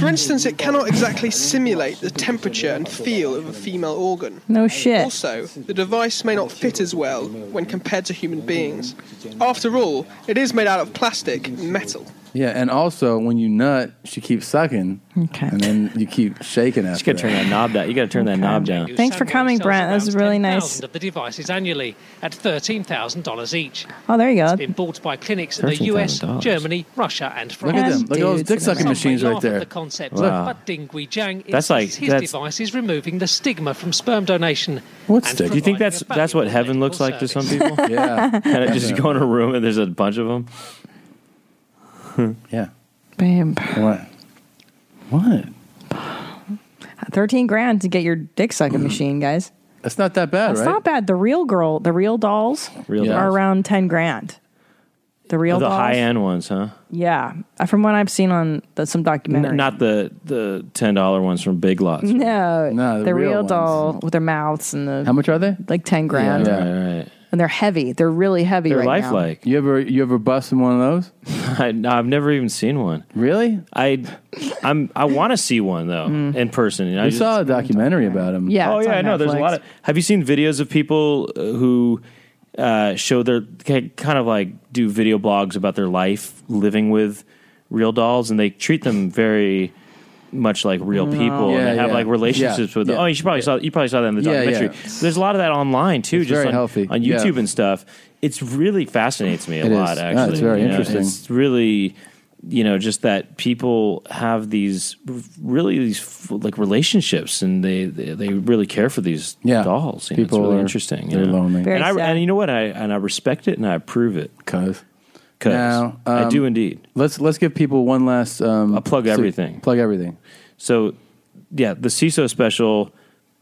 Speaker 26: For instance, it cannot exactly simulate the temperature and feel of a female organ.
Speaker 2: No shit.
Speaker 26: Also, the device may not fit as well when compared to human beings. After all, it is made out of plastic and metal.
Speaker 1: Yeah, and also when you nut, she keeps sucking.
Speaker 2: Okay.
Speaker 1: And then you keep shaking after. You
Speaker 22: gotta turn that knob down. You gotta turn that knob down.
Speaker 2: Thanks for coming, Brent. That was really nice.
Speaker 18: of the devices annually at $13,000 each.
Speaker 2: Oh, there you go.
Speaker 18: It's been bought by clinics in the US,
Speaker 2: $13,000.
Speaker 18: Germany, Russia, and France.
Speaker 1: Look at them. Look at those dick sucking
Speaker 18: Some may
Speaker 1: machines right
Speaker 18: laugh at
Speaker 1: there.
Speaker 18: The concept,
Speaker 1: Wow.
Speaker 18: but Ding Guijang insists
Speaker 22: That's like-
Speaker 18: his
Speaker 22: that's-
Speaker 18: device is removing the stigma from sperm donation.
Speaker 22: What's
Speaker 18: and
Speaker 22: that? Do you think
Speaker 18: providing
Speaker 22: that's that's what heaven looks like to some people?
Speaker 1: Yeah.
Speaker 22: kind of just go in a room and there's a bunch of them.
Speaker 1: yeah.
Speaker 2: Bam.
Speaker 1: What? What?
Speaker 2: Thirteen grand to get your dick sucking machine, guys.
Speaker 1: That's not that bad,
Speaker 2: It's
Speaker 1: right?
Speaker 2: not bad. The real girl, the real dolls
Speaker 1: Real
Speaker 2: are
Speaker 1: dolls.
Speaker 2: around ten grand. The real
Speaker 22: the
Speaker 2: balls?
Speaker 22: high end ones, huh?
Speaker 2: Yeah, Uh, from what I've seen on the, some documentary.
Speaker 22: N- not the the ten dollar ones from Big Lots.
Speaker 2: no,
Speaker 22: No,
Speaker 2: the,
Speaker 22: the
Speaker 2: real,
Speaker 22: real
Speaker 2: doll with their mouths and the. How
Speaker 1: much are they?
Speaker 2: Like ten grand.
Speaker 22: Right, right.
Speaker 2: And they're heavy. They're really heavy.
Speaker 22: They're
Speaker 2: right now.
Speaker 22: lifelike.
Speaker 1: You ever you ever busted one of
Speaker 22: those? I, no, I've never even seen one.
Speaker 1: Really?
Speaker 22: I I'm I want to see one though
Speaker 1: Mm.
Speaker 22: in person. You know,
Speaker 1: we
Speaker 22: I
Speaker 1: saw a documentary about him.
Speaker 22: Oh yeah, I know. There's a lot of. Have you seen videos of people uh, who uh, show their ki- kind of like do video blogs about their life living with real dolls, and they treat them very much like real No. people, Yeah, and they have yeah. like relationships
Speaker 1: Yeah,
Speaker 22: with them.
Speaker 1: yeah.
Speaker 22: Oh, you should probably saw you probably saw that in the
Speaker 1: Yeah, yeah.
Speaker 22: documentary. There's a lot of that online too,
Speaker 1: It's
Speaker 22: just
Speaker 1: very
Speaker 22: on,
Speaker 1: healthy.
Speaker 22: on
Speaker 1: Yeah.
Speaker 22: YouTube and stuff. It's really fascinates me a
Speaker 1: It is.
Speaker 22: lot.
Speaker 1: Yeah,
Speaker 22: Actually,
Speaker 1: it's very
Speaker 22: You know,
Speaker 1: interesting.
Speaker 22: It's really. You know, just that people have these r- really these f- like relationships, and they they, they really care for these dolls. You know,
Speaker 1: People
Speaker 22: it's really
Speaker 1: are-
Speaker 22: interesting.
Speaker 1: they're
Speaker 22: you know?
Speaker 1: lonely. Very
Speaker 22: and I
Speaker 1: sad.
Speaker 22: and you know what? I and I respect it and I approve it
Speaker 1: because Now,
Speaker 22: I
Speaker 1: um,
Speaker 22: do indeed.
Speaker 1: Let's let's give people one last. Um,
Speaker 22: plug
Speaker 1: so-
Speaker 22: everything.
Speaker 1: plug everything.
Speaker 22: So, yeah, the CISO special.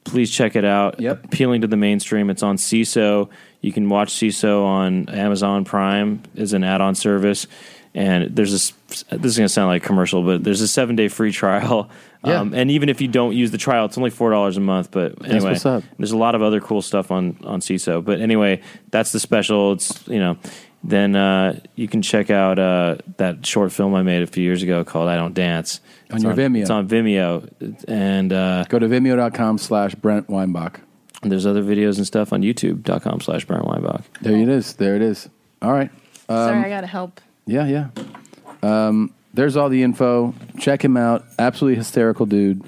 Speaker 22: Please check it out. Yep. Appealing to the mainstream. It's on CISO. You can watch CISO on Amazon Prime as an add-on service. And there's this. This is going to sound like a commercial, but there's a seven-day free trial.
Speaker 1: Yeah.
Speaker 22: Um, and even if you don't use the trial, it's only four dollars a month. But
Speaker 1: That's
Speaker 22: anyway,
Speaker 1: what's up.
Speaker 22: there's a lot of other cool stuff on on CISO. But anyway, that's the special. It's you know, then uh, you can check out uh, that short film I made a few years ago called "I Don't Dance."
Speaker 1: On
Speaker 22: It's
Speaker 1: your Vimeo.
Speaker 22: it's on Vimeo, and uh,
Speaker 1: go to vimeo.com slash Brent Weinbach.
Speaker 22: There's other videos and stuff on YouTube.com slash Brent Weinbach.
Speaker 1: There it is. There it is. All right. Um,
Speaker 2: Sorry, I got to help.
Speaker 1: Yeah, yeah. Um, there's all the info. Check him out. Absolutely hysterical dude.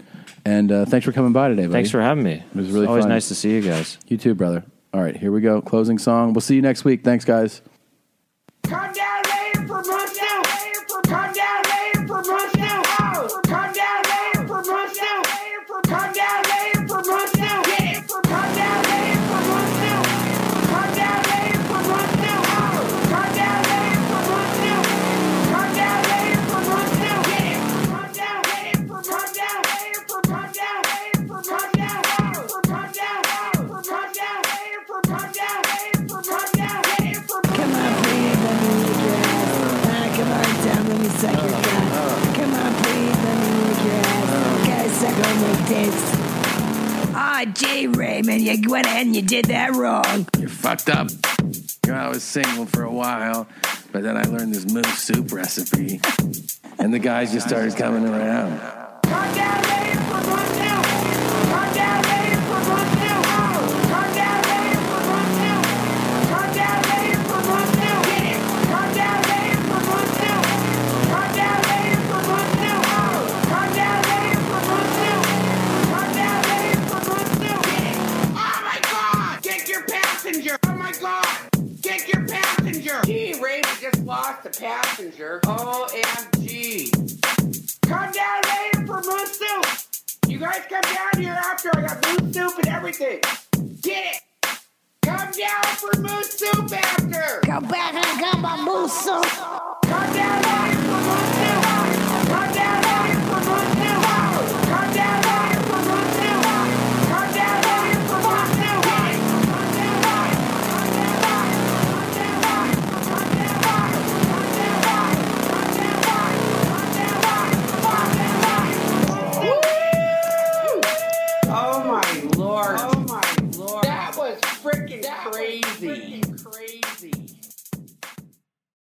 Speaker 1: And uh, thanks for coming by today, buddy.
Speaker 22: Thanks for having
Speaker 1: It
Speaker 22: me.
Speaker 1: was really
Speaker 22: always
Speaker 1: fun.
Speaker 22: nice to see you guys.
Speaker 1: You too, brother. All right, here we go. Closing song. We'll see you next week. Thanks, guys.
Speaker 20: Come down later for months now. Come down later for months now. Come down later for months now. Come down later for months now. Come down later for months now. Come down later for months now. Come down later for months now. Come down later for months now. Come down later for months now. Come down later for months now. Come down later for months now. Come down later for months now. Come on, please, let me lick your ass. Ah, come on down, let me suck your cock. Come on, please, let me lick your ass. Guys, suck on my dicks. Ah, Jay Raymond, you went ahead and you did that wrong.
Speaker 8: You're fucked up. You know, I was single for a while, but then I learned this moose soup recipe, and the guys just started coming around.
Speaker 20: Oh Take your passenger! Oh my god! Take your passenger! Gee, Raymond just lost a passenger. OMG. Come down later for moon soup! You guys come down here after I got moon soup and everything! Get it! Come down for moon soup after! Come back and get my moon soup! Come down later for moon soup! Come down later for moon soup! Come down later for moon soup! Come down later for moon soup! Oh my lord. Oh my lord. That was freaking crazy.